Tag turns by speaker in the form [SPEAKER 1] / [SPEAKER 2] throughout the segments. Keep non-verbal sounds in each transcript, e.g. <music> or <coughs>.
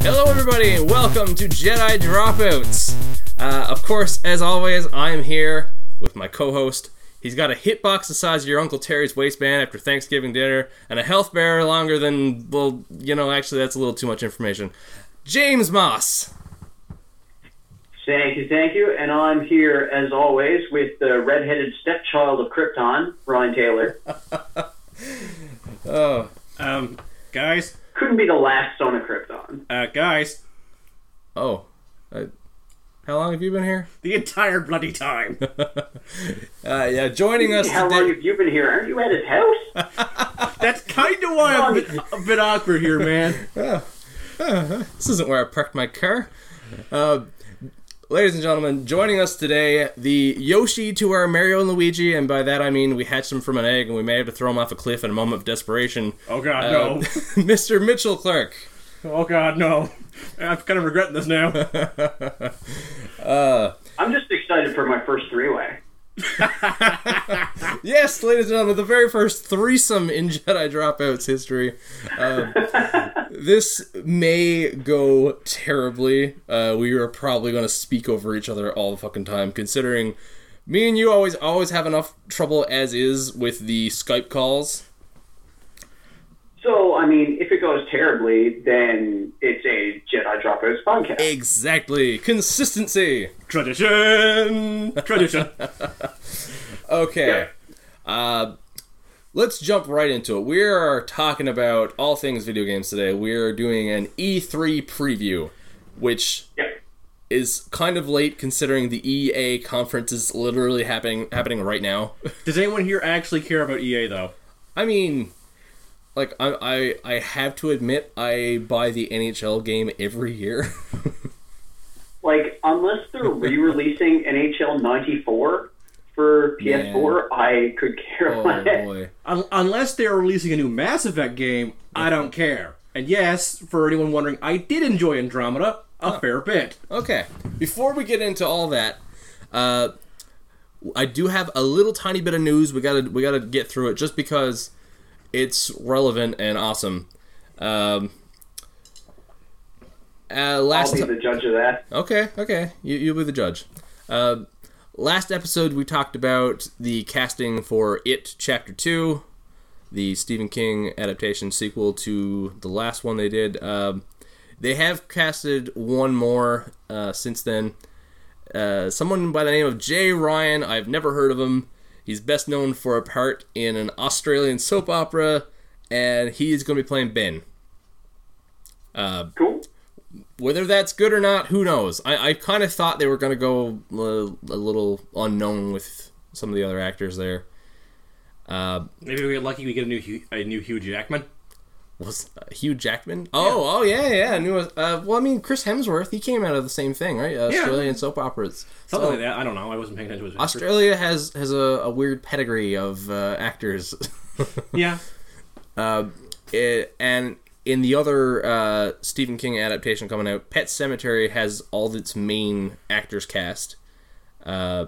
[SPEAKER 1] everybody, and welcome to Jedi Dropouts. Uh, of course, as always, I am here with my co host. He's got a hitbox the size of your Uncle Terry's waistband after Thanksgiving dinner, and a health bearer longer than, well, you know, actually, that's a little too much information. James Moss.
[SPEAKER 2] Thank you, thank you. And I'm here, as always, with the redheaded stepchild of Krypton, Ron Taylor.
[SPEAKER 1] Oh,
[SPEAKER 3] Um, guys,
[SPEAKER 2] Couldn't be the last son of Krypton.
[SPEAKER 3] uh, guys,
[SPEAKER 1] oh. Uh, how long have you been here?
[SPEAKER 3] the entire bloody time.
[SPEAKER 1] Uh, yeah, joining us
[SPEAKER 2] How long
[SPEAKER 1] today.
[SPEAKER 2] have you been here? Aren't you at his
[SPEAKER 1] <laughs>
[SPEAKER 2] house?
[SPEAKER 3] That's kind of why I'm a bit, a bit awkward here, man.
[SPEAKER 1] This isn't where I parked my car. Uh, ladies and gentlemen, joining us today, the Yoshi to our Mario and Luigi, and by that I mean we hatched him from an egg and we may have to throw him off a cliff in a moment of desperation.
[SPEAKER 3] Oh god,
[SPEAKER 1] Uh, <laughs> Mr. Mitchell Clark.
[SPEAKER 3] no. Oh god, no. I'm kind of regretting this now.
[SPEAKER 2] I'm just excited for my first three way.
[SPEAKER 1] Yes, ladies and gentlemen, the very first threesome in Jedi Dropouts history. Uh, this may go terribly. Uh, we are probably going to speak over each other all the fucking time, considering me and you always always have enough trouble as is with the Skype calls.
[SPEAKER 2] So, I mean, if it goes terribly, then it's a Jedi Dropouts podcast.
[SPEAKER 1] Exactly, consistency.
[SPEAKER 3] Tradition, tradition.
[SPEAKER 1] Okay. Uh, let's jump right into it. We are talking about all things video games today. We are doing an E3 preview, which
[SPEAKER 2] Yep.
[SPEAKER 1] is kind of late considering the EA conference is literally happening happening right now. <laughs>
[SPEAKER 3] Does anyone here actually care about EA though?
[SPEAKER 1] I mean, like I I, I have to admit I buy the NHL game every year. <laughs>
[SPEAKER 2] Like, unless they're re releasing NHL 94 for PS4, I could care
[SPEAKER 1] oh
[SPEAKER 2] less.
[SPEAKER 1] boy.
[SPEAKER 3] Un- unless they're releasing a new Mass Effect game, I don't care. And yes, for anyone wondering, I did enjoy Andromeda a fair bit.
[SPEAKER 1] Okay. Before we get into all that, uh, I do have a little tiny bit of news. We gotta we gotta get through it just because it's relevant and awesome. Um, uh,
[SPEAKER 2] I'll
[SPEAKER 1] last
[SPEAKER 2] be
[SPEAKER 1] ti-
[SPEAKER 2] the judge of that.
[SPEAKER 1] okay, okay, you you'll be the judge. Uh, last episode we talked about the casting for It Chapter Two, the Stephen King adaptation sequel to the last one they did. Um, they have casted one more uh, since then. Uh, someone by the name of Jay Ryan. I've never heard of him. He's best known for a part in an Australian soap opera, and he is going to be playing Ben.
[SPEAKER 2] Cool.
[SPEAKER 1] Whether that's good or not, who knows? I, I kind of thought they were going to go uh, a little unknown with some of the other actors there.
[SPEAKER 3] Maybe we get lucky. We get a new Hugh, a new Hugh Jackman.
[SPEAKER 1] Was uh, Hugh Jackman? Oh, oh yeah, yeah. I knew. Uh, well, I mean, Chris Hemsworth. He came out of the same thing, right? Uh, Australian soap operas.
[SPEAKER 3] Something
[SPEAKER 1] So-
[SPEAKER 3] like that. I don't know. I wasn't paying attention to his history.
[SPEAKER 1] Australia has has a, a weird pedigree of uh, actors, <laughs>
[SPEAKER 3] Yeah.
[SPEAKER 1] It- and in the other uh, Stephen King adaptation coming out, Pet Cemetery has all of its main actors cast. Uh,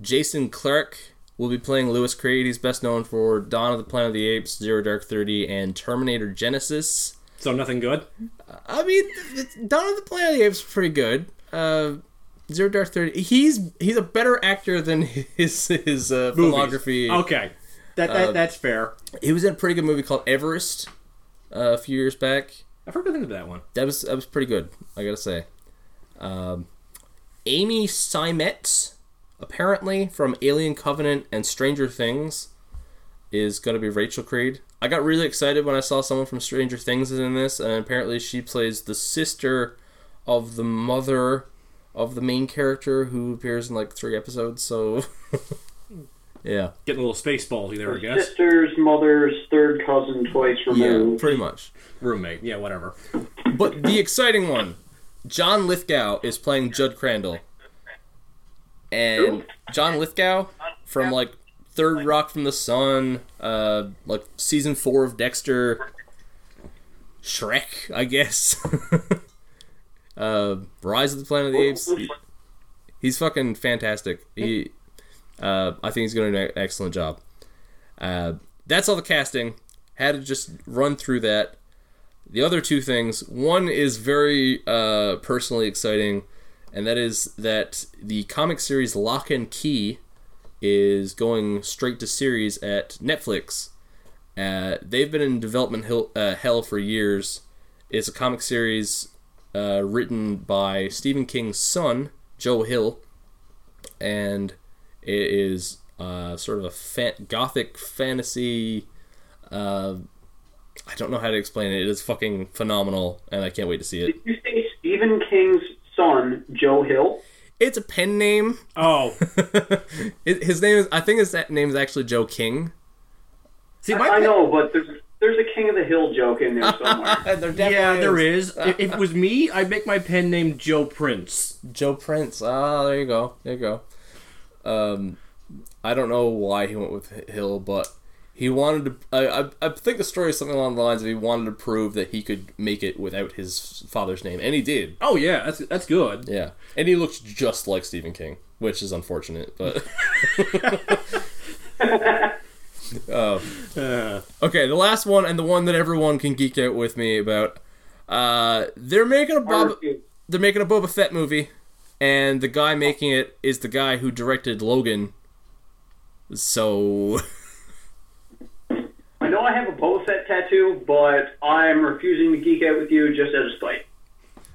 [SPEAKER 1] Jason Clark will be playing Lewis Creed. He's best known for Dawn of the Planet of the Apes, Zero Dark Thirty, and Terminator Genesis.
[SPEAKER 3] So nothing good.
[SPEAKER 1] I mean, it's- Dawn of the Planet of the Apes is pretty good. Uh, Zero Dark Thirty. He's he's a better actor than <laughs> his his uh, filmography.
[SPEAKER 3] Okay, that, that that's fair.
[SPEAKER 1] He was in a pretty good movie called Everest uh, a few years back.
[SPEAKER 3] I've heard good things of that one.
[SPEAKER 1] That was that was pretty good. I gotta say. Um, Amy Simet, apparently from Alien Covenant and Stranger Things, is gonna be Rachel Creed. I got really excited when I saw someone from Stranger Things is in this, and apparently she plays the sister of the mother of the main character who appears in like three episodes. So, <laughs> yeah,
[SPEAKER 3] Getting a little space ballsy there, I guess.
[SPEAKER 2] Sisters, mothers, third cousin, twice
[SPEAKER 1] yeah,
[SPEAKER 2] removed.
[SPEAKER 1] pretty much.
[SPEAKER 3] Roommate, yeah, whatever.
[SPEAKER 1] But the exciting one, John Lithgow is playing Judd Crandall, and John Lithgow from like Third Rock from the Sun, uh, like season four of Dexter, Shrek, I guess, <laughs> uh, Rise of the Planet of the Apes. He's fucking fantastic. He, uh, I think he's going to do an excellent job. Uh, that's all the casting. Had to just run through that. The other two things one is very uh, personally exciting, and that is that the comic series Lock and Key is going straight to series at Netflix. Uh, they've been in development hell, uh, hell for years. It's a comic series uh, written by Stephen King's son, Joe Hill, and it is uh, sort of a fa- gothic fantasy. Uh, I don't know how to explain it. It is fucking phenomenal, and I can't wait to see it.
[SPEAKER 2] Did you say Stephen King's son, Joe Hill?
[SPEAKER 1] It's a pen name. <laughs>
[SPEAKER 3] Oh,
[SPEAKER 1] It- His name is, I think his name is actually Joe King.
[SPEAKER 3] see, my
[SPEAKER 2] I, I
[SPEAKER 3] pa-
[SPEAKER 2] know, but there's there's a King of the Hill joke in there somewhere.
[SPEAKER 3] yeah, Uh, there is. if, if it was me, I'd make my pen name Joe Prince.
[SPEAKER 1] Joe Prince. Ah, there you go. There you go. Um, I don't know why he went with Hill, but he wanted to. I, I, I think the story is something along the lines of he wanted to prove that he could make it without his father's name, and he did.
[SPEAKER 3] Oh yeah, that's that's good.
[SPEAKER 1] Yeah, and he looks just like Stephen King, which is unfortunate, but. <laughs>
[SPEAKER 3] Uh,
[SPEAKER 1] Okay, the last one and the one that everyone can geek out with me about. Uh, they're making a Bob. They're making a Boba Fett movie, and the guy making it is the guy who directed Logan. So <laughs>
[SPEAKER 2] I know I have a Boba Fett tattoo, but I'm refusing to geek out with you just out of spite.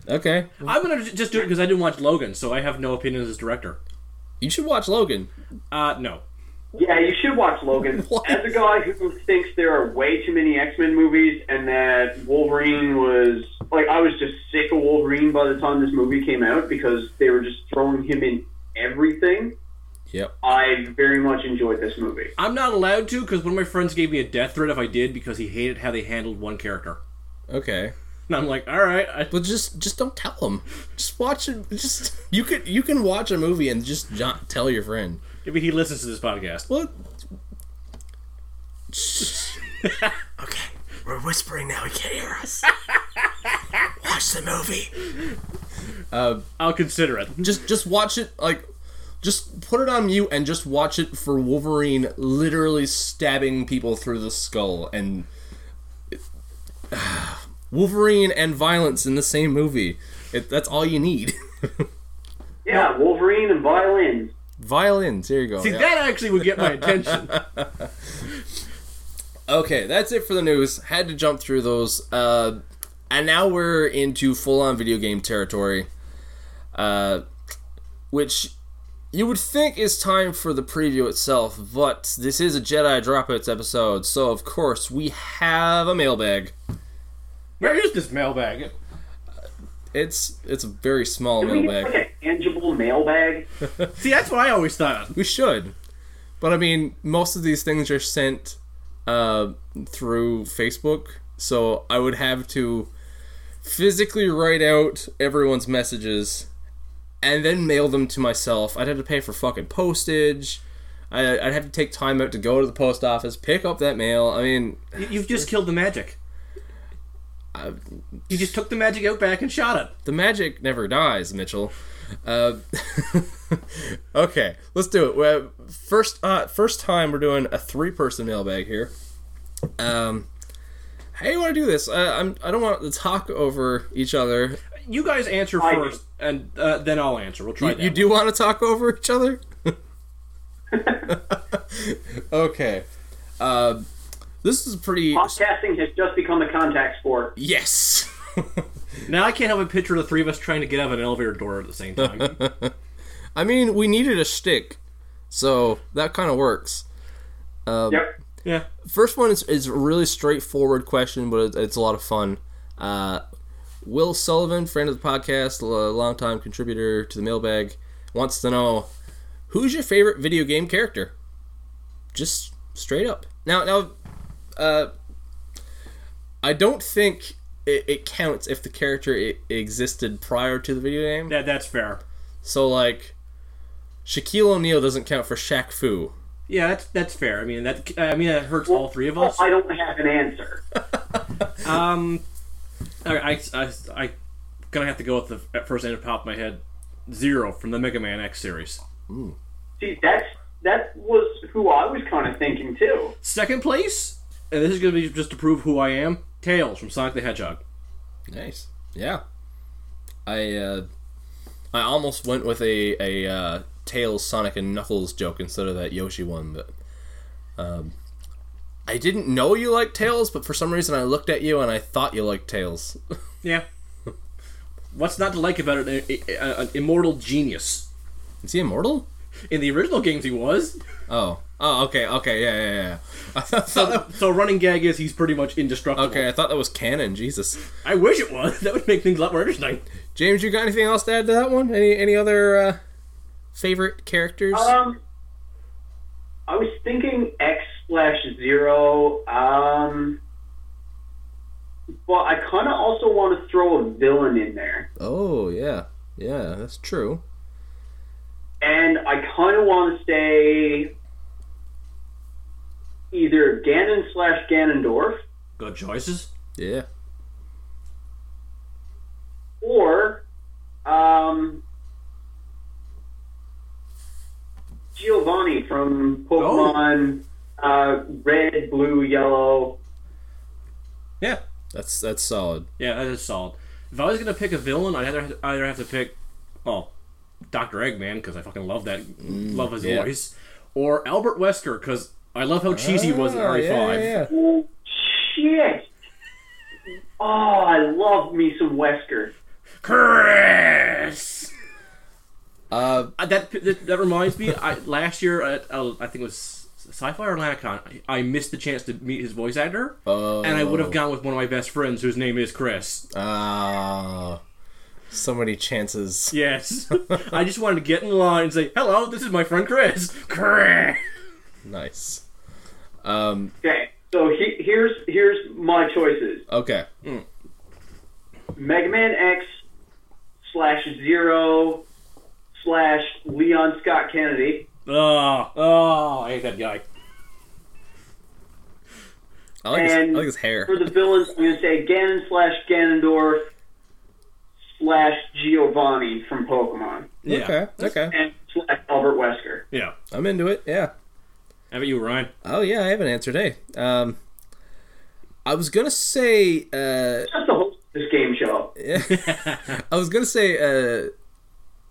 [SPEAKER 1] okay,
[SPEAKER 3] I'm gonna j- just do it because I didn't watch Logan, so I have no opinion as director.
[SPEAKER 1] you should watch Logan.
[SPEAKER 3] Uh, no.
[SPEAKER 2] Yeah, you should watch Logan.
[SPEAKER 1] What?
[SPEAKER 2] As a guy who thinks there are way too many X Men movies and that Wolverine was like, I was just sick of Wolverine by the time this movie came out because they were just throwing him in everything.
[SPEAKER 1] Yep.
[SPEAKER 2] I very much enjoyed this movie.
[SPEAKER 3] I'm not allowed to because one of my friends gave me a death threat if I did because he hated how they handled one character.
[SPEAKER 1] Okay,
[SPEAKER 3] And I'm like, all right, I,
[SPEAKER 1] but just just don't tell him. Just watch it. Just you could you can watch a movie and just not tell your friend.
[SPEAKER 3] I mean, he listens to this podcast.
[SPEAKER 1] What? <laughs> okay, we're whispering now. He can't hear <laughs> us. watch the movie.
[SPEAKER 3] I'll consider it. <laughs>
[SPEAKER 1] Just just watch it like just put it on mute and just watch it for Wolverine literally stabbing people through the skull and <sighs> Wolverine and violence in the same movie. It, that's all you need. <laughs>
[SPEAKER 2] Yeah, Wolverine and violins.
[SPEAKER 1] Violins, here you go.
[SPEAKER 3] See,
[SPEAKER 1] yeah.
[SPEAKER 3] that actually would get my attention.
[SPEAKER 1] Okay, that's it for the news. Had to jump through those. Uh, and now we're into full on video game territory. Uh, which you would think is time for the preview itself, but this is a Jedi Dropouts episode, so of course we have a mailbag.
[SPEAKER 3] Where is this mailbag?
[SPEAKER 1] It's it's a very small
[SPEAKER 2] Do we get
[SPEAKER 1] mailbag.
[SPEAKER 2] like a tangible mailbag?
[SPEAKER 3] See, that's what I always thought.
[SPEAKER 1] We should. But I mean, most of these things are sent uh, through Facebook, so I would have to physically write out everyone's messages and then mail them to myself. I'd have to pay for fucking postage. I, I'd have to take time out to go to the post office, pick up that mail. I mean,
[SPEAKER 3] You- You've just killed the magic. You just took the magic out back and shot it.
[SPEAKER 1] the magic never dies, Mitchell. Uh, <laughs> okay, let's do it. Well, First, uh, first time we're doing a three-person mailbag here. Um, how do you want to do this? Uh, I'm. I don't want to talk over each other.
[SPEAKER 3] You guys answer
[SPEAKER 2] I-
[SPEAKER 3] first, and uh, then I'll answer. We'll try
[SPEAKER 1] You,
[SPEAKER 3] that.
[SPEAKER 1] you do want to talk over each other? <laughs> okay. Uh, this is pretty.
[SPEAKER 2] Podcasting has just become a contact sport.
[SPEAKER 1] Yes. <laughs>
[SPEAKER 3] Now I can't help but picture the three of us trying to get out of an elevator door at the same time.
[SPEAKER 1] <laughs> I mean, we needed a shtick, so that kind of works.
[SPEAKER 2] Yep.
[SPEAKER 3] yeah.
[SPEAKER 1] first one is, is a really straightforward question, but it's, it's a lot of fun. Uh, Will Sullivan, friend of the podcast, a longtime contributor to the mailbag, wants to know who's your favorite video game character? Just straight up. Now, now, uh, I don't think it, it counts if the character i existed prior to the video game.
[SPEAKER 3] That, that's fair.
[SPEAKER 1] So, like, Shaquille O'Neal doesn't count for Shaq Fu.
[SPEAKER 3] Yeah, that's that's fair. I mean that I mean that hurts all three of
[SPEAKER 2] Well,
[SPEAKER 3] us.
[SPEAKER 2] Oh, I don't have an answer.
[SPEAKER 3] Um, I, I, I, I gonna have to go with the at first name that popped in my head, Zero from the Mega Man X series.
[SPEAKER 2] See, that's that was who I was kind of thinking too.
[SPEAKER 3] Second place, and this is gonna be just to prove who I am. Tails from Sonic the Hedgehog.
[SPEAKER 1] Nice. Yeah. I uh, I almost went with a a uh, Tails, Sonic, and Knuckles joke instead of that Yoshi one, but um, I didn't know you liked Tails, but for some reason I looked at you and I thought you liked Tails. <laughs>
[SPEAKER 3] Yeah. What's not to like about an, a, a- an immortal genius?
[SPEAKER 1] Is he immortal?
[SPEAKER 3] In the original games,
[SPEAKER 1] <laughs>
[SPEAKER 3] he was.
[SPEAKER 1] Oh. Oh, okay, okay, yeah, yeah, yeah. <laughs> I thought that,
[SPEAKER 3] So running gag is he's pretty much indestructible.
[SPEAKER 1] okay, I thought that was canon. Jesus,
[SPEAKER 3] I wish it was. <laughs> That would make things a lot more interesting.
[SPEAKER 1] James, you got anything else to add to that one? Any any other uh, favorite characters?
[SPEAKER 2] Um, I was thinking X slash zero. Um, but I kind of also want to throw a villain in there,
[SPEAKER 1] oh yeah, yeah, that's true.
[SPEAKER 2] and I kind of want to say either Ganon slash Ganondorf
[SPEAKER 3] Good choices.
[SPEAKER 1] Yeah.
[SPEAKER 2] or um, Giovanni from Pokemon uh, Red, Blue, Yellow.
[SPEAKER 3] Yeah.
[SPEAKER 1] That's that's solid.
[SPEAKER 3] Yeah, that is solid. If I was gonna pick a villain, I'd either either have to pick, well, Doctor Eggman because I fucking love that, love his
[SPEAKER 1] Mm, yeah.
[SPEAKER 3] voice, or Albert Wesker because I love how cheesy he was in
[SPEAKER 1] Oh,
[SPEAKER 3] RE5.
[SPEAKER 1] yeah, yeah, yeah.
[SPEAKER 2] Oh, shit. Oh, I love me some Wesker.
[SPEAKER 3] Chris.
[SPEAKER 1] Uh,
[SPEAKER 3] Uh, that, that that reminds me. I last year at uh, I think it was Sci-Fi or Atlanticon, I, I missed the chance to meet his voice actor,
[SPEAKER 1] oh, Uh.
[SPEAKER 3] and I would have gone with one of my best friends whose name is Chris.
[SPEAKER 1] Ah, so many chances.
[SPEAKER 3] <laughs> Yes, <laughs> I just wanted to get in line and say hello. This is my friend Chris. <laughs> Chris.
[SPEAKER 1] Nice. Um.
[SPEAKER 2] Okay, so he, here's here's my choices:
[SPEAKER 1] Okay.
[SPEAKER 2] Mega Man X slash Zero slash Leon Scott Kennedy.
[SPEAKER 3] Oh, oh, I hate that guy.
[SPEAKER 1] I like, his, I
[SPEAKER 2] And
[SPEAKER 1] like his hair.
[SPEAKER 2] For the villains, I'm gonna say Ganon slash Ganondorf slash Giovanni from Pokemon
[SPEAKER 3] Yeah.
[SPEAKER 1] Okay. Okay.
[SPEAKER 2] and slash Albert Wesker.
[SPEAKER 3] Yeah.
[SPEAKER 1] I'm into it. Yeah.
[SPEAKER 3] How about you, Ryan?
[SPEAKER 1] Oh yeah, I have an answer today. Um. I was gonna say. Uh.
[SPEAKER 2] That's the whole this game show.
[SPEAKER 1] I was gonna say. Uh.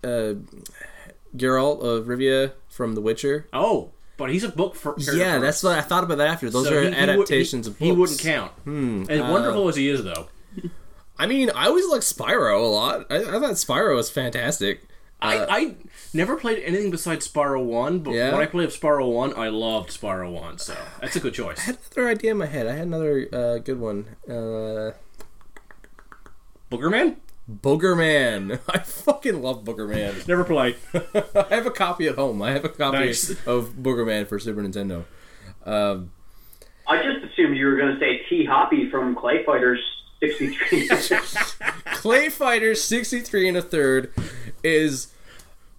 [SPEAKER 1] Uh. Geralt of Rivia from The Witcher.
[SPEAKER 3] Oh, but he's a book for.
[SPEAKER 1] Yeah, that's what I thought about that after. Those
[SPEAKER 3] So
[SPEAKER 1] are
[SPEAKER 3] he- he would-
[SPEAKER 1] adaptations
[SPEAKER 3] he,
[SPEAKER 1] of books. Hmm, uh,
[SPEAKER 3] He wouldn't count. as wonderful as he is, though,
[SPEAKER 1] I mean, I always liked Spyro a lot. I, I thought Spyro was fantastic.
[SPEAKER 3] I, I never played anything besides Spyro One. But
[SPEAKER 1] Uh, Yeah?
[SPEAKER 3] when I played Spyro One, I loved Spyro One. So that's a good choice.
[SPEAKER 1] had another idea in my head. I had another uh, good one. Uh,
[SPEAKER 3] Boogerman
[SPEAKER 1] Boogerman. <laughs> I fucking love Boogerman. <laughs>
[SPEAKER 3] never played. <laughs>
[SPEAKER 1] I have a copy at home. I have a copy
[SPEAKER 3] Nice.
[SPEAKER 1] of Boogerman for Super Nintendo.
[SPEAKER 2] I just assumed you were gonna say T Hoppy from Clay Fighters 63.
[SPEAKER 1] Clay Fighter 63 and a third is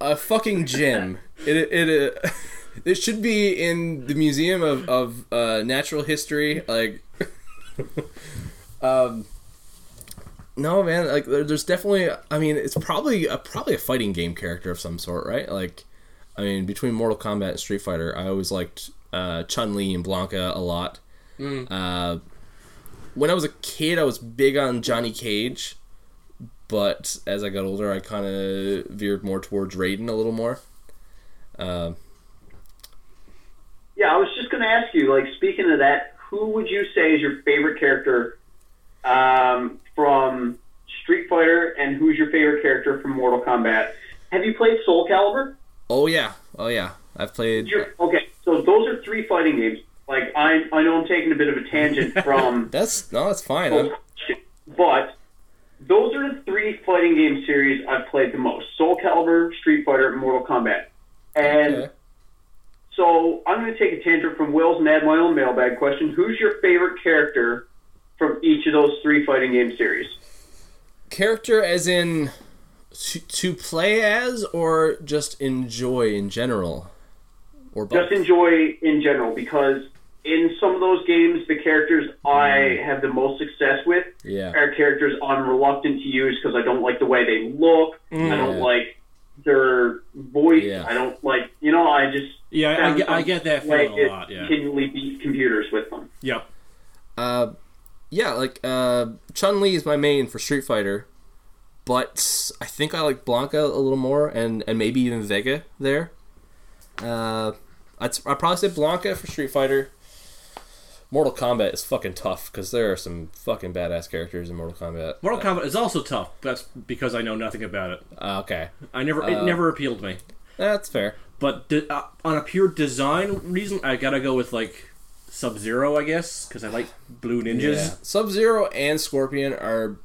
[SPEAKER 1] a fucking gem. It it, uh, it should be in the Museum of of uh, Natural History. Like, <laughs> um, no man, like there, there's definitely. I mean, it's probably a probably a fighting game character of some sort, right? Like, I mean, between Mortal Kombat and Street Fighter, I always liked uh, Chun Li and Blanca a lot. Uh, when I was a kid, I was big on Johnny Cage, but as I got older, I kind of veered more towards Raiden a little more. Um,
[SPEAKER 2] <laughs> yeah, I was just gonna ask you. Like, speaking of that, who would you say is your favorite character um, from Street Fighter, and who's your favorite character from Mortal Kombat? Have you played Soul Calibur?
[SPEAKER 1] oh yeah, oh yeah, I've played.
[SPEAKER 2] You're, okay, so those are three fighting games. Like, I I know I'm taking a bit of a tangent from
[SPEAKER 1] That's no, that's fine.
[SPEAKER 2] Oh,
[SPEAKER 1] I'm,
[SPEAKER 2] But those are the three fighting game series I've played the most: Soul Calibur, Street Fighter, and Mortal Kombat. And
[SPEAKER 1] okay.
[SPEAKER 2] so I'm going to take a tangent from Will's and add my own mailbag question. Who's your favorite character from each of those three fighting game series?
[SPEAKER 1] Character as in to, to play as, or just enjoy in general, or both.
[SPEAKER 2] Just enjoy in general, because in some of those games, the characters
[SPEAKER 3] Mm-hmm.
[SPEAKER 2] I have the most success with
[SPEAKER 1] yeah,
[SPEAKER 2] are characters I'm reluctant to use because I don't like the way they look.
[SPEAKER 3] Mm.
[SPEAKER 2] I don't
[SPEAKER 1] Yeah.
[SPEAKER 2] like their voice.
[SPEAKER 1] Yeah.
[SPEAKER 2] I don't like, you know, I just
[SPEAKER 3] Yeah, I, I, get, I get that
[SPEAKER 2] like
[SPEAKER 3] feeling
[SPEAKER 2] it
[SPEAKER 3] a lot. Yeah.
[SPEAKER 2] continually beat computers with them.
[SPEAKER 3] Yep.
[SPEAKER 1] uh, yeah, like uh, Chun Li is my main for Street Fighter, but I think I like Blanca a little more, and and maybe even Vega there. Uh, I'd, I'd probably say Blanca for Street Fighter. Mortal Kombat is fucking tough because there are some fucking badass characters in Mortal Kombat.
[SPEAKER 3] Mortal Kombat is also tough. That's because I know nothing about it.
[SPEAKER 1] Uh, okay,
[SPEAKER 3] I never it never appealed to me.
[SPEAKER 1] that's fair.
[SPEAKER 3] But de- uh, on a pure design reason, I gotta go with like Sub Zero, I guess, because I like blue ninjas.
[SPEAKER 1] Sub Zero and Scorpion are.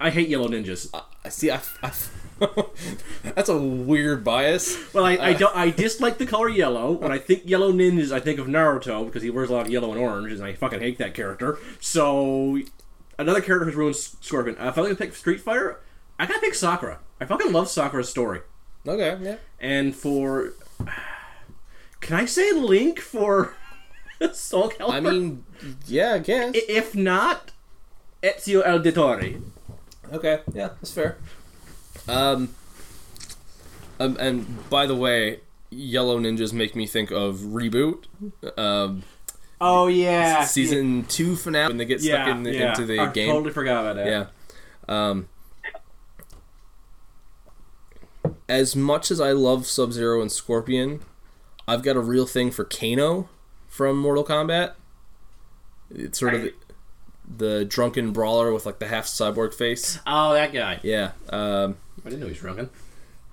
[SPEAKER 3] I hate yellow ninjas.
[SPEAKER 1] I see. I, I <laughs> that's a weird bias.
[SPEAKER 3] Well, I,
[SPEAKER 1] Uh,
[SPEAKER 3] I don't. I dislike the color yellow. When I think yellow ninjas, I think of Naruto because he wears a lot of yellow and orange, and I fucking hate that character. So another character who's ruined S- Scorpion. If I'm gonna pick Street Fighter, I gotta pick Sakura. I fucking love Sakura's story.
[SPEAKER 1] Okay, yeah.
[SPEAKER 3] And for <sighs> can I say Link for <laughs> Soul Calibur?
[SPEAKER 1] I mean, yeah, I guess.
[SPEAKER 3] I- if not Ezio Auditore.
[SPEAKER 1] Okay, yeah, that's fair. Um, um, and by the way, yellow ninjas make me think of reboot. Um,
[SPEAKER 3] Oh yeah,
[SPEAKER 1] season two finale when they get stuck in the, into the
[SPEAKER 3] I
[SPEAKER 1] game.
[SPEAKER 3] Totally forgot about that.
[SPEAKER 1] Yeah. Um, as much as I love Sub Zero and Scorpion, I've got a real thing for Kano from Mortal Kombat. It's sort of the, the drunken brawler with like the half cyborg face.
[SPEAKER 3] Oh, that guy.
[SPEAKER 1] Yeah. Um,
[SPEAKER 3] I didn't know he was drunken.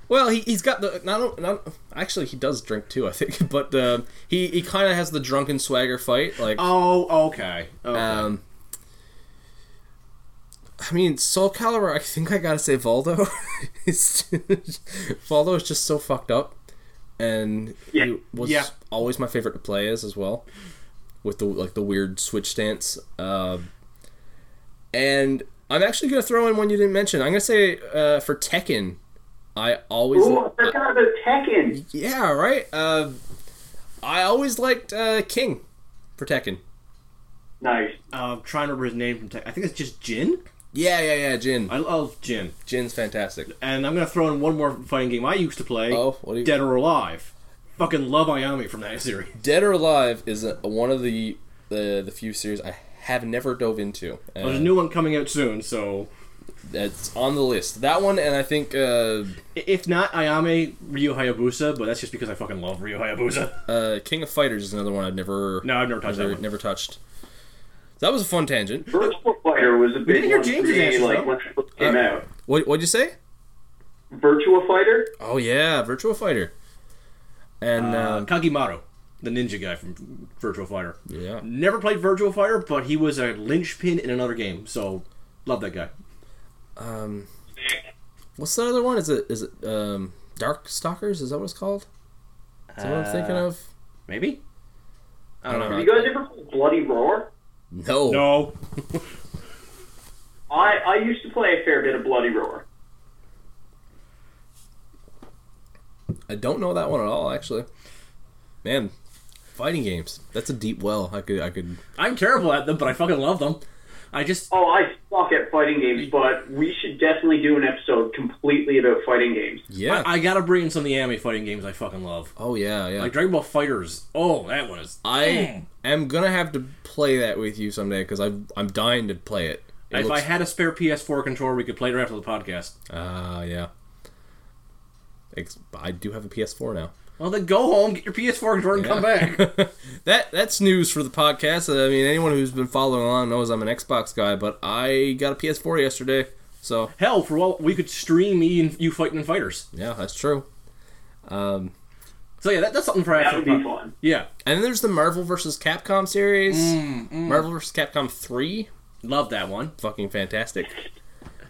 [SPEAKER 1] well, he has got the not, not actually he does drink too, I think, <laughs> but um, he he kind of has the drunken swagger fight like.
[SPEAKER 3] Oh, okay. okay.
[SPEAKER 1] Um, I mean, Soul Calibur. I think I gotta say Valdo. <laughs> It's- Valdo is just so fucked up, and
[SPEAKER 2] Yeah.
[SPEAKER 1] he was
[SPEAKER 3] Yeah.
[SPEAKER 1] always my favorite to play as as well, with the like the weird switch stance. Um, and I'm actually gonna throw in one you didn't mention. I'm gonna say uh, for Tekken, I always
[SPEAKER 2] Ooh, I forgot about Tekken.
[SPEAKER 1] yeah right. Uh,
[SPEAKER 3] Um,
[SPEAKER 1] I always liked uh, King for Tekken.
[SPEAKER 2] Nice.
[SPEAKER 3] I'm trying to remember his name from tech. I think it's just Jin.
[SPEAKER 1] Yeah, yeah, yeah. Jin.
[SPEAKER 3] I love Jin.
[SPEAKER 1] Jin's fantastic.
[SPEAKER 3] And I'm gonna throw in one more fighting game I used to play.
[SPEAKER 1] Oh, what do you-
[SPEAKER 3] Dead or Alive. Fucking love Ayami from that <laughs> series.
[SPEAKER 1] Dead or Alive is a, one of the, the the few series I have never dove into.
[SPEAKER 3] Oh, There's a
[SPEAKER 1] Uh,
[SPEAKER 3] new one coming out soon, so
[SPEAKER 1] That's on the list. That one, and I think uh,
[SPEAKER 3] i- if not Ayame, Ryu Hayabusa. But that's just because I fucking love Ryu Hayabusa.
[SPEAKER 1] uh, King of Fighters is another one I've never
[SPEAKER 3] No, I've never touched that
[SPEAKER 1] never,
[SPEAKER 3] one.
[SPEAKER 1] never touched. That was a fun tangent.
[SPEAKER 2] Virtual Fighter was a big
[SPEAKER 3] didn't hear
[SPEAKER 2] one for
[SPEAKER 3] James's
[SPEAKER 2] me,
[SPEAKER 3] answers, though.
[SPEAKER 2] like when it first came
[SPEAKER 1] Uh,
[SPEAKER 2] out.
[SPEAKER 1] What what'd you say?
[SPEAKER 2] Virtua Fighter.
[SPEAKER 1] Oh yeah, Virtual Fighter. And
[SPEAKER 3] Uh,
[SPEAKER 1] uh,
[SPEAKER 3] Kagimaru, the ninja guy from Virtual Fighter.
[SPEAKER 1] yeah,
[SPEAKER 3] Never played Virtual Fighter, but he was a linchpin in another game, so love that guy.
[SPEAKER 1] what's the other one? Is it is it um, Dark Stalkers? Is that what it's called? Is that what I'm thinking of?
[SPEAKER 3] Maybe?
[SPEAKER 1] Uh, I don't know.
[SPEAKER 2] You
[SPEAKER 3] uh,
[SPEAKER 2] guys ever play Bloody Roar?
[SPEAKER 1] No.
[SPEAKER 3] No.
[SPEAKER 2] I I used to play a fair bit of Bloody Roar.
[SPEAKER 1] I don't know that one at all, actually. Man, fighting games. That's a deep well. I could, I could.
[SPEAKER 3] I'm terrible at them, but I fucking love them. I just.
[SPEAKER 2] Oh, I suck at fighting games, but we should definitely do an episode completely about fighting games.
[SPEAKER 1] Yeah.
[SPEAKER 3] I, I gotta bring in some of the anime fighting games I fucking love.
[SPEAKER 1] oh yeah, yeah.
[SPEAKER 3] Like Dragon Ball Fighters. Oh, that one is.
[SPEAKER 1] I am gonna have to play that with you someday because I'm I'm dying to play it. it
[SPEAKER 3] if I
[SPEAKER 1] looks-
[SPEAKER 3] had a spare PS4 controller, we could play it right after the podcast.
[SPEAKER 1] Ah, yeah. Ex- I do have a PS4 now.
[SPEAKER 3] Well, then go home, get your PS4 controller, and come back.
[SPEAKER 1] <laughs> that that's news for the podcast. I mean, anyone who's been following along knows I'm an Xbox guy, but I got a PS4 yesterday, so
[SPEAKER 3] Hell, for all we could stream me and you fighting in fighters.
[SPEAKER 1] yeah, that's true. Um,
[SPEAKER 3] So yeah, that, that's something for
[SPEAKER 2] That
[SPEAKER 3] after.
[SPEAKER 2] would
[SPEAKER 3] the
[SPEAKER 2] be
[SPEAKER 3] pod-
[SPEAKER 2] fun.
[SPEAKER 3] Yeah,
[SPEAKER 1] and then there's the Marvel vs. Capcom series,
[SPEAKER 3] Mm,
[SPEAKER 1] Marvel vs. Capcom three,
[SPEAKER 3] love that one.
[SPEAKER 1] fucking fantastic.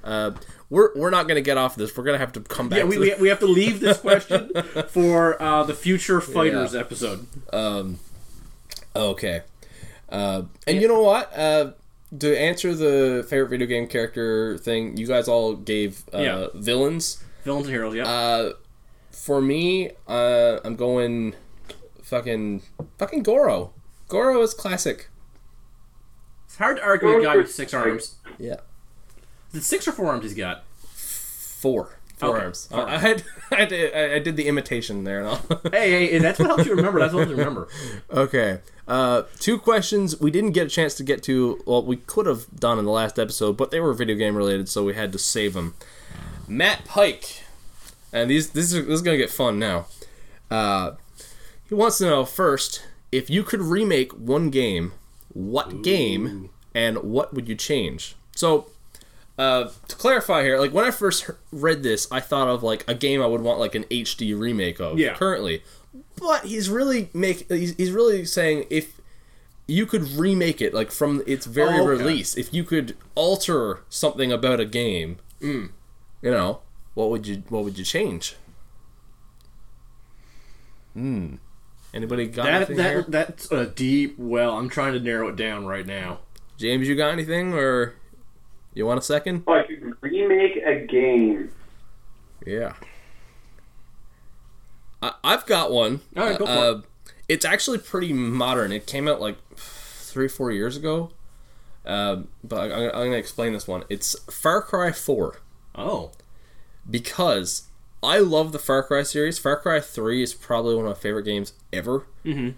[SPEAKER 1] Uh, we're we're not gonna get off this. We're gonna have to come back.
[SPEAKER 3] Yeah, we,
[SPEAKER 1] to the-
[SPEAKER 3] we, we have to leave
[SPEAKER 1] <laughs>
[SPEAKER 3] this question for uh, the future fighters episode.
[SPEAKER 1] Okay. Uh, and you know what? Uh, to answer the favorite video game character thing, you guys all gave uh,
[SPEAKER 3] Yeah.
[SPEAKER 1] villains.
[SPEAKER 3] Villains and heroes. Yeah.
[SPEAKER 1] Uh, for me, uh, I'm going fucking fucking Goro. Goro is classic.
[SPEAKER 3] it's hard to argue with a guy with six arms.
[SPEAKER 1] Yeah.
[SPEAKER 3] Is it six or four arms he's got?
[SPEAKER 1] Four. Four arms. <laughs> I- I, had, I, did, I- I did the imitation there. And all. <laughs>
[SPEAKER 3] Hey, hey, hey, that's what helps you remember. That's what helps you <laughs> remember.
[SPEAKER 1] okay. Uh, two questions we didn't get a chance to get to. Well, we could have done in the last episode, but they were video game related, so we had to save them. Matt Pike, and these this is, this is gonna get fun now. Uh, he wants to know first if you could remake one game, what game, and what would you change? So uh, to clarify here, like when I first he- read this, I thought of like a game I would want like an HD remake of
[SPEAKER 3] Yeah.
[SPEAKER 1] currently. But he's really make he's, he's really saying if you could remake it like from its very
[SPEAKER 3] Oh, okay.
[SPEAKER 1] release, if you could alter something about a game,
[SPEAKER 3] Mm.
[SPEAKER 1] you know, what would you what would you change? Hmm. Anybody got
[SPEAKER 3] That,
[SPEAKER 1] anything here?
[SPEAKER 3] that that's a deep well. I'm trying to narrow it down right now.
[SPEAKER 1] James, you got anything or you want a second?
[SPEAKER 2] Oh, I could remake a game.
[SPEAKER 1] Yeah. I, I've got one.
[SPEAKER 3] All right, go for
[SPEAKER 1] Uh, It's actually pretty modern. It came out like three, four years ago. Um, but I, I'm, gonna- I'm going to explain this one. It's Far Cry 4
[SPEAKER 3] Oh,
[SPEAKER 1] because I love the Far Cry series. Far Cry 3 is probably one of my favorite games ever. Mm-hmm.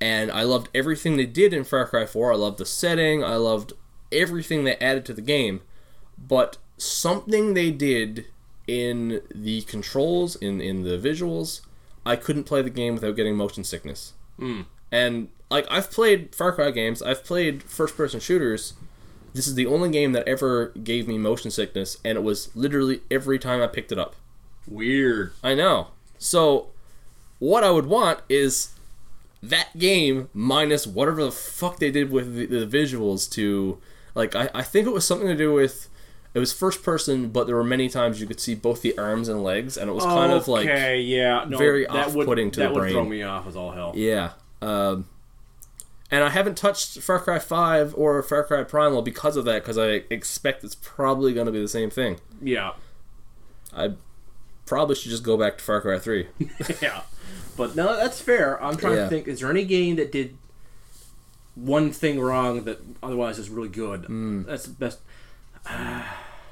[SPEAKER 1] And I loved everything they did in Far Cry 4. I loved the setting. I loved everything they added to the game. But something they did in the controls, in, in the visuals, I couldn't play the game without getting motion sickness. And like I've played Far Cry games, I've played first person shooters. This is the only game that ever gave me motion sickness, and it was literally every time I picked it up.
[SPEAKER 3] weird.
[SPEAKER 1] I know. So, what I would want is that game minus whatever the fuck they did with the, the visuals to, like, I, I think it was something to do with. It was first person, but there were many times you could see both the arms and legs, and it was kind of like.
[SPEAKER 3] okay, yeah, no,
[SPEAKER 1] very
[SPEAKER 3] that would-
[SPEAKER 1] off-putting to
[SPEAKER 3] that
[SPEAKER 1] the
[SPEAKER 3] would
[SPEAKER 1] brain.
[SPEAKER 3] throw me off as all hell.
[SPEAKER 1] Yeah. Um, and I haven't touched Far Cry 5 or Far Cry Primal because of that, because I expect it's probably going to be the same thing.
[SPEAKER 3] Yeah, <laughs>
[SPEAKER 1] I probably should just go back to Far Cry 3.
[SPEAKER 3] yeah. But no, that's fair. I'm trying
[SPEAKER 1] Yeah.
[SPEAKER 3] to think. Is there any game that did one thing wrong that otherwise is really good? That's the best.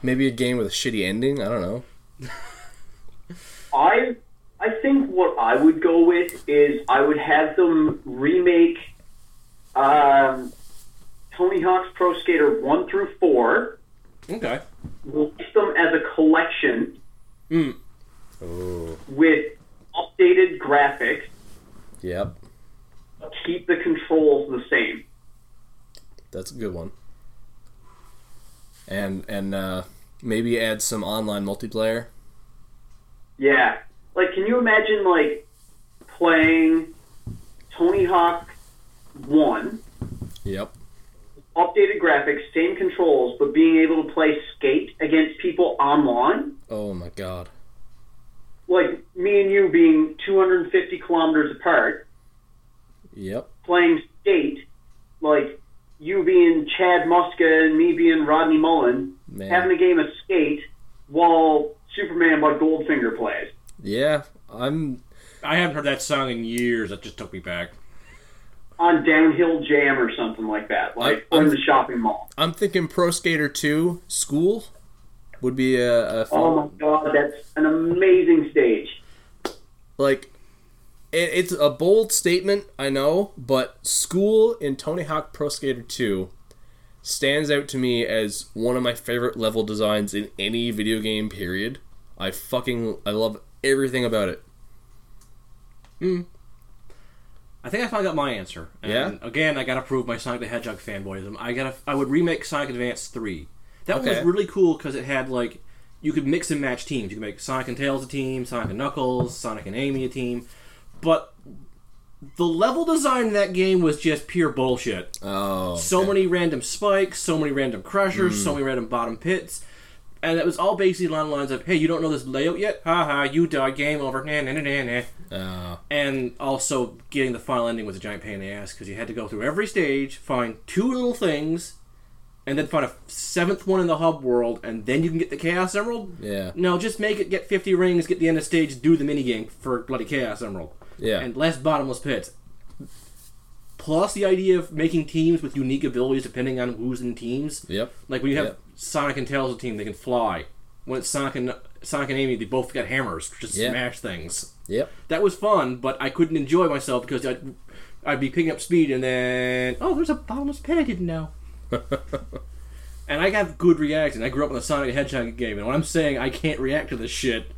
[SPEAKER 1] Maybe a game with a shitty ending? I don't know.
[SPEAKER 2] I I think what I would go with is I would have them remake um, Tony Hawk's Pro Skater one through four,
[SPEAKER 3] Okay.
[SPEAKER 2] release them as a collection
[SPEAKER 3] Mm.
[SPEAKER 2] with updated graphics,
[SPEAKER 1] Yep.
[SPEAKER 2] but keep the controls the same.
[SPEAKER 1] That's a good one. And and uh, maybe add some online multiplayer.
[SPEAKER 2] Yeah. Like, can you imagine, like, playing Tony Hawk 1,
[SPEAKER 1] Yep.
[SPEAKER 2] updated graphics, same controls, but being able to play skate against people online?
[SPEAKER 1] Oh my god.
[SPEAKER 2] Like, me and you being 250 kilometers apart,
[SPEAKER 1] Yep.
[SPEAKER 2] playing skate, like, you being Chad Muska and me being Rodney Mullen,
[SPEAKER 1] Man.
[SPEAKER 2] having a game of skate while Superman by Goldfinger plays.
[SPEAKER 1] Yeah. I'm
[SPEAKER 3] I haven't heard that song in years. That just took me back.
[SPEAKER 2] On Downhill Jam or something like that, like,
[SPEAKER 1] I-
[SPEAKER 2] or in
[SPEAKER 1] I'm-
[SPEAKER 2] the shopping mall.
[SPEAKER 1] I'm thinking Pro Skater 2 School would be a, a fun
[SPEAKER 2] Oh my god, that's an amazing stage.
[SPEAKER 1] like it, it's a bold statement i know but school in tony hawk pro skater 2 stands out to me as one of my favorite level designs in any video game period i fucking i love everything about it
[SPEAKER 3] I think I finally got my answer. And
[SPEAKER 1] Yeah?
[SPEAKER 3] Again, I gotta prove my Sonic the Hedgehog fanboyism. I gotta. I would remake Sonic Advance three. That one
[SPEAKER 1] Okay.
[SPEAKER 3] was really cool because it had like you could mix and match teams. You could make Sonic and Tails a team, Sonic and Knuckles, Sonic and Amy a team, but the level design in that game was just pure bullshit.
[SPEAKER 1] oh Hmm.
[SPEAKER 3] So many random spikes, so many random crushers, so many random bottom pits. And it was all basically along the lines of, hey, you don't know this layout yet? Haha, you die, game over, nah, nah, nah, nah, nah.
[SPEAKER 1] uh,
[SPEAKER 3] And also, getting the final ending was a giant pain in the ass because you had to go through every stage, find two little things, and then find a seventh one in the hub world, and then you can get the Chaos Emerald?
[SPEAKER 1] yeah
[SPEAKER 3] No, just make it get 50 rings, get the end of stage, do the minigame for bloody Chaos Emerald.
[SPEAKER 1] Yeah.
[SPEAKER 3] And less bottomless pits. Plus, the idea of making teams with unique abilities depending on who's in teams.
[SPEAKER 1] yep
[SPEAKER 3] Like when you have
[SPEAKER 1] Yep.
[SPEAKER 3] Sonic and Tails' team, they can fly. When it's Sonic and Sonic and Amy, they both got hammers to just
[SPEAKER 1] Yeah.
[SPEAKER 3] smash things.
[SPEAKER 1] Yep.
[SPEAKER 3] That was fun, but I couldn't enjoy myself because I'd, I'd be picking up speed and then, oh, there's a bottomless pit I
[SPEAKER 1] <laughs>
[SPEAKER 3] didn't know. and I have good reacting. I grew up in the Sonic the Hedgehog game, and when I'm saying I can't react to this shit,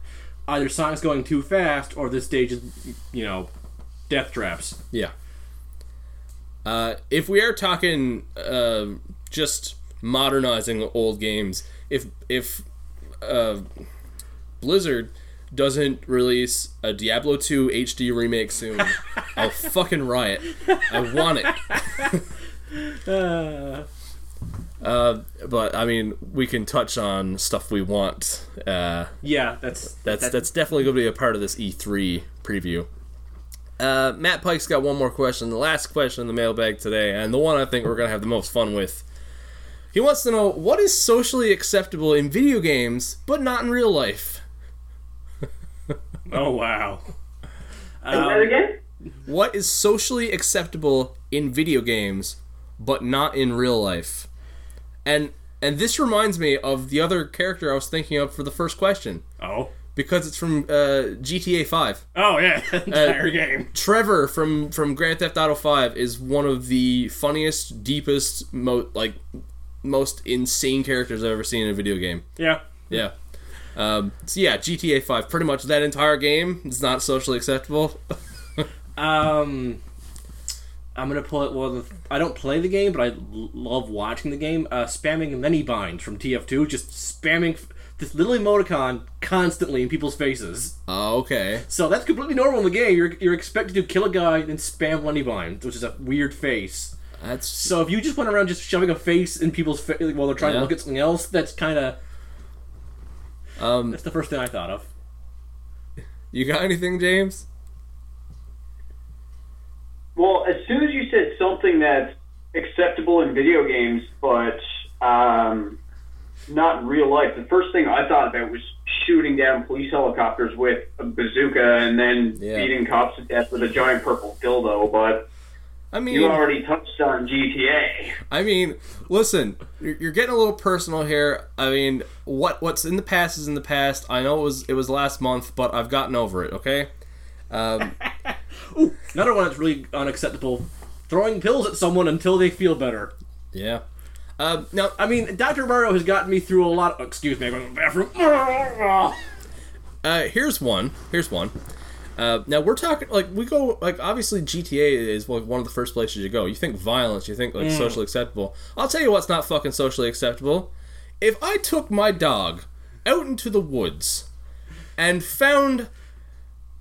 [SPEAKER 3] either Sonic's going too fast or this stage is, you know, death traps.
[SPEAKER 1] Yeah. Uh, if we are talking uh, just modernizing old games, if if uh, Blizzard doesn't release a Diablo 2 HD remake soon, I'll fucking riot. I want it.
[SPEAKER 3] Uh,
[SPEAKER 1] Uh, but I mean, we can touch on stuff we want. Uh,
[SPEAKER 3] yeah, that's
[SPEAKER 1] that's that's definitely going to be a part of this E3 preview. Uh, Matt Pike's got one more question, the last question in the mailbag today, and the one I think we're going to have the most fun with. He wants to know what is socially acceptable in video games, but not in real life.
[SPEAKER 3] oh wow.
[SPEAKER 2] And then again,
[SPEAKER 1] What is socially acceptable in video games, but not in real life? And and this reminds me of the other character I was thinking of for the first question
[SPEAKER 3] Oh.
[SPEAKER 1] because it's from uh, GTA Five.
[SPEAKER 3] Oh yeah, <laughs> entire game.
[SPEAKER 1] Trevor from from Grand Theft Auto 5 is one of the funniest, deepest, mo- like most insane characters I've ever seen in a video game.
[SPEAKER 3] Yeah.
[SPEAKER 1] Yeah. Um, so yeah, GTA 5, pretty much that entire game is not socially acceptable. <laughs>
[SPEAKER 3] Um, I'm gonna pull it. Well, I don't play the game, but I l- love watching the game. Uh, spamming many binds from TF2, just spamming f- this little emoticon constantly in people's faces.
[SPEAKER 1] Oh, okay.
[SPEAKER 3] So that's completely normal in the game. You're, you're expected to kill a guy and spam Lenny Bind, which is a weird face.
[SPEAKER 1] That's
[SPEAKER 3] So if you just went around just shoving a face in people's face while they're trying
[SPEAKER 1] Yeah.
[SPEAKER 3] to look at something else, that's kind of
[SPEAKER 1] um
[SPEAKER 3] that's the first thing I thought of.
[SPEAKER 1] you got anything, James?
[SPEAKER 2] well, as soon as you said something that's acceptable in video games, but um, not in real life, the first thing I thought about was shooting down police helicopters with a bazooka and then
[SPEAKER 1] Yeah.
[SPEAKER 2] beating cops to death with a giant purple dildo. But
[SPEAKER 1] I mean,
[SPEAKER 2] you already touched on GTA.
[SPEAKER 1] I mean, listen, you're, you're getting a little personal here. I mean, what what's in the past is in the past. I know it was it was last month, but I've gotten over it, okay?
[SPEAKER 3] Ooh, another one that's really unacceptable: throwing pills at someone until they feel better.
[SPEAKER 1] Yeah. Um, now
[SPEAKER 3] I mean, Dr. Mario has gotten me through a lot. excuse me, I'm going to the bathroom. <laughs>
[SPEAKER 1] uh, here's one. Here's one. Uh, now we're talking like we go like obviously GTA is like one of the first places you go. You think violence, you think like socially acceptable. I'll tell you what's not fucking socially acceptable. If I took my dog out into the woods and found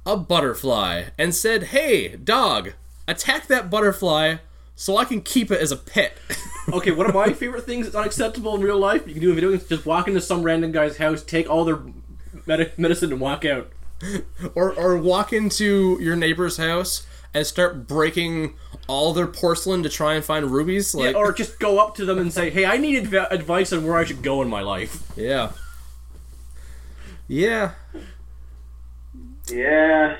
[SPEAKER 1] a butterfly and said, "Hey, dog, attack that butterfly so I can keep it as a pet." <laughs>
[SPEAKER 3] okay, one of my favorite things that's unacceptable in real life, you can do in video games, just walk into some random guy's house, take all their medi <laughs> medicine, and walk out.
[SPEAKER 1] or or walk into your neighbor's house and start breaking all their porcelain to try and find rubies like
[SPEAKER 3] Or just go up to them and say, hey, I need adv- advice on where I should go in my life.
[SPEAKER 1] yeah yeah
[SPEAKER 2] Yeah.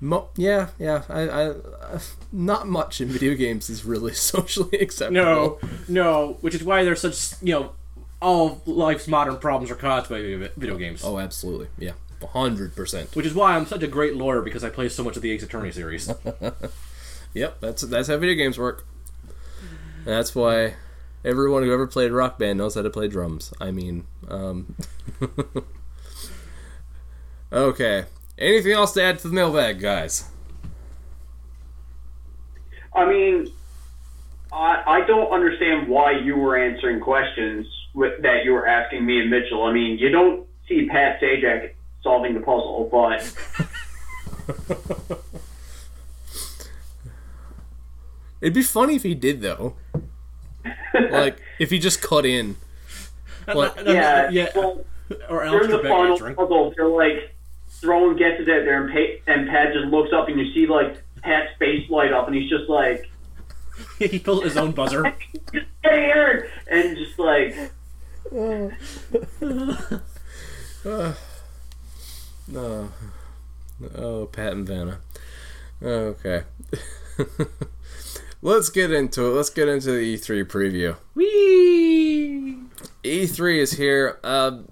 [SPEAKER 1] Mo- yeah yeah I, I, I not much in video games is really <laughs> socially acceptable
[SPEAKER 3] No, no, which is why there's such, you know, all of life's modern problems are caused by vi- video games.
[SPEAKER 1] oh absolutely yeah 100%
[SPEAKER 3] Which is why I'm such a great lawyer because I play so much of the Ace Attorney series.
[SPEAKER 1] yep that's that's how video games work And that's why everyone who ever played rock band knows how to play drums i mean um <laughs> okay anything else to add to the mailbag guys
[SPEAKER 2] I mean, I, I don't understand why you were answering questions with, that you were asking me and Mitchell. I mean, you don't see Pat Sajak solving the puzzle, but
[SPEAKER 1] It'd be funny if he did though. like if he just cut in. Like,
[SPEAKER 2] <laughs> yeah,
[SPEAKER 3] yeah.
[SPEAKER 2] Well,
[SPEAKER 3] Or Alex
[SPEAKER 2] during the
[SPEAKER 3] Trebek
[SPEAKER 2] final
[SPEAKER 3] answering.
[SPEAKER 2] puzzle, they're like throwing guesses out there, and, pa- and Pat just looks up, and you see like Pat's face light up, and he's just like,
[SPEAKER 3] <laughs> he built his own buzzer.
[SPEAKER 2] "Get here!" and just like,
[SPEAKER 1] oh, oh, Pat and Vanna. Okay. <laughs> Let's get into it. Let's get into the E3 preview.
[SPEAKER 3] Whee!
[SPEAKER 1] E E3 is here. Um,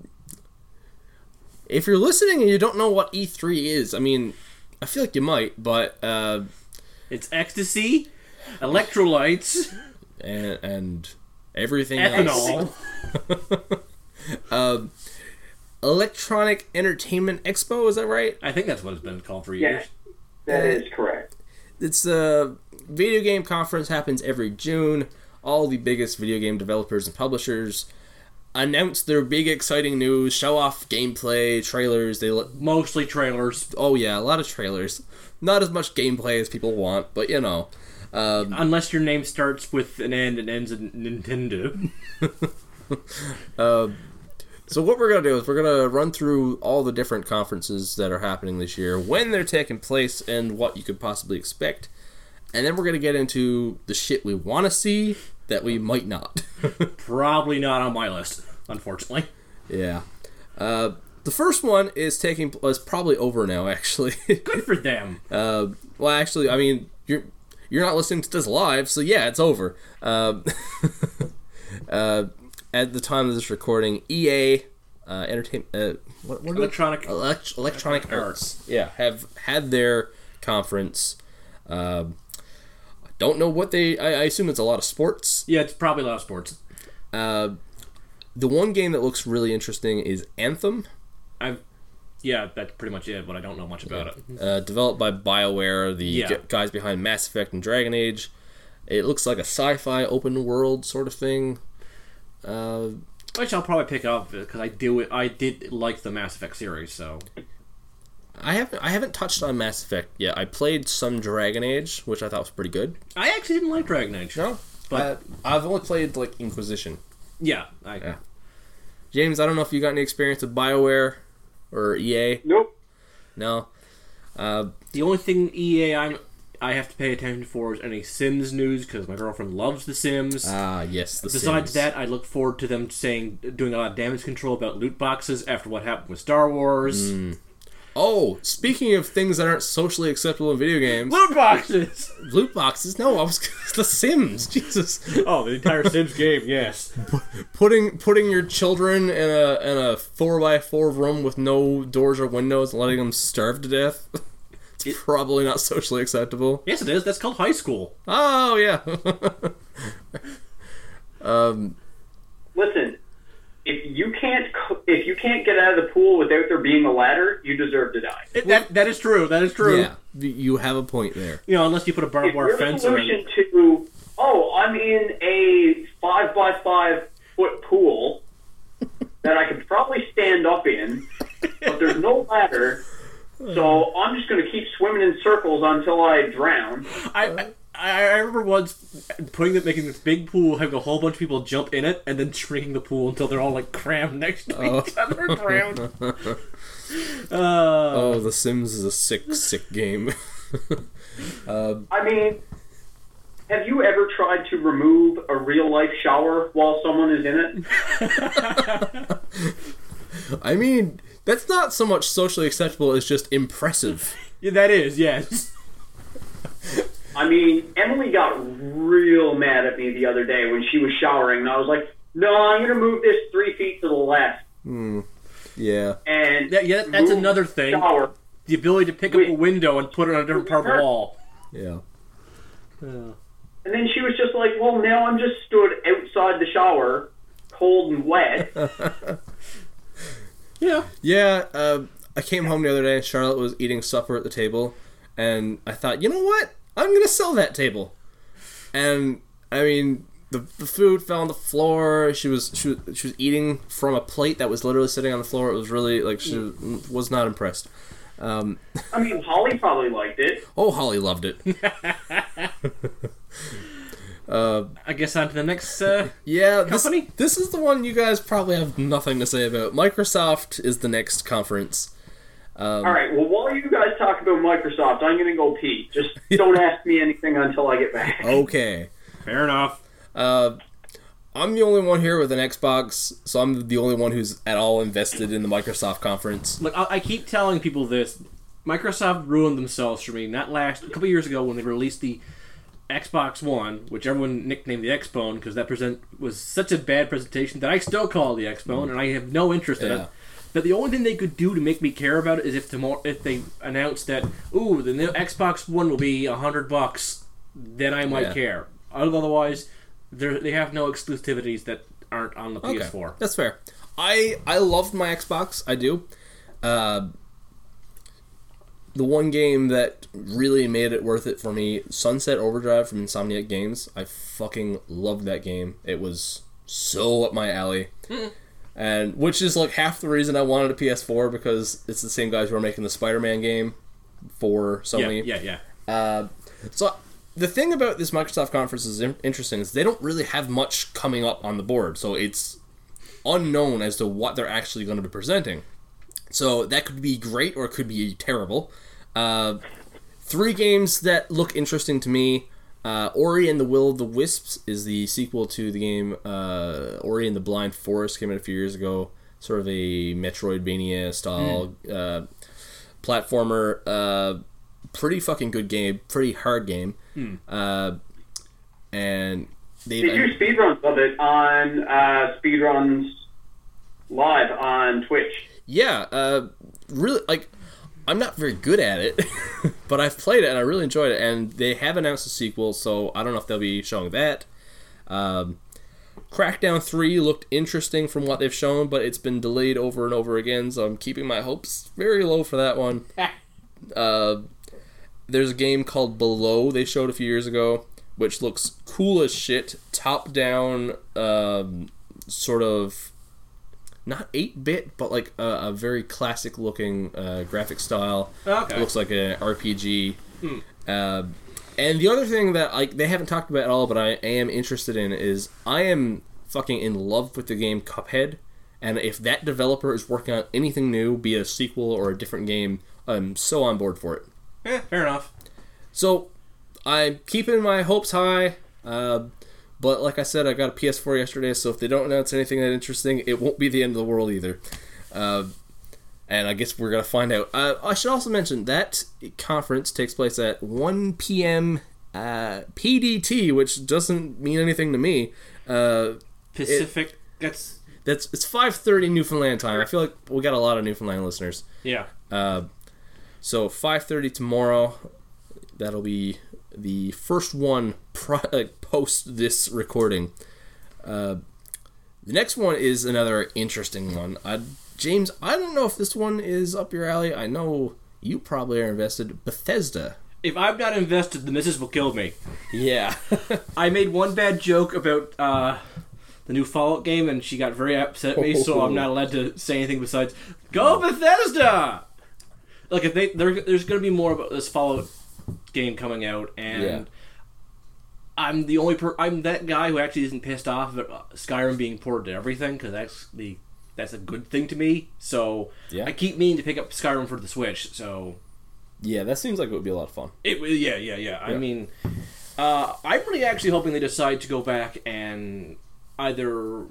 [SPEAKER 1] If you're listening and you don't know what E3 is, I mean, I feel like you might, but uh,
[SPEAKER 3] It's ecstasy, electrolytes,
[SPEAKER 1] and, and everything else.
[SPEAKER 3] ethanol.
[SPEAKER 1] Electronic Entertainment Expo, is that right?
[SPEAKER 3] I think that's what it's been called for years.
[SPEAKER 2] Yes, that is correct.
[SPEAKER 1] It's a video game conference happens every June. All the biggest video game developers and publishers announce their big exciting news, show off gameplay, trailers. They let
[SPEAKER 3] Mostly trailers,
[SPEAKER 1] oh yeah, a lot of trailers. Not as much gameplay as people want, but you know. uh,
[SPEAKER 3] unless your name starts with an N and ends in Nintendo.
[SPEAKER 1] So what we're gonna do is we're gonna run through all the different conferences that are happening this year, when they're taking place, and what you could possibly expect, and then we're gonna get into the shit we want to see that we might not.
[SPEAKER 3] Probably not on my list, unfortunately.
[SPEAKER 1] yeah. Uh, the first one is taking is probably over now. Actually, <laughs>
[SPEAKER 3] Good for them.
[SPEAKER 1] uh, well, actually, I mean you're you're not listening to this live, so yeah, it's over. Uh, <laughs> uh, at the time of this recording, EA uh, Entertainment. Uh, what, what are they-
[SPEAKER 3] Electronic.
[SPEAKER 1] Elect- Electronic Arts. Yeah, have had their conference. Um, I don't know what they. I, I assume it's a lot of sports.
[SPEAKER 3] Yeah, it's probably a lot of sports.
[SPEAKER 1] The one game that looks really interesting is Anthem,
[SPEAKER 3] I've. Yeah, that's pretty much it, but I don't know much about it.
[SPEAKER 1] uh, developed by BioWare, the
[SPEAKER 3] Yeah.
[SPEAKER 1] gu- guys behind Mass Effect and Dragon Age. It looks like a sci-fi open world sort of thing. Uh,
[SPEAKER 3] Which I'll probably pick up because I do it. I did like the Mass Effect series, so
[SPEAKER 1] I haven't I haven't touched on Mass Effect yet. I played some Dragon Age, which I thought was pretty good.
[SPEAKER 3] I actually didn't like Dragon Age.
[SPEAKER 1] No, Uh, but
[SPEAKER 3] But-
[SPEAKER 1] I've only played like Inquisition.
[SPEAKER 3] Yeah, I,
[SPEAKER 1] Yeah. James, I don't know if you got any experience with BioWare or EA.
[SPEAKER 2] Nope.
[SPEAKER 1] No.
[SPEAKER 3] The only thing EA I'm, I have to pay attention for is any Sims news because my girlfriend loves The Sims.
[SPEAKER 1] Ah, yes. The
[SPEAKER 3] Besides
[SPEAKER 1] Sims.
[SPEAKER 3] that, I look forward to them saying doing a lot of damage control about loot boxes after what happened with Star Wars.
[SPEAKER 1] Hmm. Oh, speaking of things that aren't socially acceptable in video games,
[SPEAKER 3] Loot boxes.
[SPEAKER 1] loot boxes. No, I was <laughs> The Sims. Jesus,
[SPEAKER 3] <laughs> oh, the entire Sims game. Yes.
[SPEAKER 1] putting putting your children in a in a four by four room with no doors or windows, and letting them starve to death. <laughs> It's probably not socially acceptable.
[SPEAKER 3] Yes, it is. That's called high school.
[SPEAKER 1] Oh yeah. <laughs>
[SPEAKER 2] Listen, if you can't c- if you can't get out of the pool without there being a ladder, you deserve to die.
[SPEAKER 3] It- that that is true. That is true.
[SPEAKER 1] yeah, you have a point there.
[SPEAKER 3] You know, unless you put a barbed
[SPEAKER 2] If
[SPEAKER 3] wire
[SPEAKER 2] your
[SPEAKER 3] fence around.
[SPEAKER 2] solution
[SPEAKER 3] it.
[SPEAKER 2] to oh, I'm in a five by five foot pool that I could probably stand up in, but there's no ladder, so I'm just going to keep swimming in circles until I drown.
[SPEAKER 3] I, I I remember once putting it, making this big pool, having a whole bunch of people jump in it, and then <laughs> shrinking the pool until they're all like crammed next
[SPEAKER 1] Oh.
[SPEAKER 3] to each other, drowned. Uh,
[SPEAKER 1] Oh, The Sims is a sick, sick game. <laughs>
[SPEAKER 2] I mean, have you ever tried to remove a real life shower while someone is in it?
[SPEAKER 1] I mean, that's not so much socially acceptable as just
[SPEAKER 3] <laughs>
[SPEAKER 1] impressive.
[SPEAKER 3] yeah, that is yes.
[SPEAKER 2] I mean, Emily got real mad at me the other day when she was showering, and I was like, "No, I'm going to move this three feet to the left."
[SPEAKER 1] Yeah.
[SPEAKER 2] And
[SPEAKER 3] That- yeah, that's
[SPEAKER 2] move
[SPEAKER 3] another
[SPEAKER 2] the
[SPEAKER 3] thing.
[SPEAKER 2] Shower.
[SPEAKER 3] The ability to pick up a
[SPEAKER 2] Wait.
[SPEAKER 3] window and put it on a different part of the wall.
[SPEAKER 1] Yeah.
[SPEAKER 2] And then she was just like, "Well, now I'm just stood outside the shower, cold and wet."
[SPEAKER 3] Yeah,
[SPEAKER 1] Yeah, uh, I came home the other day and Charlotte was eating supper at the table, and I thought, you know what? I'm gonna sell that table. And I mean, the, the food fell on the floor. She was she was, she was eating from a plate that was literally sitting on the floor. It was really like she
[SPEAKER 3] Mm.
[SPEAKER 1] was, was not impressed.
[SPEAKER 2] I mean, Holly probably liked it.
[SPEAKER 1] Oh, Holly loved it.
[SPEAKER 3] I guess on to the next. Uh,
[SPEAKER 1] Yeah, this,
[SPEAKER 3] Company?
[SPEAKER 1] this is the one you guys probably have nothing to say about. Microsoft is the next conference.
[SPEAKER 2] All right. Well, while you guys talk about Microsoft, I'm going to go pee. Just don't ask me anything until I get back.
[SPEAKER 1] Oh, Okay.
[SPEAKER 3] fair enough.
[SPEAKER 1] I'm the only one here with an Xbox, so I'm the only one who's at all invested in the Microsoft conference.
[SPEAKER 3] Look, I, I keep telling people this. Microsoft ruined themselves for me. Not last a couple years ago when they released the Xbox One, which everyone nicknamed the Xbone because that present was such a bad presentation that I still call it the Xbone, and I have no interest in
[SPEAKER 1] Yeah.
[SPEAKER 3] it. that the only thing they could do to make me care about it is if tomorrow if they announced that ooh the new Xbox One will be a hundred bucks, then I might
[SPEAKER 1] Yeah.
[SPEAKER 3] care. Otherwise, they're- they have no exclusivities that aren't on the PS4.
[SPEAKER 1] That's fair. I I loved my Xbox. I do. Uh, the one game that really made it worth it for me, Sunset Overdrive from Insomniac Games. I fucking loved that game. It was so up my alley. And which is like half the reason I wanted a PS4 because it's the same guys who are making the Spider-Man game for
[SPEAKER 3] Yeah,
[SPEAKER 1] Sony.
[SPEAKER 3] yeah, yeah.
[SPEAKER 1] So the thing about this Microsoft conference is in- interesting is they don't really have much coming up on the board, so it's unknown as to what they're actually going to be presenting. So that could be great or it could be terrible. Uh, three games that look interesting to me. Uh, Ori and the Will of the Wisps is the sequel to the game uh, Ori and the Blind Forest came out a few years ago. Sort of a Metroidvania style uh, platformer. Uh, pretty fucking good game. Pretty hard game. Uh, and they
[SPEAKER 2] They do speedruns of it on uh, speedruns live on Twitch.
[SPEAKER 1] yeah, uh, really like I'm not very good at it, <laughs> but I've played it and I really enjoyed it. And they have announced a sequel, so I don't know if they'll be showing that. Um, Crackdown Three looked interesting from what they've shown, but it's been delayed over and over again, so I'm keeping my hopes very low for that one. uh, there's a game called Below they showed a few years ago, which looks cool as shit. Top down, um, sort of not 8-bit but like a, a very classic looking uh, graphic style
[SPEAKER 3] Okay.
[SPEAKER 1] it looks like an rpg Um, and the other thing that like they haven't talked about at all but i am interested in is i am fucking in love with the game cuphead and if that developer is working on anything new be it a sequel or a different game i'm so on board for it
[SPEAKER 3] Eh, fair enough.
[SPEAKER 1] so I'm keeping my hopes high. Uh, but like I said, I got a PS4 yesterday, so if they don't announce anything that interesting, it won't be the end of the world either. Uh, and I guess we're gonna find out. Uh, I should also mention that conference takes place at 1 p.m. Uh, PDT, which doesn't mean anything to me. Uh,
[SPEAKER 3] Pacific. that's
[SPEAKER 1] that's it's 5:30 Newfoundland time. I feel like we got a lot of Newfoundland listeners.
[SPEAKER 3] yeah.
[SPEAKER 1] So 5:30 tomorrow. That'll be the first one pro- <laughs> uh, post this recording. Uh, the next one is another interesting one. Uh, James, I don't know if this one is up your alley. I know you probably are invested. Bethesda.
[SPEAKER 3] If I'm not invested, the missus will kill me.
[SPEAKER 1] Yeah. <laughs>
[SPEAKER 3] I made one bad joke about uh, the new Fallout game, and she got very upset at me. So I'm not allowed to say anything besides "Go Bethesda." Like if they there, there's going to be more about this Fallout game coming out, and
[SPEAKER 1] Yeah.
[SPEAKER 3] I'm the only per- I'm that guy who actually isn't pissed off about uh, Skyrim being ported to everything because that's the that's a good thing to me. So
[SPEAKER 1] Yeah.
[SPEAKER 3] I keep meaning to pick up Skyrim for the Switch. So
[SPEAKER 1] yeah, that seems like it would be a lot of fun.
[SPEAKER 3] it wa- yeah, yeah, yeah. I
[SPEAKER 1] Yeah.
[SPEAKER 3] mean, uh, I'm really actually hoping they decide to go back and either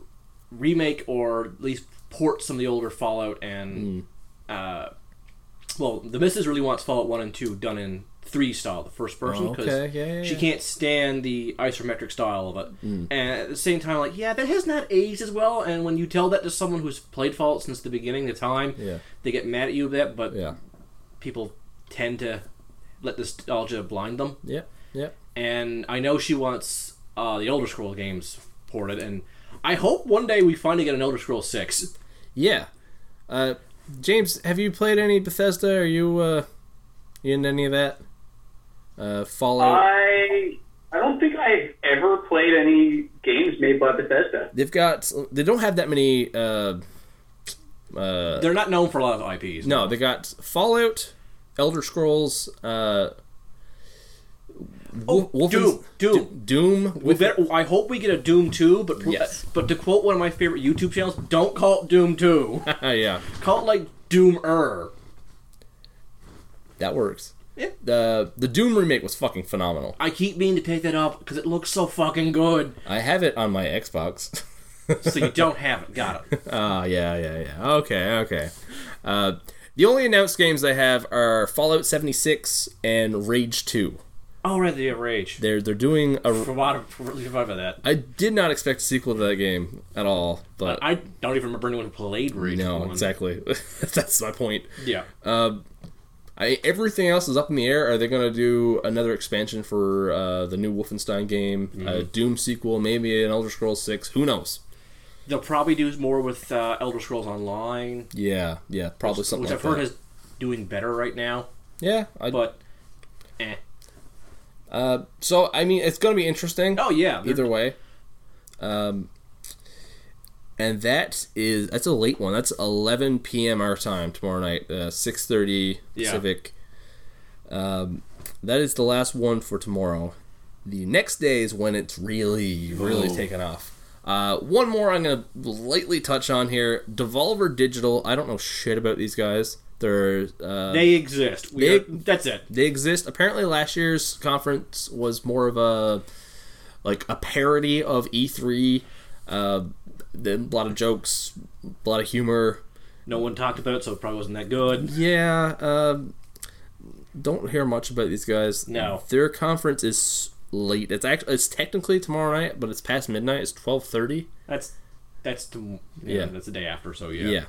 [SPEAKER 3] remake or at least port some of the older Fallout and,
[SPEAKER 1] Hmm.
[SPEAKER 3] uh, well, the missus really wants Fallout One and Two done in three style, the first person,
[SPEAKER 1] Oh,
[SPEAKER 3] because
[SPEAKER 1] okay. Yeah, yeah,
[SPEAKER 3] she
[SPEAKER 1] yeah. Hmm.
[SPEAKER 3] can't stand the isometric style of it. And at the same time, like, yeah, that has not aged as well. And when you tell that to someone who's played Fallout since the beginning of time,
[SPEAKER 1] Yeah.
[SPEAKER 3] they get mad at you a bit. But
[SPEAKER 1] Yeah.
[SPEAKER 3] people tend to let nostalgia blind them.
[SPEAKER 1] Yeah. Yeah.
[SPEAKER 3] And I know she wants uh, the Elder Scroll games ported, and I hope one day we finally get an Elder Scroll Six.
[SPEAKER 1] Yeah. Uh, James, have you played any Bethesda? Are you uh, you in any of that? Uh, Fallout.
[SPEAKER 2] I I don't think I've ever played any games made by Bethesda.
[SPEAKER 1] They've got. They don't have that many. Uh, uh,
[SPEAKER 3] They're not known for a lot of IPs.
[SPEAKER 1] no, they got Fallout, Elder Scrolls. Uh,
[SPEAKER 3] Oh,
[SPEAKER 1] Wolfen-
[SPEAKER 3] Doom, Doom.
[SPEAKER 1] Doom.
[SPEAKER 3] We better, I hope we get a Doom 2, but
[SPEAKER 1] Yes.
[SPEAKER 3] but to quote one of my favorite YouTube channels, don't call it
[SPEAKER 1] <laughs>
[SPEAKER 3] Doom 2.
[SPEAKER 1] oh, yeah,
[SPEAKER 3] call it like Doom Er.
[SPEAKER 1] that works.
[SPEAKER 3] Yeah.
[SPEAKER 1] The the Doom remake was fucking phenomenal.
[SPEAKER 3] I keep meaning to pick that up because it looks so fucking good.
[SPEAKER 1] I have it on my Xbox. <laughs>
[SPEAKER 3] So you don't have it. Got it.
[SPEAKER 1] Ah, yeah, yeah, yeah. Okay, okay. Uh, the only announced games they have are Fallout 76 and Rage 2.
[SPEAKER 3] Oh, right, the rage.
[SPEAKER 1] They're they're doing a.
[SPEAKER 3] Forgot forgot about that.
[SPEAKER 1] I did not expect a sequel to that game at all, but
[SPEAKER 3] I don't even remember anyone who played Rage.
[SPEAKER 1] no,
[SPEAKER 3] one.
[SPEAKER 1] exactly. <laughs> That's my point.
[SPEAKER 3] Yeah.
[SPEAKER 1] I, everything else is up in the air. Are they going to do another expansion for uh, the new Wolfenstein game,
[SPEAKER 3] Mm-hmm.
[SPEAKER 1] a Doom sequel, maybe an Elder Scrolls Six? Who knows?
[SPEAKER 3] They'll probably do more with uh, Elder Scrolls Online,
[SPEAKER 1] Yeah, yeah, probably something.
[SPEAKER 3] which
[SPEAKER 1] like
[SPEAKER 3] I've heard
[SPEAKER 1] that.
[SPEAKER 3] is doing better right now,
[SPEAKER 1] yeah, I,
[SPEAKER 3] but. Eh.
[SPEAKER 1] so I mean, it's going to be interesting.
[SPEAKER 3] Oh, yeah. they're-
[SPEAKER 1] either way. Um, and that is that's a late one. That's 11 p.m. our time tomorrow night, uh, 6:30
[SPEAKER 3] Yeah.
[SPEAKER 1] Pacific. Um, that is the last one for tomorrow. The next day is when it's really, really
[SPEAKER 3] Ooh.
[SPEAKER 1] taken off. Uh, one more I'm gonna lightly touch on here. Devolver Digital. I don't know shit about these guys. They're uh,
[SPEAKER 3] They exist. We
[SPEAKER 1] They-
[SPEAKER 3] are- that's it.
[SPEAKER 1] they exist. Apparently, last year's conference was more of a like a parody of E3. Uh, a lot of jokes, a lot of humor.
[SPEAKER 3] No one talked about it, so it probably wasn't that good.
[SPEAKER 1] Yeah, um, don't hear much about these guys.
[SPEAKER 3] No.
[SPEAKER 1] their conference is late. It's actually it's technically tomorrow night, but it's past midnight. It's twelve thirty.
[SPEAKER 3] That's that's the yeah,
[SPEAKER 1] Yeah.
[SPEAKER 3] that's the day after. So
[SPEAKER 1] Yeah.
[SPEAKER 3] yeah,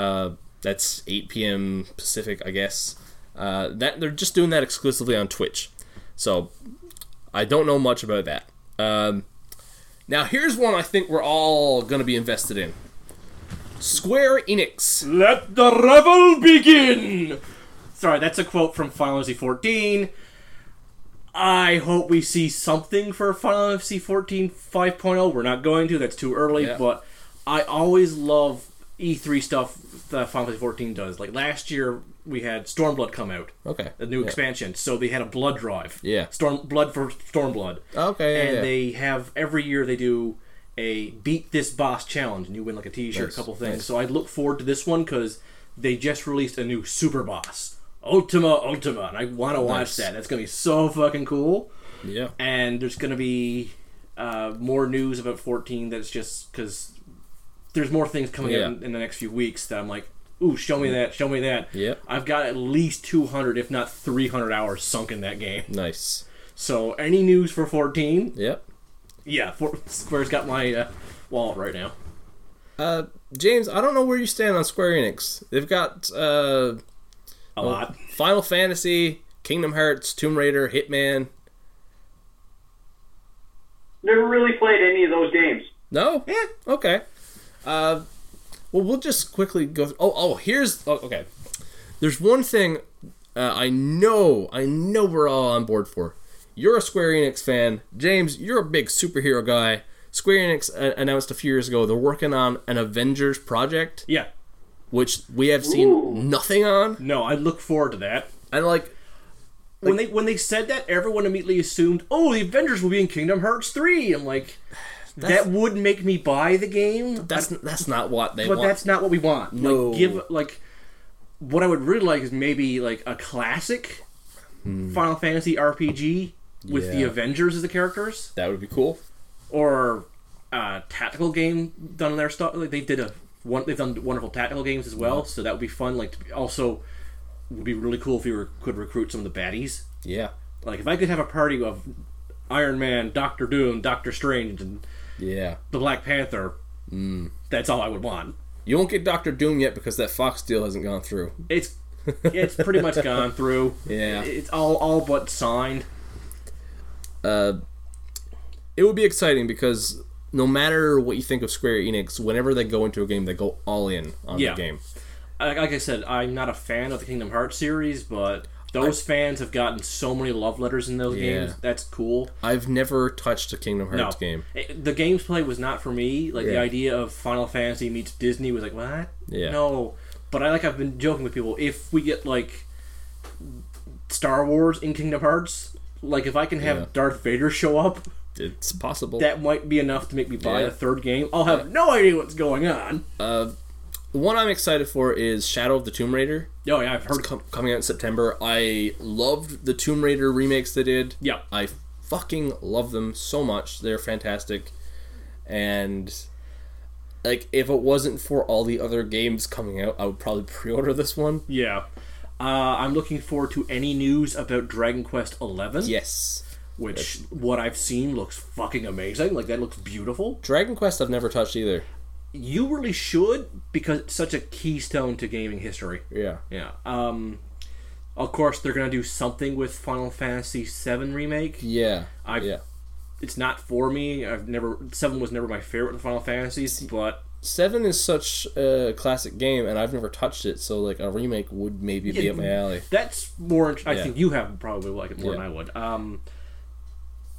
[SPEAKER 1] Uh, that's 8 p.m. Pacific, I guess. Uh, that they're just doing that exclusively on Twitch, so I don't know much about that. Um, now here's one I think we're all gonna be invested in. Square Enix.
[SPEAKER 3] Let the revel begin. Sorry, that's a quote from Final Fantasy 14. I hope we see something for Final Fantasy 14 5.0. oh. We're not going to. That's too early.
[SPEAKER 1] Yeah.
[SPEAKER 3] But I always love E3 stuff that Final Fantasy 14 does. Like last year, we had Stormblood come out.
[SPEAKER 1] Okay.
[SPEAKER 3] a new
[SPEAKER 1] Yeah.
[SPEAKER 3] expansion. So they had a blood drive.
[SPEAKER 1] Yeah.
[SPEAKER 3] Storm blood for Stormblood.
[SPEAKER 1] Okay, yeah,
[SPEAKER 3] and
[SPEAKER 1] yeah.
[SPEAKER 3] they have every year they do a beat this boss challenge, and you win like a T-shirt,
[SPEAKER 1] Nice,
[SPEAKER 3] a couple things.
[SPEAKER 1] nice.
[SPEAKER 3] So I look forward to this one because they just released a new super boss, Ultima Ultima, and I want to watch
[SPEAKER 1] Nice.
[SPEAKER 3] that. That's gonna be so fucking cool.
[SPEAKER 1] Yeah.
[SPEAKER 3] And there's gonna be uh, more news about 14. That's just because there's more things coming
[SPEAKER 1] Yeah.
[SPEAKER 3] out in, in the next few weeks that I'm like, ooh, show me that, show me that.
[SPEAKER 1] Yeah.
[SPEAKER 3] I've got at least 200, if not 300 hours sunk in that game.
[SPEAKER 1] Nice.
[SPEAKER 3] So any news for 14?
[SPEAKER 1] Yep.
[SPEAKER 3] Yeah, four, Square's got my uh, wallet right now.
[SPEAKER 1] Uh, James, I don't know where you stand on Square Enix. They've got uh,
[SPEAKER 3] A lot.
[SPEAKER 1] Final Fantasy, Kingdom Hearts, Tomb Raider, Hitman.
[SPEAKER 2] Never really played any of those games.
[SPEAKER 1] No. Yeah. Okay. Uh, well, we'll just quickly go. Through. Oh, oh, here's. Oh, okay. There's one thing uh, I know. I know we're all on board for. You're a Square Enix fan, James. You're a big superhero guy. Square Enix uh, announced a few years ago they're working on an Avengers project,
[SPEAKER 3] Yeah.
[SPEAKER 1] which we have seen
[SPEAKER 2] Ooh.
[SPEAKER 1] nothing on.
[SPEAKER 3] No, I look forward to that.
[SPEAKER 1] And like,
[SPEAKER 3] when they when they said that, everyone immediately assumed, "Oh, the Avengers will be in Kingdom Hearts 3." I'm like,
[SPEAKER 1] <sighs>
[SPEAKER 3] that would make me buy the game.
[SPEAKER 1] that's that's not what they
[SPEAKER 3] but
[SPEAKER 1] want.
[SPEAKER 3] that's not what we want.
[SPEAKER 1] No.
[SPEAKER 3] Like give like what I would really like is maybe like a classic Final Fantasy RPG with the
[SPEAKER 1] Hmm. Yeah.
[SPEAKER 3] Avengers as the characters
[SPEAKER 1] that would be cool.
[SPEAKER 3] or a tactical game done their stuff like they did a one they've done wonderful tactical games as well,
[SPEAKER 1] Hmm.
[SPEAKER 3] so that would be fun like to be, also would be really cool if you were, could recruit some of the baddies.
[SPEAKER 1] Yeah.
[SPEAKER 3] Like if I could have a party of Iron Man, Doctor Doom, Doctor Strange and
[SPEAKER 1] Yeah.
[SPEAKER 3] the Black Panther,
[SPEAKER 1] Mm.
[SPEAKER 3] that's all I would want.
[SPEAKER 1] You won't get Doctor Doom yet because that Fox deal hasn't gone through.
[SPEAKER 3] It's it's pretty much gone through.
[SPEAKER 1] <laughs> Yeah.
[SPEAKER 3] It's all all but signed.
[SPEAKER 1] it would be exciting because no matter what you think of Square Enix, whenever they go into a game, they go all in on
[SPEAKER 3] Yeah.
[SPEAKER 1] the game.
[SPEAKER 3] Like, like I said, I'm not a fan of the Kingdom Hearts series, but those fans have gotten so many love letters in those
[SPEAKER 1] Yeah.
[SPEAKER 3] games. That's cool.
[SPEAKER 1] I've never touched a Kingdom
[SPEAKER 3] No,
[SPEAKER 1] Hearts game.
[SPEAKER 3] It- the gameplay was not for me. Like the
[SPEAKER 1] Yeah.
[SPEAKER 3] idea of Final Fantasy meets Disney was like what?
[SPEAKER 1] Yeah.
[SPEAKER 3] No, but I like I've been joking with people. If we get like Star Wars in Kingdom Hearts, like if I can have
[SPEAKER 1] Yeah.
[SPEAKER 3] Darth Vader show up,
[SPEAKER 1] It's possible.
[SPEAKER 3] that might be enough to make me buy
[SPEAKER 1] Yeah.
[SPEAKER 3] a third game. I'll have no idea what's going on.
[SPEAKER 1] the one I'm excited for is Shadow of the Tomb Raider
[SPEAKER 3] Oh yeah, I've heard.
[SPEAKER 1] com- coming out in September. I loved the Tomb Raider remakes they did.
[SPEAKER 3] Yeah.
[SPEAKER 1] I fucking love them so much. They're fantastic. And <laughs>
[SPEAKER 3] Hmm.
[SPEAKER 1] like if it wasn't for all the other games coming out, I would probably pre-order this one.
[SPEAKER 3] Yeah, Uh, I'm looking forward to any news about Dragon Quest Eleven,
[SPEAKER 1] Yes.
[SPEAKER 3] which what I've seen looks fucking amazing. Like that looks beautiful.
[SPEAKER 1] Dragon Quest I've never touched either.
[SPEAKER 3] You really should because it's such a keystone to gaming history.
[SPEAKER 1] Yeah.
[SPEAKER 3] Yeah. Um, of course they're gonna do something with Final Fantasy VII remake.
[SPEAKER 1] Yeah.
[SPEAKER 3] I've-
[SPEAKER 1] yeah.
[SPEAKER 3] It's not for me. I've never seven was never my favorite of the Final Fantasies, but
[SPEAKER 1] Seven is such a classic game, and I've never touched it, so like a remake would maybe be
[SPEAKER 3] Yeah.
[SPEAKER 1] up my alley.
[SPEAKER 3] That's more. int- I
[SPEAKER 1] Yeah.
[SPEAKER 3] think you have probably like it more
[SPEAKER 1] Yeah.
[SPEAKER 3] than I would. Um,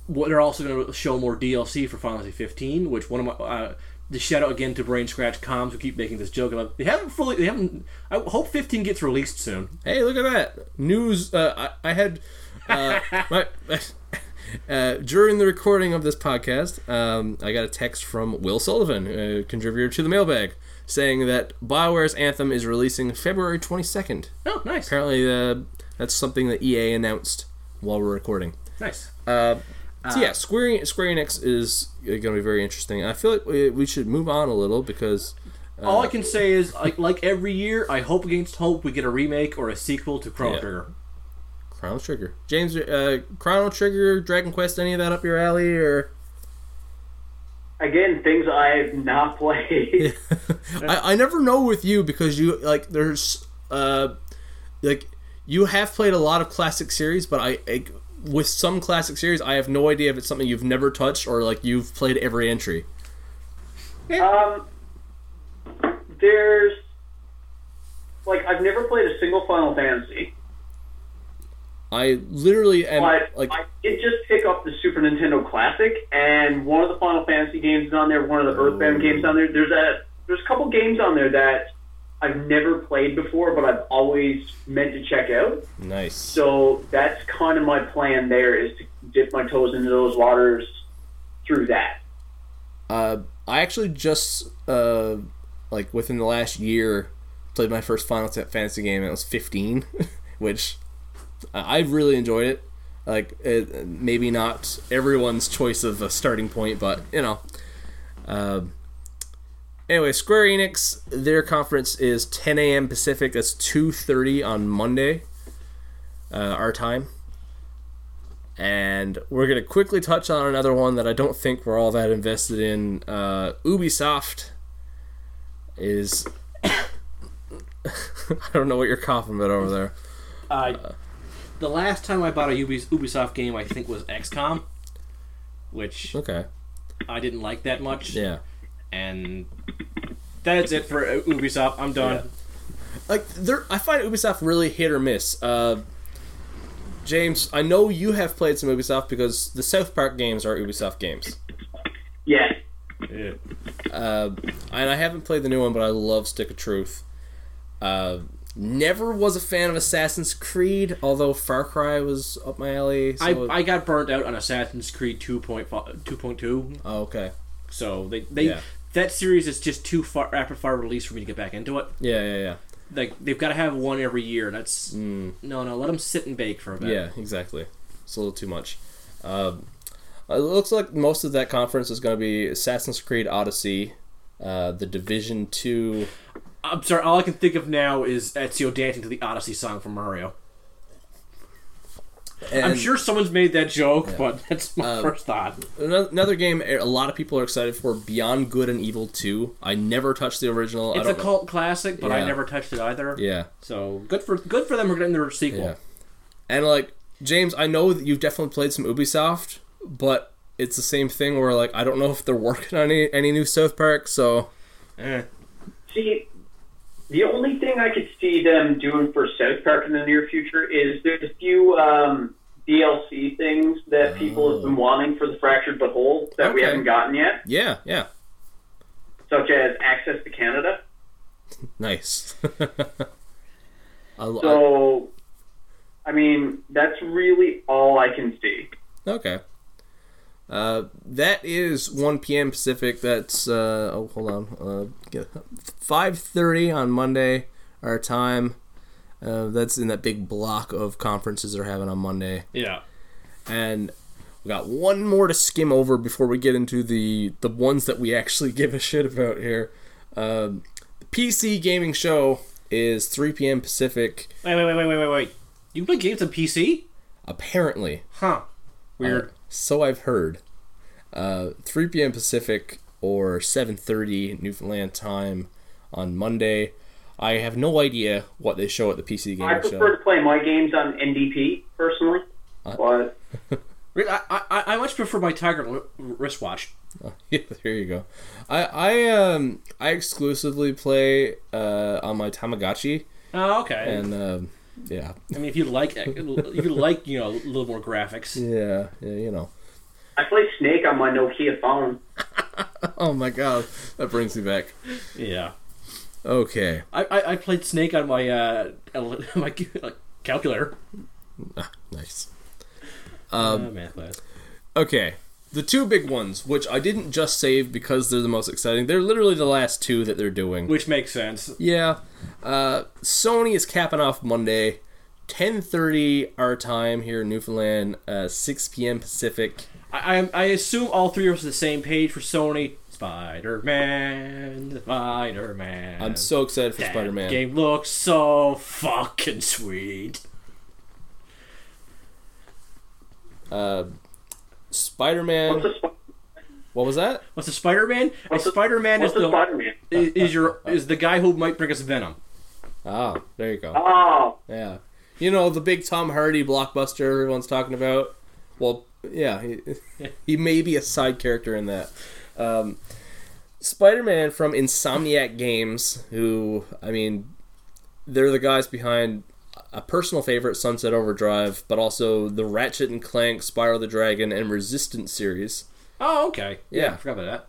[SPEAKER 3] what they're also going to show more DLC for Final Fantasy 15, which one of my uh, the shout out again to Brain Scratch Comms who keep making this joke about they haven't fully they haven't. I hope 15 gets released soon.
[SPEAKER 1] Hey, look at that news! Uh, I, I had
[SPEAKER 3] <laughs>
[SPEAKER 1] uh, my, <laughs> uh, during the recording of this podcast, um, I got a text from Will Sullivan, a contributor to the Mailbag, saying that Bioware's Anthem is releasing February twenty second.
[SPEAKER 3] Oh, nice,
[SPEAKER 1] Apparently, uh, that's something that EA announced while we're recording.
[SPEAKER 3] nice.
[SPEAKER 1] So yeah, Square Square Enix is going to be very interesting. I feel like uh, we, we should move on a little because
[SPEAKER 3] All I
[SPEAKER 1] Uh,
[SPEAKER 3] can say is like, like every year, I hope against hope we get a remake or a sequel to Chrono
[SPEAKER 1] Yeah.
[SPEAKER 3] Trigger.
[SPEAKER 1] Chrono Trigger, James, uh, Chrono Trigger, Dragon Quest, any of that up your alley or? <laughs>
[SPEAKER 2] Again, things I've not <laughs> played.
[SPEAKER 1] I, I never know with you because you like there's uh like you have played a lot of classic series, but I, I with some classic series I have no idea if it's something you've never touched or like you've played every entry.
[SPEAKER 2] um, there's like I've never played a single Final Fantasy,
[SPEAKER 1] I literally am
[SPEAKER 2] but
[SPEAKER 1] like
[SPEAKER 2] I did just pick up the Super Nintendo Classic, and one of the Final Fantasy games is on there. One of the Earthbound games on there. There's a there's a couple games on there that I've never played before, but I've always meant to check out.
[SPEAKER 1] nice.
[SPEAKER 2] So that's kind of my plan. There is to dip my toes into those waters through that.
[SPEAKER 1] Uh, I actually just uh like within the last year played my first Final Fantasy game. and I was 15, <laughs> which I I've really enjoyed it. Like it, maybe not everyone's choice of a starting point, but you know. Um, anyway, Square Enix, their conference is 10 a.m. Pacific. That's 2:30 on Monday, uh, our time. And we're gonna quickly touch on another one that I don't think we're all that invested in. Uh, Ubisoft is. <coughs> I don't know what you're coughing about over there.
[SPEAKER 3] Uh, the last time I bought a Ubis- Ubisoft game, I think was XCOM, which
[SPEAKER 1] Okay.
[SPEAKER 3] I didn't like that much.
[SPEAKER 1] Yeah.
[SPEAKER 3] and that's it for Ubisoft. I'm done.
[SPEAKER 1] like they're I find Ubisoft really hit or miss. Uh, James, I know you have played some Ubisoft because the South Park games are Ubisoft games,
[SPEAKER 2] Yeah,
[SPEAKER 3] Yeah.
[SPEAKER 1] uh, and I haven't played the new one, but I love Stick of Truth. Uh, never was a fan of Assassin's Creed, although Far Cry was up my alley. So
[SPEAKER 3] I, I got burnt out on Assassin's Creed 2.5 2.2,
[SPEAKER 1] oh, okay,
[SPEAKER 3] so they they
[SPEAKER 1] Yeah.
[SPEAKER 3] that series is just too far rapid fire release for me to get back into it.
[SPEAKER 1] yeah, yeah, yeah.
[SPEAKER 3] Like they've got to have one every year. That's
[SPEAKER 1] Mm.
[SPEAKER 3] no, no. Let them sit and bake for a bit.
[SPEAKER 1] Yeah, exactly. It's a little too much. Um, it looks like most of that conference is going to be Assassin's Creed Odyssey, uh, The Division Two.
[SPEAKER 3] I'm sorry. All I can think of now is Ezio dancing to the Odyssey song from Mario. I'm
[SPEAKER 1] and- Um,
[SPEAKER 3] sure someone's made that joke, but that's my first thought.
[SPEAKER 1] Ano- Another game a lot of people are excited for Beyond Good and Evil 2. I never touched the original. I
[SPEAKER 3] It's a
[SPEAKER 1] don't know.
[SPEAKER 3] cult classic, but I
[SPEAKER 1] Yeah.
[SPEAKER 3] never touched it either.
[SPEAKER 1] Yeah.
[SPEAKER 3] So good for good for them for getting their sequel.
[SPEAKER 1] Yeah. And like James, I know that you've definitely played some Ubisoft, but it's the same thing where like I don't know if they're working on any, any new South Park, so
[SPEAKER 3] Eh.
[SPEAKER 2] See, the only thing I could see them doing for South Park in the near future is there's a few um, DLC things that people have been wanting for the Fractured But Whole that we
[SPEAKER 1] Okay.
[SPEAKER 2] haven't gotten yet,
[SPEAKER 1] yeah, yeah.
[SPEAKER 2] such as access to Canada.
[SPEAKER 1] Nice. <laughs> I lo-
[SPEAKER 2] So, I mean, that's really all I can see.
[SPEAKER 1] I- okay. Uh, that is 1 p.m. Pacific. That's uh, oh, hold on, uh, get- 5:30 on Monday our time. Uh, that's in that big block of conferences they're having on Monday,
[SPEAKER 3] Yeah.
[SPEAKER 1] and we got one more to skim over before we get into the the <laughs> ones that we actually give a shit about here. Um, the PC gaming show is 3 p.m. Pacific.
[SPEAKER 3] Wait, wait, wait, wait, wait, wait, wait. You can play games on PC?
[SPEAKER 1] Apparently,
[SPEAKER 3] Huh.
[SPEAKER 1] Uh,
[SPEAKER 3] Weird.
[SPEAKER 1] so I've heard. Uh, 3 p.m. Pacific or 7:30 Newfoundland time on Monday. I have no idea what they show at the PC
[SPEAKER 2] I
[SPEAKER 1] Gamer
[SPEAKER 2] prefer
[SPEAKER 1] Show.
[SPEAKER 2] to play my games on NDP personally, but
[SPEAKER 3] Really, I, I, I much prefer my Tiger wri- wristwatch.
[SPEAKER 1] <laughs> yeah, there you go. I I um I exclusively play uh, on my Tamagotchi
[SPEAKER 3] Oh, okay.
[SPEAKER 1] and um, yeah
[SPEAKER 3] I mean, if you like, if you like, you know, a little more graphics.
[SPEAKER 1] yeah yeah you know.
[SPEAKER 2] I play Snake on my Nokia phone.
[SPEAKER 1] Oh my god, that brings me back.
[SPEAKER 3] Yeah.
[SPEAKER 1] Okay.
[SPEAKER 3] I, I, I played Snake on my uh ele- <laughs> my uh, calculator.
[SPEAKER 1] Ah, nice. Um,
[SPEAKER 3] uh, math class.
[SPEAKER 1] Okay. The two big ones, which I didn't just save because they're the most exciting. They're literally the last two that they're doing.
[SPEAKER 3] Which makes sense.
[SPEAKER 1] Yeah. Uh, Sony is capping off Monday, 10:30 our time here in Newfoundland, uh, 6 p.m. Pacific.
[SPEAKER 3] I, I I assume all three of us are the same page for Sony. Spider Man, Spider Man.
[SPEAKER 1] I'm so excited for Spider-Man.
[SPEAKER 3] Game looks so fucking sweet.
[SPEAKER 2] What's
[SPEAKER 1] Spider-Man.
[SPEAKER 2] a, Sp-
[SPEAKER 1] What was that?
[SPEAKER 3] What's a Spider Man? A
[SPEAKER 2] What's a-
[SPEAKER 3] Spider Man is
[SPEAKER 2] what's a
[SPEAKER 3] the
[SPEAKER 2] Spider-Man?
[SPEAKER 3] is, is your is the guy who might bring us Venom.
[SPEAKER 1] Ah, there you go.
[SPEAKER 2] Oh,
[SPEAKER 1] Yeah. You know the big Tom Hardy blockbuster everyone's talking about. Well, yeah, he, <laughs> he may be a side character in that. Um, Spider-Man from Insomniac Games, who I mean, they're the guys behind a personal favorite, Sunset Overdrive, but also the Ratchet and Clank, Spiral the Dragon, and Resistance series.
[SPEAKER 3] Oh, okay.
[SPEAKER 1] Yeah.
[SPEAKER 3] I forgot about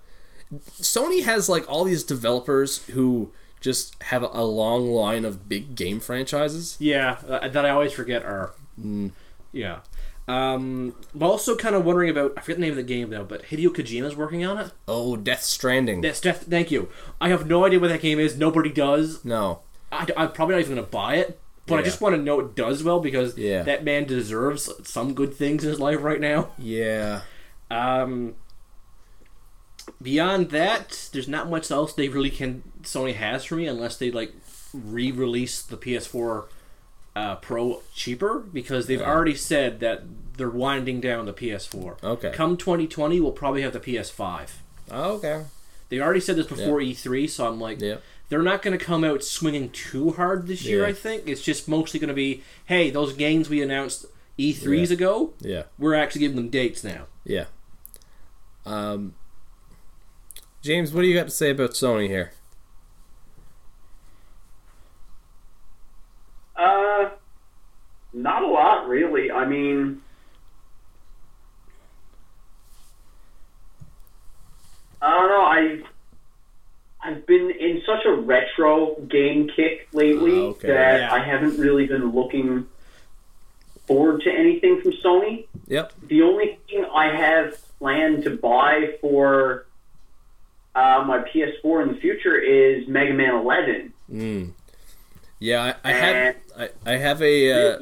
[SPEAKER 3] that.
[SPEAKER 1] Sony has like all these developers who just have a long line of big game franchises.
[SPEAKER 3] Yeah, uh, that I always forget are.
[SPEAKER 1] Mm.
[SPEAKER 3] Yeah. Um, but also kind of wondering about I forget the name of the game though, but Hideo Kojima's working on it.
[SPEAKER 1] Oh, Death Stranding.
[SPEAKER 3] Yes, Death. Thank you. I have no idea what that game is. Nobody does.
[SPEAKER 1] no.
[SPEAKER 3] I, am probably not even gonna buy it. But I
[SPEAKER 1] Yeah.
[SPEAKER 3] just want to know it does well because
[SPEAKER 1] Yeah.
[SPEAKER 3] that man deserves some good things in his life right now.
[SPEAKER 1] Yeah.
[SPEAKER 3] Um, beyond that, there's not much else they really can Sony has for me unless they like re-release the PS4 uh, Pro cheaper because they've already said that they're winding down the PS4.
[SPEAKER 1] Okay.
[SPEAKER 3] Come 2020, we'll probably have the PS5.
[SPEAKER 1] Oh, okay.
[SPEAKER 3] They already said this before E3, so I'm like,
[SPEAKER 1] Yeah.
[SPEAKER 3] they're not going to come out swinging too hard this year.
[SPEAKER 1] Yeah.
[SPEAKER 3] I think it's just mostly going to be, hey, those games we announced E3s ago,
[SPEAKER 1] Yeah.
[SPEAKER 3] we're actually giving them dates now.
[SPEAKER 1] Yeah. Um, James, what do you got to say about Sony here?
[SPEAKER 2] uh, not a lot really. I mean, I don't know. I I've been in such a retro game kick lately
[SPEAKER 1] Ah, okay.
[SPEAKER 2] that
[SPEAKER 3] Yeah.
[SPEAKER 2] I haven't really been looking forward to anything from Sony.
[SPEAKER 1] Yep.
[SPEAKER 2] the only thing I have planned to buy for uh, my PS4 in the future is Mega Man 11.
[SPEAKER 1] Hmm. Yeah, I, I have. I, I have a. Uh,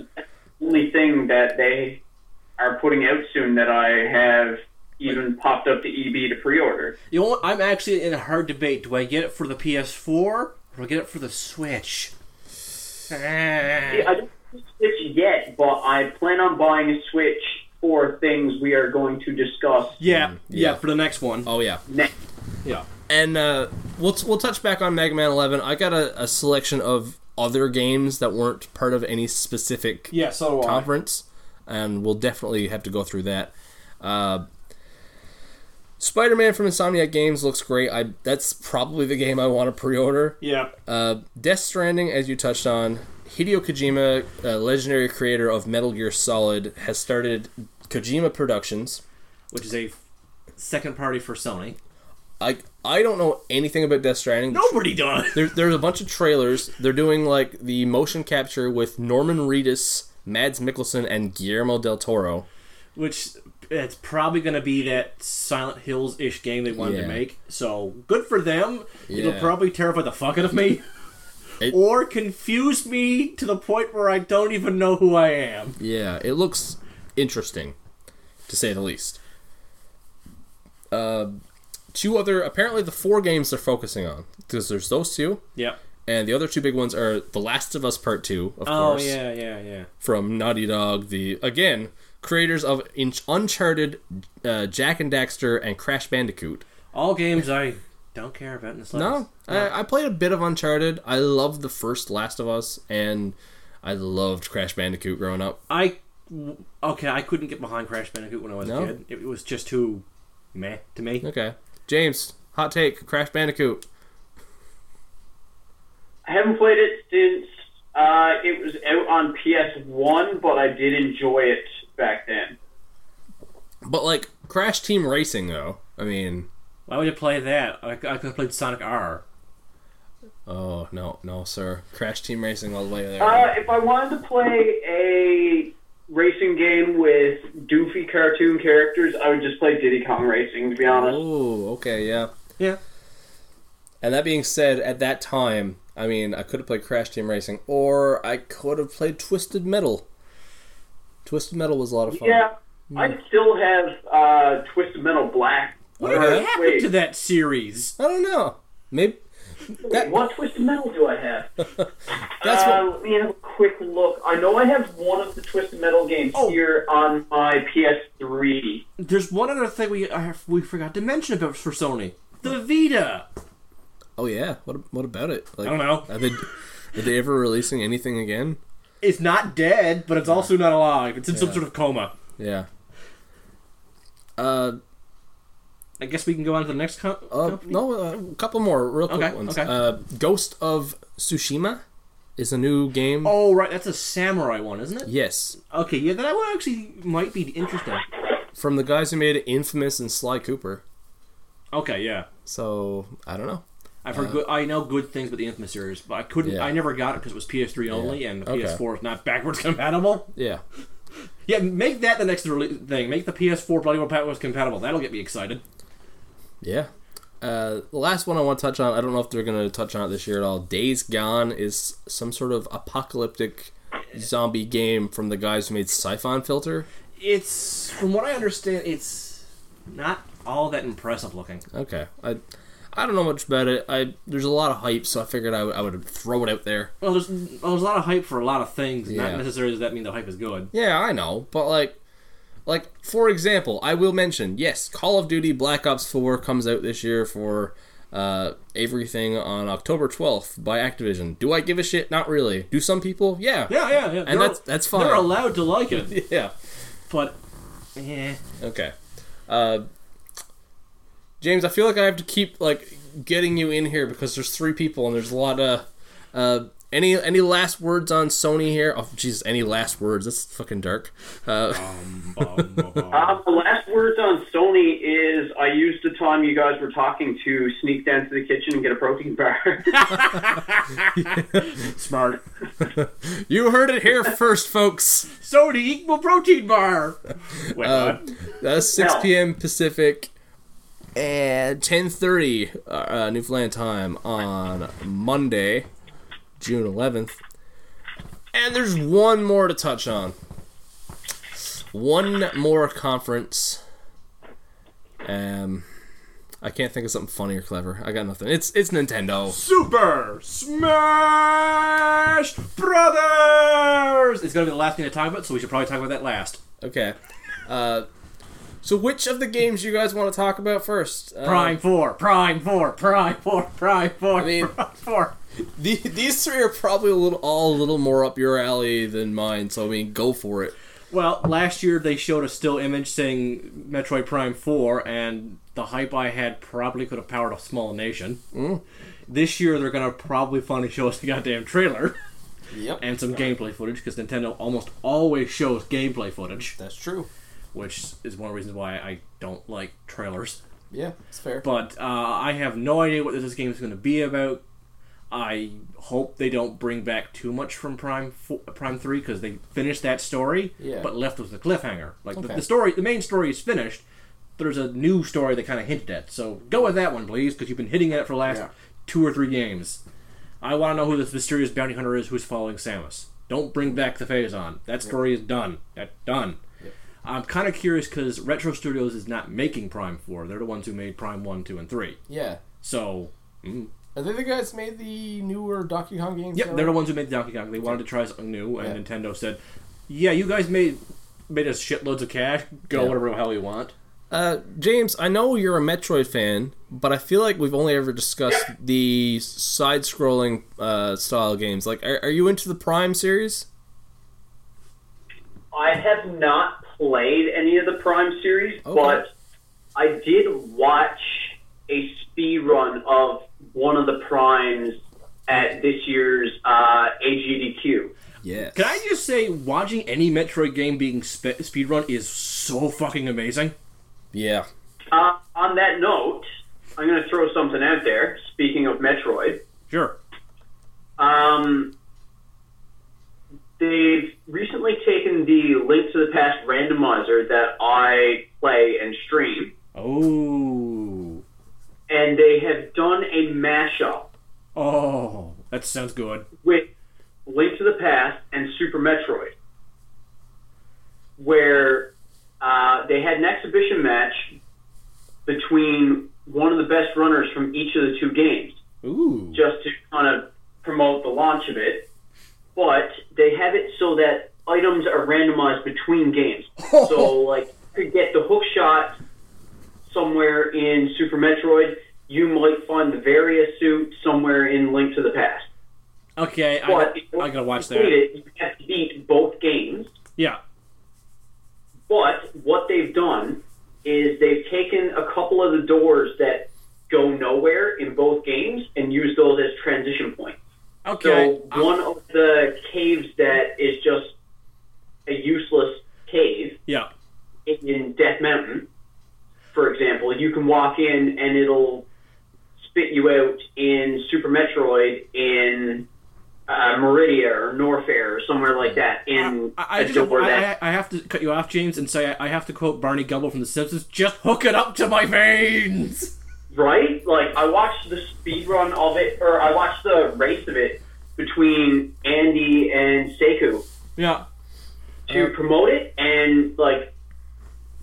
[SPEAKER 2] The only thing that they are putting out soon that I have even popped up to EB to pre-order.
[SPEAKER 3] You know what? I'm actually in a hard debate. Do I get it for the PS4 or do I get it for the Switch?
[SPEAKER 2] I don't have a Switch yet, but I plan on buying a Switch for things we are going to discuss
[SPEAKER 3] yeah,
[SPEAKER 1] Mm, yeah.
[SPEAKER 3] yeah, for the next one.
[SPEAKER 1] oh yeah.
[SPEAKER 2] next.
[SPEAKER 3] Yeah.
[SPEAKER 1] And uh, we'll we'll touch back on Mega Man 11. I got a, a selection of other games that weren't part of any specific
[SPEAKER 3] Yeah, so do I.
[SPEAKER 1] conference, and we'll definitely have to go through that. Uh, Spider-Man from Insomniac Games looks great. I that's probably the game I want to pre-order.
[SPEAKER 3] Yeah.
[SPEAKER 1] Uh, Death Stranding, as you touched on, Hideo Kojima, uh, legendary creator of Metal Gear Solid, has started Kojima Productions.
[SPEAKER 3] Which is a f- second party for Sony.
[SPEAKER 1] I I don't know anything about Death Stranding.
[SPEAKER 3] Nobody does.
[SPEAKER 1] There, there's a bunch of trailers. They're doing like the motion capture with Norman Reedus, Mads Mikkelsen, and Guillermo del Toro.
[SPEAKER 3] Which it's probably going to be that Silent Hills ish game they wanted
[SPEAKER 1] Yeah.
[SPEAKER 3] to make. So good for them.
[SPEAKER 1] Yeah.
[SPEAKER 3] It'll probably terrify the fuck out of me.
[SPEAKER 1] <laughs> It-
[SPEAKER 3] or confuse me to the point where I don't even know who I am.
[SPEAKER 1] Yeah, it looks interesting, to say the least. Uh, two other apparently the four games they're focusing on because there's those two.
[SPEAKER 3] Yep.
[SPEAKER 1] And the other two big ones are The Last of Us Part 2, of
[SPEAKER 3] Oh
[SPEAKER 1] course,
[SPEAKER 3] yeah, yeah, yeah.
[SPEAKER 1] from Naughty Dog, the again, creators of In- Uncharted, uh, Jack and Daxter and Crash Bandicoot.
[SPEAKER 3] All games I don't care about in the
[SPEAKER 1] No,
[SPEAKER 3] slightest.
[SPEAKER 1] I, I played a bit of Uncharted. I loved the first Last of Us, and I loved Crash Bandicoot growing up.
[SPEAKER 3] I okay. I couldn't get behind Crash Bandicoot when I was
[SPEAKER 1] No?
[SPEAKER 3] a kid. It was just too meh to me.
[SPEAKER 1] Okay, James, hot take: Crash Bandicoot.
[SPEAKER 2] I haven't played it since uh, it was out on PS1, but I did enjoy it back then.
[SPEAKER 1] But like Crash Team Racing, though. I mean,
[SPEAKER 3] Why would you play that? I, I could have played Sonic R.
[SPEAKER 1] oh no, no, sir, Crash Team Racing all the way there.
[SPEAKER 2] Uh, if I wanted to play a racing game with doofy cartoon characters, I would just play Diddy Kong Racing, to be honest.
[SPEAKER 1] oh, okay, yeah.
[SPEAKER 3] Yeah.
[SPEAKER 1] And that being said, at that time, I mean, I could have played Crash Team Racing, or I could have played Twisted Metal. Twisted Metal was a lot of fun.
[SPEAKER 2] Yeah, I still have uh, Twisted Metal Black.
[SPEAKER 3] What
[SPEAKER 2] Or-
[SPEAKER 3] happened
[SPEAKER 2] wait,
[SPEAKER 3] to that series?
[SPEAKER 1] I don't know. Maybe that-
[SPEAKER 2] What Twisted Metal do I have?
[SPEAKER 1] that's what.
[SPEAKER 2] uh, let me have a quick look. I know I have one of the Twisted Metal games
[SPEAKER 3] Oh.
[SPEAKER 2] here on my PS3.
[SPEAKER 3] There's one other thing we I have, we forgot to mention about for Sony. The Vita.
[SPEAKER 1] Oh yeah, what what about it? Like,
[SPEAKER 3] I don't know.
[SPEAKER 1] Are they, are they ever releasing anything again?
[SPEAKER 3] It's not dead, but it's also not alive. It's in some sort of coma.
[SPEAKER 1] Yeah. Uh,
[SPEAKER 3] I guess we can go on to the next co-
[SPEAKER 1] uh
[SPEAKER 3] company.
[SPEAKER 1] no, uh, a couple more real quick
[SPEAKER 3] Okay,
[SPEAKER 1] ones.
[SPEAKER 3] okay.
[SPEAKER 1] Uh, Ghost of Tsushima is a new game.
[SPEAKER 3] Oh right, that's a samurai one, isn't it?
[SPEAKER 1] Yes,
[SPEAKER 3] Okay, yeah, that one actually might be interesting.
[SPEAKER 1] from the guys who made Infamous and Sly Cooper.
[SPEAKER 3] Okay, yeah.
[SPEAKER 1] So I don't know.
[SPEAKER 3] I've heard good. I know good things about the Infamous series, but I couldn't.
[SPEAKER 1] Uh. Yeah.
[SPEAKER 3] I never got it because it was PS3 only, and the
[SPEAKER 1] Okay.
[SPEAKER 3] PS4 is not <laughs> backwards compatible.
[SPEAKER 1] Yeah.
[SPEAKER 3] Yeah, make that the next rele- thing. Make the PS4 bloody well backwards compatible. That'll get me excited.
[SPEAKER 1] Yeah. Uh, the last one I want to touch on, I don't know if they're going to touch on it this year at all. Days Gone is some sort of apocalyptic zombie game from the guys who made Siphon Filter.
[SPEAKER 3] It's from what I understand, it's not all that impressive looking.
[SPEAKER 1] Okay. I I don't know much about it. I there's a lot of hype, so I figured I would I would throw it out there.
[SPEAKER 3] Well, there's well, there's a lot of hype for a lot of things.
[SPEAKER 1] Yeah.
[SPEAKER 3] Not necessarily does that mean the hype is good.
[SPEAKER 1] Yeah, I know, but like like for example, I will mention, yes, Call of Duty Black Ops 4 comes out this year for uh, everything on October 12th by Activision. Do I give a shit? Not really. Do some people? Yeah.
[SPEAKER 3] Yeah, yeah, yeah. They're-
[SPEAKER 1] that's- that's fine.
[SPEAKER 3] They're allowed to like
[SPEAKER 1] <laughs>
[SPEAKER 3] it,
[SPEAKER 1] Yeah.
[SPEAKER 3] but eh. <laughs> yeah.
[SPEAKER 1] Okay. Uh, James, I feel like I have to keep like getting you in here because there's three people and there's a lot of. Uh, any any last words on Sony here? Oh, Jesus! Any last words? That's fucking dark. Uh,
[SPEAKER 2] Um, the last words on Sony is I used the time you guys were talking to sneak down to the kitchen and get a protein bar. <laughs>
[SPEAKER 3] Smart.
[SPEAKER 1] you heard it here <laughs> first, folks.
[SPEAKER 3] Sony equal protein bar. Wait,
[SPEAKER 1] Uh,
[SPEAKER 3] what?
[SPEAKER 1] That's 6
[SPEAKER 2] No.
[SPEAKER 1] p.m. Pacific and 10:30 uh, uh, Newfoundland time on Monday, June 11th. And there's one more to touch on. One more conference. Um, I can't think of something funny or clever. I got nothing. It's it's Nintendo.
[SPEAKER 3] Super Smash Brothers. It's gonna be the last thing to talk about, so we should probably talk about that last.
[SPEAKER 1] Okay. Uh, so which of the games you guys want to talk about first? Uh,
[SPEAKER 3] Prime four, Prime four, Prime four, Prime four,
[SPEAKER 1] mean-
[SPEAKER 3] Prime four.
[SPEAKER 1] The, these three are probably a little, all a little more up your alley than mine, so I mean, go for it.
[SPEAKER 3] Well, last year they showed a still image saying Metroid Prime four, and the hype I had probably could have powered a small nation. This year they're gonna probably finally show us the goddamn trailer <laughs>
[SPEAKER 1] Yep,
[SPEAKER 3] and some gameplay footage because Nintendo almost always shows gameplay footage.
[SPEAKER 1] that's true.
[SPEAKER 3] which is one of the reasons why I don't like trailers.
[SPEAKER 1] Yeah, it's fair.
[SPEAKER 3] But uh, I have no idea what this game is going to be about. I hope they don't bring back too much from Prime Fo- Prime Three because they finished that story,
[SPEAKER 1] Yeah.
[SPEAKER 3] but left with the cliffhanger. Like the,
[SPEAKER 1] Okay.
[SPEAKER 3] the story, the main story is finished. There's a new story they kind of hinted at, so go with that one, please, because you've been hitting at it for the last
[SPEAKER 1] Yeah.
[SPEAKER 3] two or three games. I want to know who this mysterious bounty hunter is who's following Samus. Don't bring back the phase on. That story is done. That done. I'm kind of curious because Retro Studios is not making Prime 4. They're the ones who made Prime 1, 2, and 3.
[SPEAKER 1] yeah,
[SPEAKER 3] So, mm,
[SPEAKER 4] Are they the guys that made the newer Donkey Kong games?
[SPEAKER 3] Yep,
[SPEAKER 4] though?
[SPEAKER 3] they're the ones who made Donkey Kong. They wanted to try something new, and
[SPEAKER 4] Yeah.
[SPEAKER 3] Nintendo said, "Yeah, you guys made made us shitloads of cash. Go
[SPEAKER 1] Yeah.
[SPEAKER 3] whatever the hell you want."
[SPEAKER 1] Uh, James, I know you're a Metroid fan, but I feel like we've only ever discussed the side-scrolling uh, style games. Like, are, are you into the Prime series?
[SPEAKER 2] I have not played any of the Prime series,
[SPEAKER 1] Okay.
[SPEAKER 2] but I did watch a speed run of one of the Primes at this year's uh, AGDQ.
[SPEAKER 1] Yes.
[SPEAKER 3] Can I just say, watching any Metroid game being spe- speedrun is so fucking amazing.
[SPEAKER 1] Yeah.
[SPEAKER 2] Uh, on that note, I'm going to throw something out there. Speaking of Metroid,
[SPEAKER 3] Sure.
[SPEAKER 2] um, they've recently taken the Link to the Past randomizer that I play and stream,
[SPEAKER 3] Oh,
[SPEAKER 2] and they have done a mashup
[SPEAKER 3] oh, that sounds good.
[SPEAKER 2] with Link to the Past and Super Metroid, where uh, they had an exhibition match between one of the best runners from each of the two games,
[SPEAKER 3] Ooh,
[SPEAKER 2] just to kind of promote the launch of it. But they have it so that items are randomized between games. so, like, you could get the hook shot somewhere in Super Metroid. You might find the Varia suit somewhere in Link to the Past.
[SPEAKER 3] okay, I,
[SPEAKER 2] But
[SPEAKER 3] I
[SPEAKER 2] in order
[SPEAKER 3] gotta watch
[SPEAKER 2] to complete It,
[SPEAKER 3] that.
[SPEAKER 2] you have to beat both games.
[SPEAKER 3] Yeah,
[SPEAKER 2] But what they've done is they've taken a couple of the doors that go nowhere in both games and used those as transition points.
[SPEAKER 3] okay.
[SPEAKER 2] So one of the caves that is just a useless cave
[SPEAKER 3] yeah,
[SPEAKER 2] in Death Mountain, for example, you can walk in and it'll spit you out in Super Metroid in uh, Meridia or Norfair or somewhere like that. In
[SPEAKER 3] I, I,
[SPEAKER 2] a
[SPEAKER 3] just,
[SPEAKER 2] door that
[SPEAKER 3] I, I I have to cut you off, James, and say I, I have to quote Barney Gumble from The Simpsons. Just hook it up to my veins. <laughs>
[SPEAKER 2] right? Like I watched the speed run of it, or I watched the race of it between Andy and Seku
[SPEAKER 3] Yeah.
[SPEAKER 2] to
[SPEAKER 3] Uh-huh.
[SPEAKER 2] promote it, and like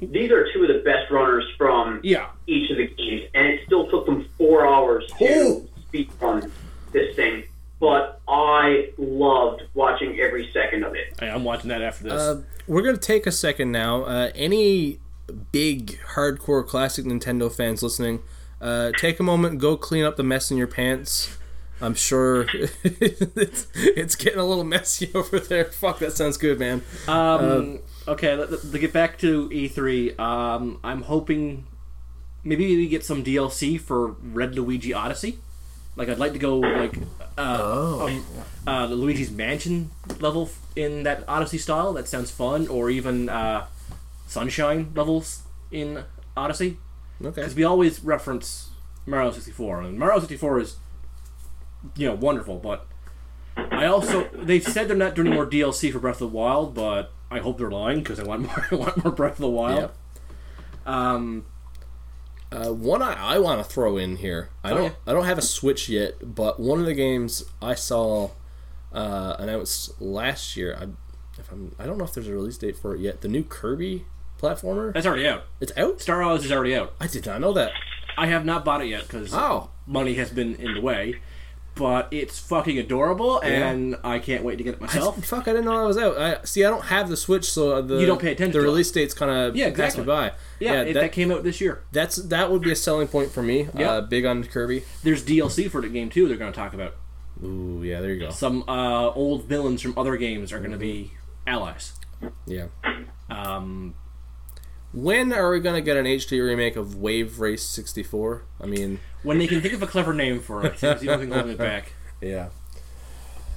[SPEAKER 2] these are two of the best runners from
[SPEAKER 3] Yeah.
[SPEAKER 2] each of the games, and it still took them four hours to
[SPEAKER 3] Oh.
[SPEAKER 2] speed run this thing. But I loved watching every second of it.
[SPEAKER 3] Hey, I'm watching that after this.
[SPEAKER 1] Uh, we're going to take a second now. Uh, any big hardcore classic Nintendo fans listening, uh, take a moment, go clean up the mess in your pants. I'm sure <laughs> it's, it's getting a little messy <laughs> over there. Fuck, that sounds good, man.
[SPEAKER 3] um, okay, let, let- to get back to E3, um, I'm hoping maybe we get some DLC for Red Luigi Odyssey. Like, I'd like to go like uh, um, uh, the Luigi's Mansion level f- in that Odyssey style. That sounds fun, or even uh, Sunshine levels in Odyssey.
[SPEAKER 1] Okay.
[SPEAKER 3] because we always reference Mario 64, and Mario 64 is, you know, wonderful. But I also they've said they're not doing any more DLC for Breath of the Wild, but I hope they're lying because I want <laughs> more. I want more Breath of the Wild. Um,
[SPEAKER 1] Uh, one I, I want to throw in here. I don't
[SPEAKER 3] yeah.
[SPEAKER 1] I don't have a Switch yet, but one of the games I saw uh, announced last year. I if I'm, I don't know if there's a release date for it yet. The new Kirby platformer.
[SPEAKER 3] that's already out.
[SPEAKER 1] It's out.
[SPEAKER 3] Star Wars is already out.
[SPEAKER 1] I did not know that.
[SPEAKER 3] I have not bought it yet because
[SPEAKER 1] Oh.
[SPEAKER 3] money has been in the way. But it's fucking adorable, and I can't wait to get it myself.
[SPEAKER 1] Oh,
[SPEAKER 3] <laughs>
[SPEAKER 1] Fuck! I didn't know that was out. I see. I don't have the Switch, so uh, the
[SPEAKER 3] You don't pay attention
[SPEAKER 1] The
[SPEAKER 3] to it.
[SPEAKER 1] release date's kind of
[SPEAKER 3] Yeah,
[SPEAKER 1] passed
[SPEAKER 3] exactly.
[SPEAKER 1] me by.
[SPEAKER 3] yeah, it,
[SPEAKER 1] that,
[SPEAKER 3] that came out this year.
[SPEAKER 1] that's that would be a selling point for me.
[SPEAKER 3] Yeah.
[SPEAKER 1] Uh, big on Kirby.
[SPEAKER 3] There's DLC for the game too. They're going to talk about.
[SPEAKER 1] Ooh, yeah. There you go.
[SPEAKER 3] some uh, old villains from other games are going to be allies.
[SPEAKER 1] Yeah.
[SPEAKER 3] Um,
[SPEAKER 1] When are we gonna get an HD remake of Wave Race '64? I mean,
[SPEAKER 3] when they can think of a clever name for it, it's the only thing
[SPEAKER 1] <laughs>
[SPEAKER 3] holding it back.
[SPEAKER 1] yeah.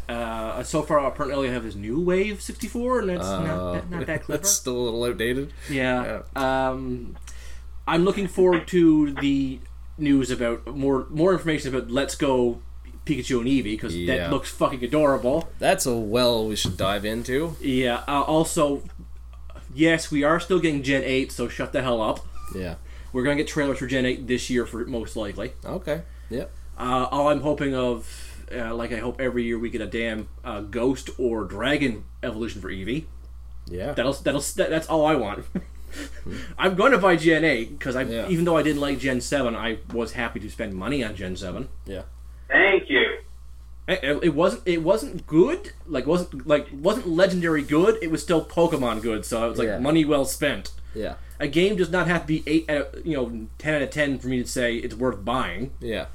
[SPEAKER 3] Uh, so far, apparently, all you have is New Wave 64, and that's not, that, not that clever.
[SPEAKER 1] Oh. That's still a little outdated.
[SPEAKER 3] Yeah. Um, I'm looking forward to the news about more more information about Let's Go Pikachu and Eevee because
[SPEAKER 1] Yeah.
[SPEAKER 3] that looks fucking adorable.
[SPEAKER 1] That's a well we should dive into.
[SPEAKER 3] Yeah. Uh, also, yes, we are still getting Gen 8, so shut the hell up.
[SPEAKER 1] Yeah.
[SPEAKER 3] We're gonna get trailers for Gen 8 this year, for most likely.
[SPEAKER 1] Okay. Yep.
[SPEAKER 3] Uh, all I'm hoping of, uh, like I hope every year we get a damn uh, ghost or dragon evolution for Eevee.
[SPEAKER 1] Yeah.
[SPEAKER 3] That'll that'll that, that's all I want. <laughs> I'm going to buy Gen 8 because I,
[SPEAKER 1] Yeah.
[SPEAKER 3] even though I didn't like Gen 7, I was happy to spend money on Gen 7.
[SPEAKER 1] yeah.
[SPEAKER 2] Thank you.
[SPEAKER 3] It, it- it wasn't. It wasn't good. Like wasn't like wasn't legendary good. It was still Pokemon good. So it was like
[SPEAKER 1] Yeah.
[SPEAKER 3] money well spent.
[SPEAKER 1] Yeah.
[SPEAKER 3] A game does not have to be eight, out of, you know, ten out of ten for me to say it's worth buying.
[SPEAKER 1] Yeah.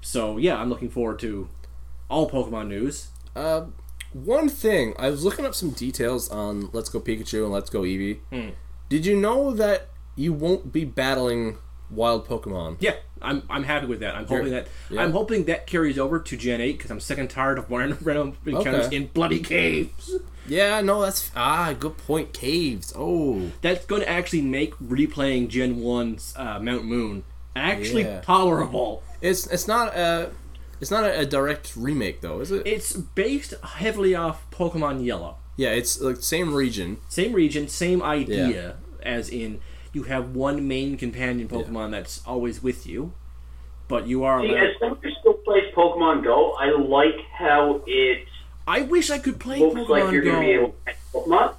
[SPEAKER 3] So yeah, I'm looking forward to all Pokemon news.
[SPEAKER 1] Uh, one thing I was looking up some details on Let's Go Pikachu and Let's Go Eevee.
[SPEAKER 3] Hmm.
[SPEAKER 1] Did you know that you won't be battling wild Pokemon?
[SPEAKER 3] Yeah, I'm, I'm happy with that. I'm hoping that
[SPEAKER 1] yeah.
[SPEAKER 3] I'm hoping that carries over to Gen Eight because I'm sick and tired of random, <laughs> random encounters
[SPEAKER 1] Okay.
[SPEAKER 3] in bloody caves.
[SPEAKER 1] Yeah, no, that's ah, good point. Caves. Oh,
[SPEAKER 3] That's going to actually make replaying Gen 1's uh, Mount Moon actually
[SPEAKER 1] Yeah.
[SPEAKER 3] tolerable.
[SPEAKER 1] it's it's not a it's not a, a direct remake though, is it?
[SPEAKER 3] It's based heavily off Pokemon Yellow.
[SPEAKER 1] Yeah, it's like same region.
[SPEAKER 3] Same region, same idea, as in you have one main companion Pokemon that's always with you, but you are.
[SPEAKER 2] See,
[SPEAKER 3] allowed-
[SPEAKER 2] as someone who still plays Pokemon Go, I like how it
[SPEAKER 3] I wish I could play
[SPEAKER 2] looks
[SPEAKER 3] Pokemon
[SPEAKER 2] like you're
[SPEAKER 3] Go.
[SPEAKER 2] going to be able to catch Pokemon.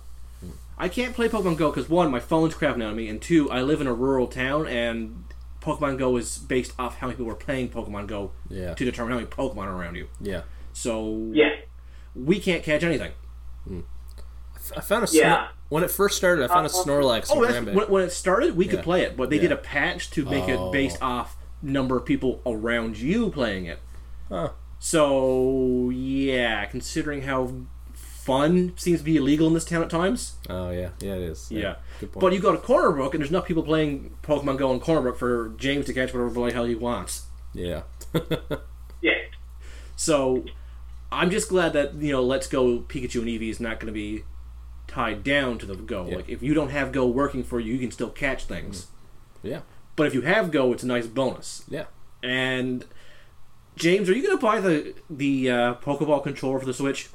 [SPEAKER 3] I can't play Pokemon Go because one, my phone's crapping out on me, and two, I live in a rural town, and Pokemon Go is based off how many people are playing Pokemon Go
[SPEAKER 1] Yeah.
[SPEAKER 3] to determine how many Pokemon are around you.
[SPEAKER 1] Yeah,
[SPEAKER 3] So
[SPEAKER 2] Yeah.
[SPEAKER 3] we can't catch anything.
[SPEAKER 1] I f- I found a
[SPEAKER 2] Yeah.
[SPEAKER 1] Snor- when it first started. I found a Snorlax.
[SPEAKER 3] Oh,
[SPEAKER 1] and
[SPEAKER 3] that's,
[SPEAKER 1] Grambat.
[SPEAKER 3] when, when it started, we
[SPEAKER 1] Yeah.
[SPEAKER 3] could play it, but they did
[SPEAKER 1] Yeah.
[SPEAKER 3] a patch to make
[SPEAKER 1] Oh.
[SPEAKER 3] it based off number of people around you playing it.
[SPEAKER 1] Huh.
[SPEAKER 3] So yeah, considering how fun seems to be illegal in this town at times.
[SPEAKER 1] Oh yeah, yeah it is.
[SPEAKER 3] Yeah.
[SPEAKER 1] good point.
[SPEAKER 3] But you go to Cornerbrook and there's enough people playing Pokemon Go in Cornerbrook for James to catch whatever the hell he wants.
[SPEAKER 1] yeah, <laughs>
[SPEAKER 2] Yeah.
[SPEAKER 3] So I'm just glad that, you know, Let's Go Pikachu and Eevee is not going to be tied down to the Go.
[SPEAKER 1] Yeah. Mm-hmm.
[SPEAKER 3] Like, if you don't have Go working for you, you can still catch things.
[SPEAKER 1] yeah,
[SPEAKER 3] But if you have Go, it's a nice bonus.
[SPEAKER 1] yeah.
[SPEAKER 3] And James, are you going to buy the the uh, Pokeball controller for the Switch?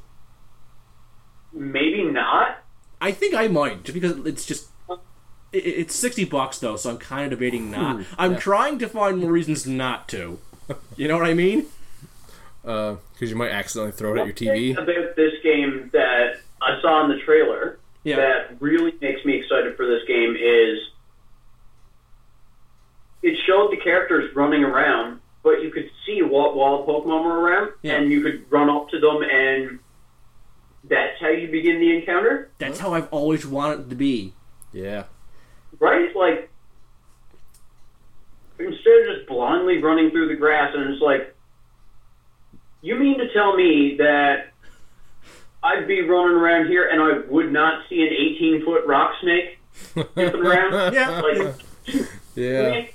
[SPEAKER 2] Maybe not.
[SPEAKER 3] I think I might, just because it's just it, it's sixty bucks though, so I'm kind of debating not. I'm trying to find more reasons not to. <laughs> You know what I mean?
[SPEAKER 1] Because Uh, you might accidentally throw it at your
[SPEAKER 2] thing
[SPEAKER 1] TV.
[SPEAKER 2] about this game that I saw in the trailer
[SPEAKER 3] Yeah.
[SPEAKER 2] that really makes me excited for this game is it showed the characters running around, but you could see what wild Pokemon were around,
[SPEAKER 3] Yeah.
[SPEAKER 2] and you could run up to them, and that's how you begin the encounter,
[SPEAKER 3] That's how I've always wanted it to be.
[SPEAKER 1] Yeah,
[SPEAKER 2] right? Like instead of just blindly running through the grass, and it's like, you mean to tell me that I'd be running around here and I would not see an 18 foot rock
[SPEAKER 3] <laughs>
[SPEAKER 2] snake jumping around.
[SPEAKER 3] Yeah.
[SPEAKER 2] Like,
[SPEAKER 1] yeah.
[SPEAKER 2] man,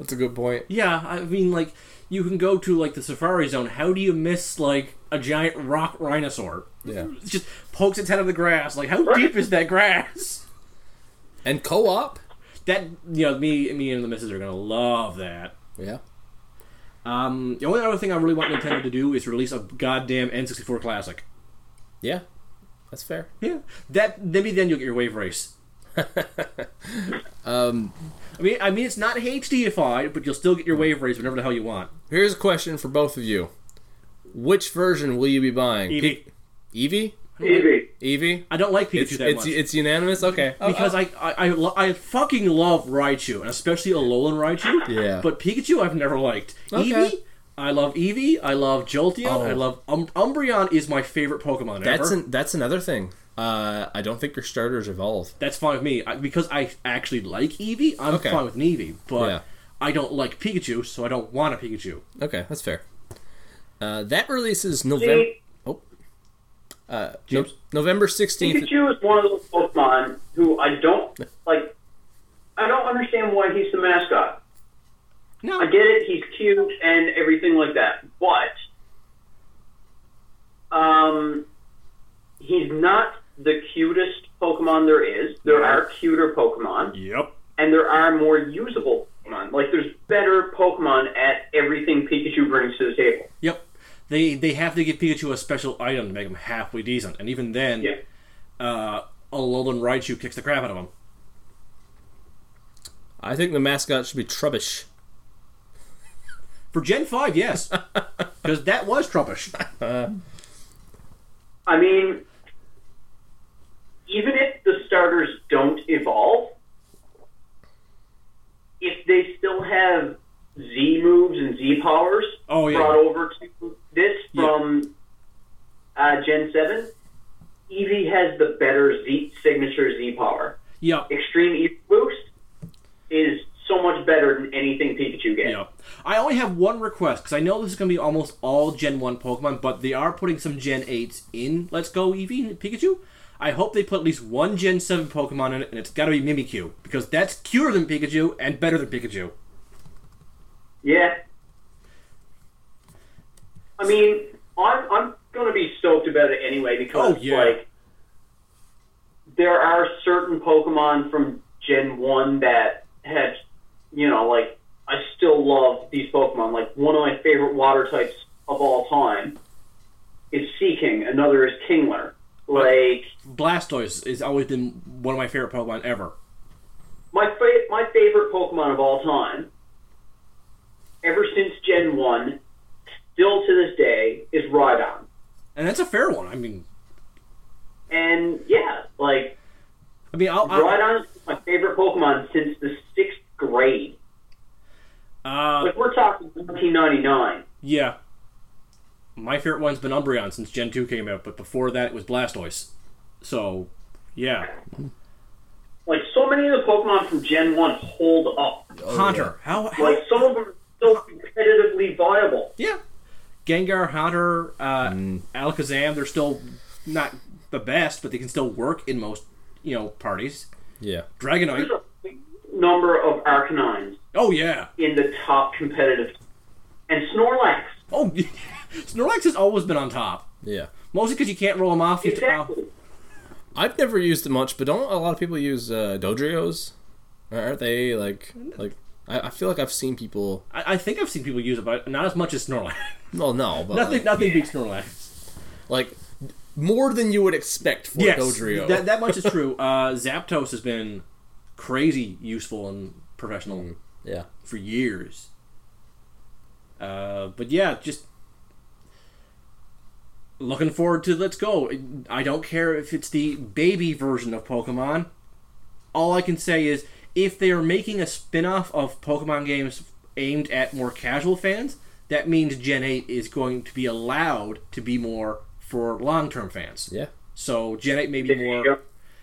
[SPEAKER 1] That's a good point.
[SPEAKER 3] Yeah, I mean, like you can go to like the Safari Zone. How do you miss like a giant rock rhinosaur?
[SPEAKER 1] Yeah,
[SPEAKER 3] It just pokes its head out of the grass. Like how deep is that grass? <laughs>
[SPEAKER 1] and co-op.
[SPEAKER 3] that you know me me and the missus are gonna love that
[SPEAKER 1] Yeah.
[SPEAKER 3] um, the only other thing i really want nintendo to do is release a goddamn n64 classic
[SPEAKER 1] Yeah, that's fair.
[SPEAKER 3] yeah that maybe then you'll get your
[SPEAKER 1] <laughs>
[SPEAKER 3] wave race um, i mean i mean it's not hdfi but you'll still get your wave race whenever the hell you want
[SPEAKER 1] Here's a question for both of you: Which version will you be buying?
[SPEAKER 3] Eevee.
[SPEAKER 1] Eevee.
[SPEAKER 2] Evie.
[SPEAKER 1] Eevee.
[SPEAKER 3] i don't like pikachu
[SPEAKER 1] It's
[SPEAKER 3] that
[SPEAKER 1] it's,
[SPEAKER 3] much
[SPEAKER 1] it's unanimous. Okay. Oh,
[SPEAKER 3] because
[SPEAKER 1] oh.
[SPEAKER 3] I I, I, lo- I fucking love Raichu, and especially Alolan Raichu.
[SPEAKER 1] Yeah.
[SPEAKER 3] But Pikachu, I've never liked.
[SPEAKER 1] Okay.
[SPEAKER 3] Eevee, I love Eevee. I love Jolteon.
[SPEAKER 1] Oh.
[SPEAKER 3] I love um, Umbreon is my favorite Pokemon
[SPEAKER 1] that's
[SPEAKER 3] ever.
[SPEAKER 1] an, that's another thing. Uh, I don't think your starters evolve.
[SPEAKER 3] that's fine with me I, because I actually like Eevee. I'm
[SPEAKER 1] Okay.
[SPEAKER 3] fine with Eevee, but
[SPEAKER 1] Yeah.
[SPEAKER 3] I don't like Pikachu, so I don't want a Pikachu.
[SPEAKER 1] Okay, that's fair. Uh, that releases November.
[SPEAKER 2] See,
[SPEAKER 1] Oh. Uh, no, November sixteenth.
[SPEAKER 2] Pikachu is one of those Pokemon who I don't like. I don't understand why he's the mascot.
[SPEAKER 3] No,
[SPEAKER 2] I get it; he's cute and everything like that, but um, he's not the cutest Pokemon there is. There are cuter Pokemon.
[SPEAKER 3] Yep.
[SPEAKER 2] and there are more usable Pokemon. Like there's better Pokemon at everything Pikachu brings to the table.
[SPEAKER 3] Yep. They they have to give Pikachu a special item to make him halfway decent, and even then,
[SPEAKER 2] Yeah.
[SPEAKER 3] uh, Alolan Raichu kicks the crap out of him.
[SPEAKER 1] I think the mascot should be Trubbish.
[SPEAKER 3] For Gen Five, yes, because that was Trumpish.
[SPEAKER 2] I mean, even if the starters don't evolve, if they still have Z moves and Z powers
[SPEAKER 3] Oh yeah.
[SPEAKER 2] brought over to this
[SPEAKER 3] Yeah.
[SPEAKER 2] from uh, Gen 7. Eevee has the better Z signature Z power.
[SPEAKER 3] Yeah.
[SPEAKER 2] Extreme Eevee Boost is so much better than anything Pikachu gets.
[SPEAKER 3] Yeah. I only have one request because I know this is going to be almost all Gen 1 Pokemon, but they are putting some Gen 8s in Let's Go Eevee and Pikachu. I hope they put at least one Gen 7 Pokemon in it, and it's got to be Mimikyu because that's cuter than Pikachu and better than Pikachu.
[SPEAKER 2] Yeah. I mean, I'm I'm gonna be stoked about it anyway because
[SPEAKER 3] Oh, yeah.
[SPEAKER 2] like there are certain Pokemon from Gen One that have you know, like I still love these Pokemon. Like one of my favorite water types of all time is Sea King, another is Kingler. Like
[SPEAKER 3] Blastoise has always been one of my favorite Pokemon ever.
[SPEAKER 2] my fa- my favorite Pokemon of all time, ever since Gen One, still to this day, is Rhydon.
[SPEAKER 3] And that's a fair one. I mean,
[SPEAKER 2] And yeah, like
[SPEAKER 3] I mean, I'll, I'll,
[SPEAKER 2] Rhydon is my favorite Pokemon since the sixth grade.
[SPEAKER 3] uh,
[SPEAKER 2] Like we're talking 1999.
[SPEAKER 3] yeah. My favorite one's been Umbreon since Gen 2 came out, but before that it was Blastoise. So, yeah.
[SPEAKER 2] Like so many of the Pokemon from Gen One hold up.
[SPEAKER 3] Haunter. How, how
[SPEAKER 2] Oh, Like some of them are so competitively viable.
[SPEAKER 3] Yeah. Gengar, Haunter, uh,
[SPEAKER 2] Mm.
[SPEAKER 3] Alakazam, they're still not the best, but they can still work in most, you know, parties.
[SPEAKER 1] Yeah.
[SPEAKER 3] Dragonite.
[SPEAKER 2] There's a big number of Arcanines
[SPEAKER 3] Oh, yeah.
[SPEAKER 2] in the top competitive, and Snorlax.
[SPEAKER 3] Oh, <laughs> Snorlax has always been on top.
[SPEAKER 1] Yeah.
[SPEAKER 3] Mostly because you can't roll them off. You have to-
[SPEAKER 2] Exactly.
[SPEAKER 1] I've never used it much, but don't a lot of people use uh, Dodrios? Aren't they like like? I, I feel like I've seen people.
[SPEAKER 3] I, I think I've seen people use it, but not as much as Snorlax. <laughs>
[SPEAKER 1] Well, no, but
[SPEAKER 3] nothing
[SPEAKER 1] like,
[SPEAKER 2] Oh,
[SPEAKER 3] nothing beats Snorlax.
[SPEAKER 1] like, more than you would expect for
[SPEAKER 3] Yes.
[SPEAKER 1] Dodrio.
[SPEAKER 3] That, that much is true. Uh, Zapdos has been crazy useful and professional.
[SPEAKER 1] yeah.
[SPEAKER 3] for years. Uh, but yeah, just looking forward to Let's Go. I don't care if it's the baby version of Pokemon. All I can say is if they are making a spin off of Pokemon games aimed at more casual fans, that means Gen 8 is going to be allowed to be more for long term fans.
[SPEAKER 1] Yeah.
[SPEAKER 3] So Gen 8 may be
[SPEAKER 2] There you
[SPEAKER 3] more.
[SPEAKER 2] go.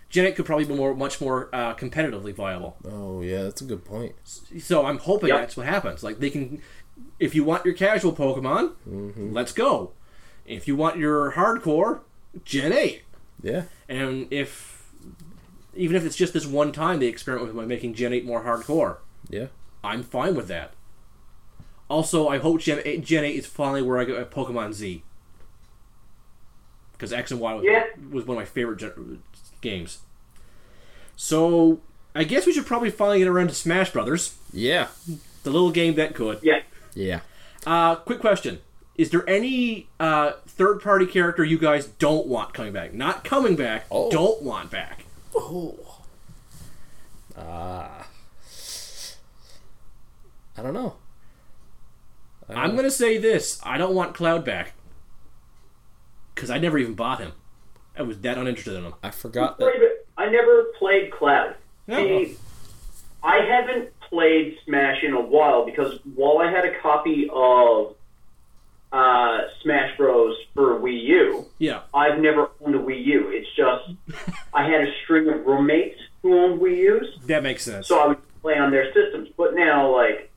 [SPEAKER 3] Gen 8 could probably be more, much more uh, competitively viable.
[SPEAKER 1] Oh yeah, that's a good point.
[SPEAKER 3] So I'm hoping
[SPEAKER 2] Yep.
[SPEAKER 3] that's what happens. Like they can, if you want your casual Pokemon,
[SPEAKER 2] Mm-hmm.
[SPEAKER 3] let's go. If you want your hardcore, Gen Eight.
[SPEAKER 1] Yeah.
[SPEAKER 3] And if even if it's just this one time they experiment with making Gen Eight more hardcore,
[SPEAKER 1] Yeah.
[SPEAKER 3] I'm fine with that. Also, I hope Gen Eight, Gen 8 is finally where I go at Pokemon Z. Because X and Y was,
[SPEAKER 2] Yeah.
[SPEAKER 3] was one of my favorite gen- games. So I guess we should probably finally get around to Smash Brothers.
[SPEAKER 1] Yeah.
[SPEAKER 3] The little game that could.
[SPEAKER 2] Yeah.
[SPEAKER 1] Yeah.
[SPEAKER 3] Uh, quick question: Is there any uh, third-party character you guys don't want coming back? Not coming back.
[SPEAKER 1] Oh.
[SPEAKER 3] Don't want back.
[SPEAKER 4] Oh.
[SPEAKER 1] Ah. I don't know.
[SPEAKER 3] I'm gonna say this: I don't want Cloud back because I never even bought him. I was that uninterested in him.
[SPEAKER 1] I forgot
[SPEAKER 2] Sorry,
[SPEAKER 1] that.
[SPEAKER 2] but I never played Cloud.
[SPEAKER 3] No.
[SPEAKER 2] See, I haven't played Smash in a while because while I had a copy of uh, Smash Bros. for Wii U,
[SPEAKER 3] Yeah.
[SPEAKER 2] I've never owned a Wii U. It's just I had a string of roommates who owned Wii U's,
[SPEAKER 3] That makes sense.
[SPEAKER 2] so I would play on their systems. But now, like,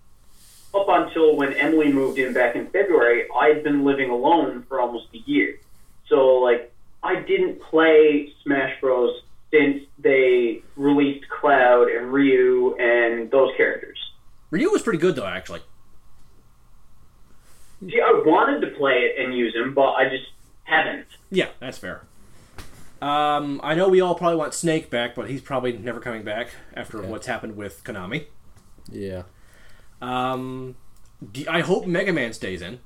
[SPEAKER 2] up until when Emily moved in back in February, I'd been living alone for almost a year. So, like, I didn't play Smash Bros. since they released Cloud and Ryu and those characters.
[SPEAKER 3] Ryu was pretty good though, actually.
[SPEAKER 2] See, I wanted to play it and use him, but I just haven't.
[SPEAKER 3] Yeah, that's fair. Um, I know we all probably want Snake back, but he's probably never coming back after what's happened with Konami.
[SPEAKER 1] Yeah.
[SPEAKER 3] Um, d I I hope Mega Man stays in.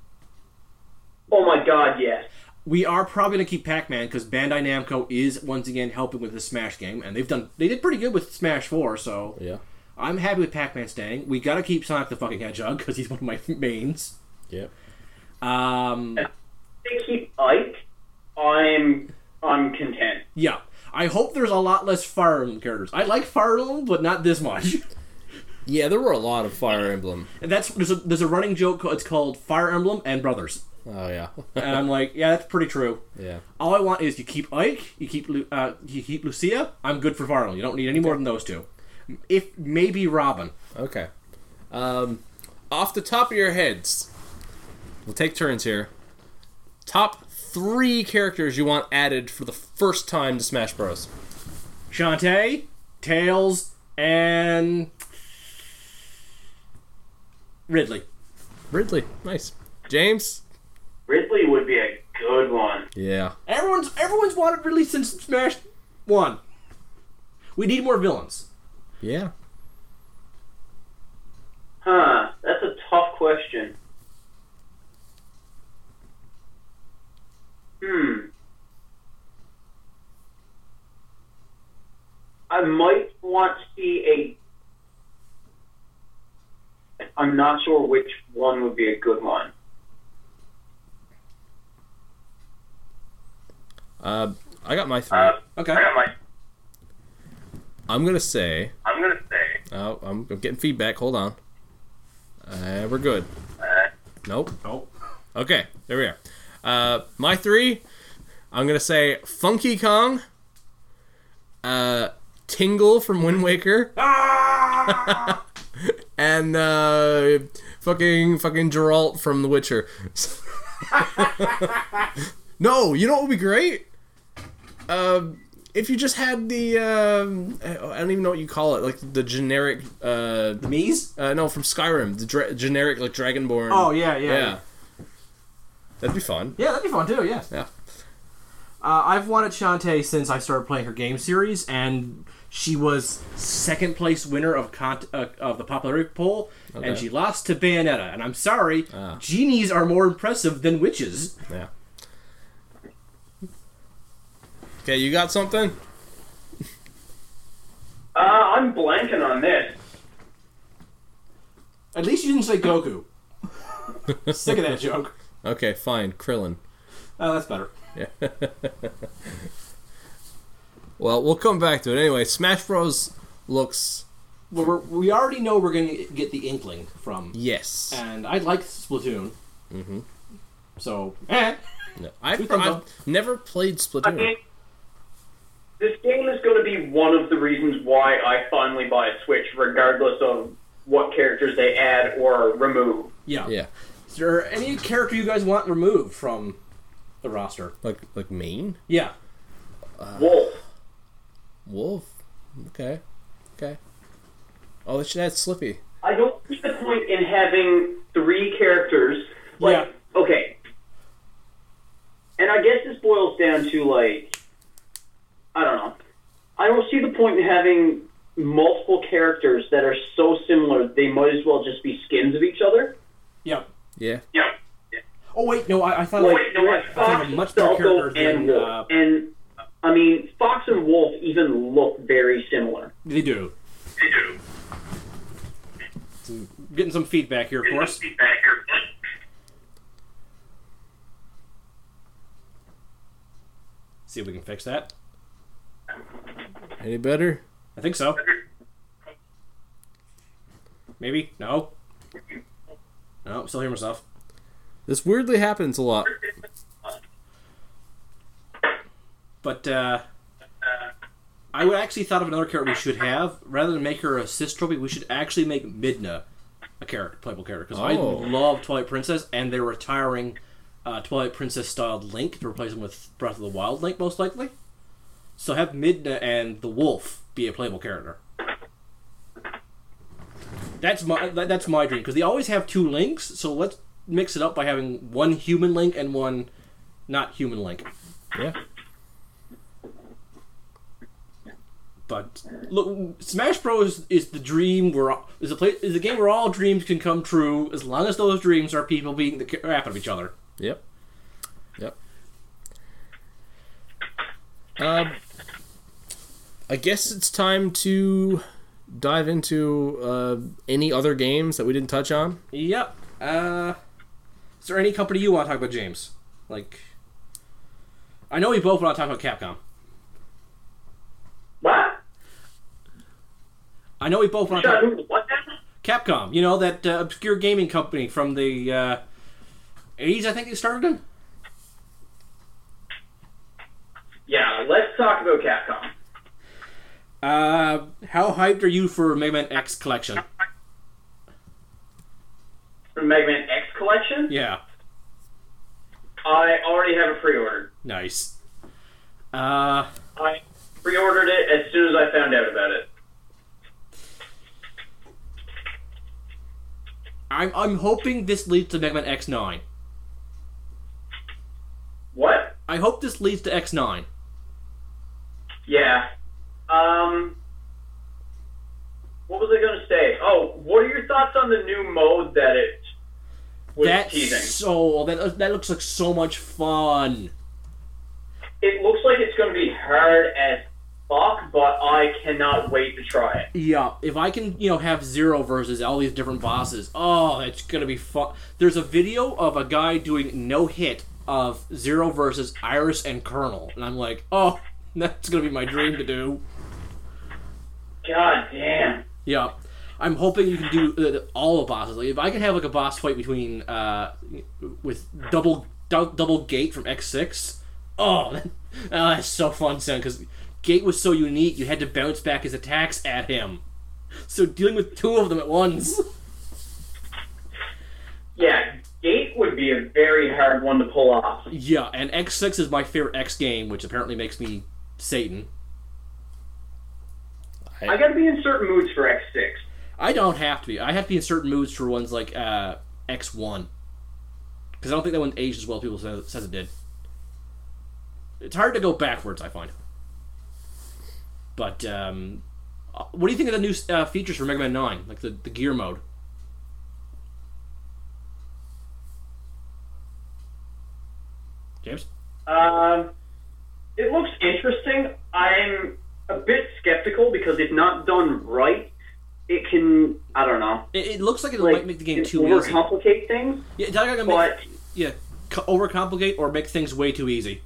[SPEAKER 2] Oh my god, yes.
[SPEAKER 3] we are probably gonna keep Pac-Man because Bandai Namco is once again helping with the Smash game, and they've done they did pretty good with Smash Four. So
[SPEAKER 1] Yeah.
[SPEAKER 3] I'm happy with Pac-Man staying. We gotta keep Sonic the fucking Hedgehog because he's one of my <laughs> mains.
[SPEAKER 1] Yeah.
[SPEAKER 3] Um,
[SPEAKER 2] If they keep Ike, I'm, I'm content.
[SPEAKER 3] yeah, I hope there's a lot less Fire Emblem characters. I like Fire Emblem, but not this much. <laughs>
[SPEAKER 1] Yeah, there were a lot of Fire Emblem.
[SPEAKER 3] And that's there's a, there's a running joke. ca- It's called Fire Emblem and Brothers.
[SPEAKER 1] Oh yeah, <laughs>
[SPEAKER 3] And I'm like, yeah, that's pretty true.
[SPEAKER 1] yeah.
[SPEAKER 3] All I want is you keep Ike, you keep Lu- uh, you keep Lucia. I'm good for Fire Emblem. You don't need any more than those two. If maybe Robin.
[SPEAKER 1] Okay. Um, off the top of your heads, we'll take turns here. Top three characters you want added for the first time to Smash Bros.
[SPEAKER 3] Shantae, Tails, and Ridley.
[SPEAKER 1] Ridley, nice. James.
[SPEAKER 2] Ridley would be a good one.
[SPEAKER 1] Yeah.
[SPEAKER 3] Everyone's everyone's wanted Ridley since Smash One. We need more villains.
[SPEAKER 1] Yeah.
[SPEAKER 2] Huh, that's a tough question. Hmm. I might want to see a. I'm not sure which one would be a good one.
[SPEAKER 1] Uh, I got my three.
[SPEAKER 2] Uh,
[SPEAKER 3] Okay.
[SPEAKER 2] I got my.
[SPEAKER 1] I'm gonna say.
[SPEAKER 2] I'm gonna say.
[SPEAKER 1] Oh, I'm, I'm getting feedback. Hold on. Uh, we're good.
[SPEAKER 2] Uh,
[SPEAKER 1] Nope.
[SPEAKER 3] Oh.
[SPEAKER 1] Okay, there we are. Uh, my three, I'm gonna say Funky Kong, uh, Tingle from Wind Waker, <laughs> and uh, fucking fucking Geralt from The Witcher. <laughs> no, you know what would be great? Um, if you just had the um, I I don't even know what you call it, like the generic uh,
[SPEAKER 3] Mees?
[SPEAKER 1] uh no from Skyrim, the dra- generic like Dragonborn.
[SPEAKER 4] Oh yeah, yeah,
[SPEAKER 1] Yeah.
[SPEAKER 4] yeah.
[SPEAKER 1] That'd be fun.
[SPEAKER 4] that'd be fun too. Yeah.
[SPEAKER 1] Yeah.
[SPEAKER 4] Uh, I've wanted Shantae since I started playing her game series, and she was
[SPEAKER 3] Second place winner of con- uh, of the popularity poll, and
[SPEAKER 1] Okay.
[SPEAKER 3] she lost to Bayonetta. And I'm sorry, genies are more impressive than witches.
[SPEAKER 1] Yeah. Okay, you got something?
[SPEAKER 2] uh, I'm blanking on this.
[SPEAKER 4] At least you didn't say Goku. Sick of that joke.
[SPEAKER 1] Okay, fine. Krillin.
[SPEAKER 4] Oh, that's better.
[SPEAKER 1] Well, we'll come back to it anyway. Smash Bros. looks
[SPEAKER 4] Well, we're, we already know we're going to get the inkling from,
[SPEAKER 1] yes.
[SPEAKER 4] and I like Splatoon. Mm-hmm. So, eh.
[SPEAKER 1] No, I've,
[SPEAKER 4] thumbs
[SPEAKER 1] I've
[SPEAKER 4] up.
[SPEAKER 1] never played
[SPEAKER 2] I
[SPEAKER 1] Splatoon.
[SPEAKER 2] mean, this game is going to be one of the reasons why I finally buy a Switch, regardless of what characters they add or remove.
[SPEAKER 3] Yeah.
[SPEAKER 1] Yeah,
[SPEAKER 3] Is there any character you guys want removed from the roster?
[SPEAKER 1] like like Maine
[SPEAKER 3] Yeah.
[SPEAKER 2] Wolf.
[SPEAKER 1] Wolf. Okay, okay. Oh, they should add Slippy.
[SPEAKER 2] I don't see the point in having three characters. Like, okay. And I guess this boils down to, like, I don't know. I don't see the point in having multiple characters that are so similar they might as well just be skins of each other.
[SPEAKER 3] Yeah.
[SPEAKER 1] Yeah.
[SPEAKER 2] Yeah.
[SPEAKER 3] Oh wait, no, I, I thought.
[SPEAKER 2] Wait, no, what?
[SPEAKER 3] I think
[SPEAKER 2] Fox,
[SPEAKER 3] a much better
[SPEAKER 2] Falco,
[SPEAKER 3] character
[SPEAKER 2] and
[SPEAKER 3] than,
[SPEAKER 2] Wolf.
[SPEAKER 3] uh,
[SPEAKER 2] and I mean, Fox and Wolf even look very similar.
[SPEAKER 3] They do.
[SPEAKER 2] They do.
[SPEAKER 3] Getting some feedback here, of course. See if we can fix that.
[SPEAKER 1] Any better?
[SPEAKER 3] I think so. Maybe no. No, still hear myself.
[SPEAKER 1] This weirdly happens a lot.
[SPEAKER 3] But uh, I would actually thought of another character we should have rather than make her a cis trophy. We should actually make Midna a character, playable character, because I
[SPEAKER 1] Oh.
[SPEAKER 3] love Twilight Princess, and they're retiring uh, Twilight Princess styled Link to replace him with Breath of the Wild Link, most likely. So have Midna and the Wolf be a playable character. That's my that, that's my dream because they always have two links. So let's mix it up by having one human link and one not human link.
[SPEAKER 1] Yeah.
[SPEAKER 3] But look, Smash Bros is the dream where is a place is a game where all dreams can come true as long as those dreams are people beating the crap out of each other.
[SPEAKER 1] Yep. Yep. Um, I guess it's time to dive into uh, any other games that we didn't touch on.
[SPEAKER 3] Yep. Uh, is there any company you want to talk about, James? Like, I know we both want to talk about Capcom.
[SPEAKER 2] What?
[SPEAKER 3] I know we both want to.
[SPEAKER 2] Shut
[SPEAKER 3] Talk,
[SPEAKER 2] up. What? now?
[SPEAKER 3] Capcom, you know that uh, obscure gaming company from the uh, 80s, I think they started in.
[SPEAKER 2] Yeah, let's talk about Capcom.
[SPEAKER 3] Uh, how hyped are you for Mega Man X Collection?
[SPEAKER 2] The Mega Man X collection.
[SPEAKER 3] Yeah,
[SPEAKER 2] I already have a pre-order.
[SPEAKER 3] nice. Uh,
[SPEAKER 2] I pre-ordered it as soon as I found out about it.
[SPEAKER 3] I'm I'm hoping this leads to Mega Man X9.
[SPEAKER 2] What?
[SPEAKER 3] I hope this leads to X9.
[SPEAKER 2] Yeah. Um. What was I going to say? Oh, what are your thoughts on the new mode that it was
[SPEAKER 3] That's
[SPEAKER 2] teasing?
[SPEAKER 3] so that that looks like so much fun.
[SPEAKER 2] It looks like it's going to be hard as fuck, but I cannot wait to try it.
[SPEAKER 3] Yeah, if I can, you know, have zero versus all these different bosses, oh, it's gonna be fun. There's a video of a guy doing no hit of zero versus Iris and Colonel, and I'm like, oh, <laughs> that's gonna be my dream to do.
[SPEAKER 2] God damn.
[SPEAKER 3] Yeah, I'm hoping you can do uh, all the bosses. Like, if I can have like a boss fight between uh, with double dou- double gate from X6, oh, <laughs> that, oh, that's so fun, son. Because gate was so unique, you had to bounce back his attacks at him. So dealing with two of them at once. <laughs>
[SPEAKER 2] Yeah, Gate would be a very hard one to pull off.
[SPEAKER 3] Yeah, and X6 is my favorite X game, which apparently makes me Satan.
[SPEAKER 2] I gotta be in certain moods for X6.
[SPEAKER 3] I don't have to be. I have to be in certain moods for ones like uh, X1. Because I don't think that one aged as well as people say, says it did. It's hard to go backwards, I find. But, um, uh, what do you think of the new uh, features for Mega Man 9? Like the, the gear mode? James?
[SPEAKER 2] Um, it looks interesting. I'm a bit skeptical because if not done right, it can, I don't know,
[SPEAKER 3] It, it looks like it
[SPEAKER 2] like,
[SPEAKER 3] might make the game
[SPEAKER 2] it
[SPEAKER 3] too easy.
[SPEAKER 2] overcomplicate things.
[SPEAKER 3] Yeah, it's either gonna
[SPEAKER 2] But-
[SPEAKER 3] make, yeah, co- overcomplicate or make things way too easy.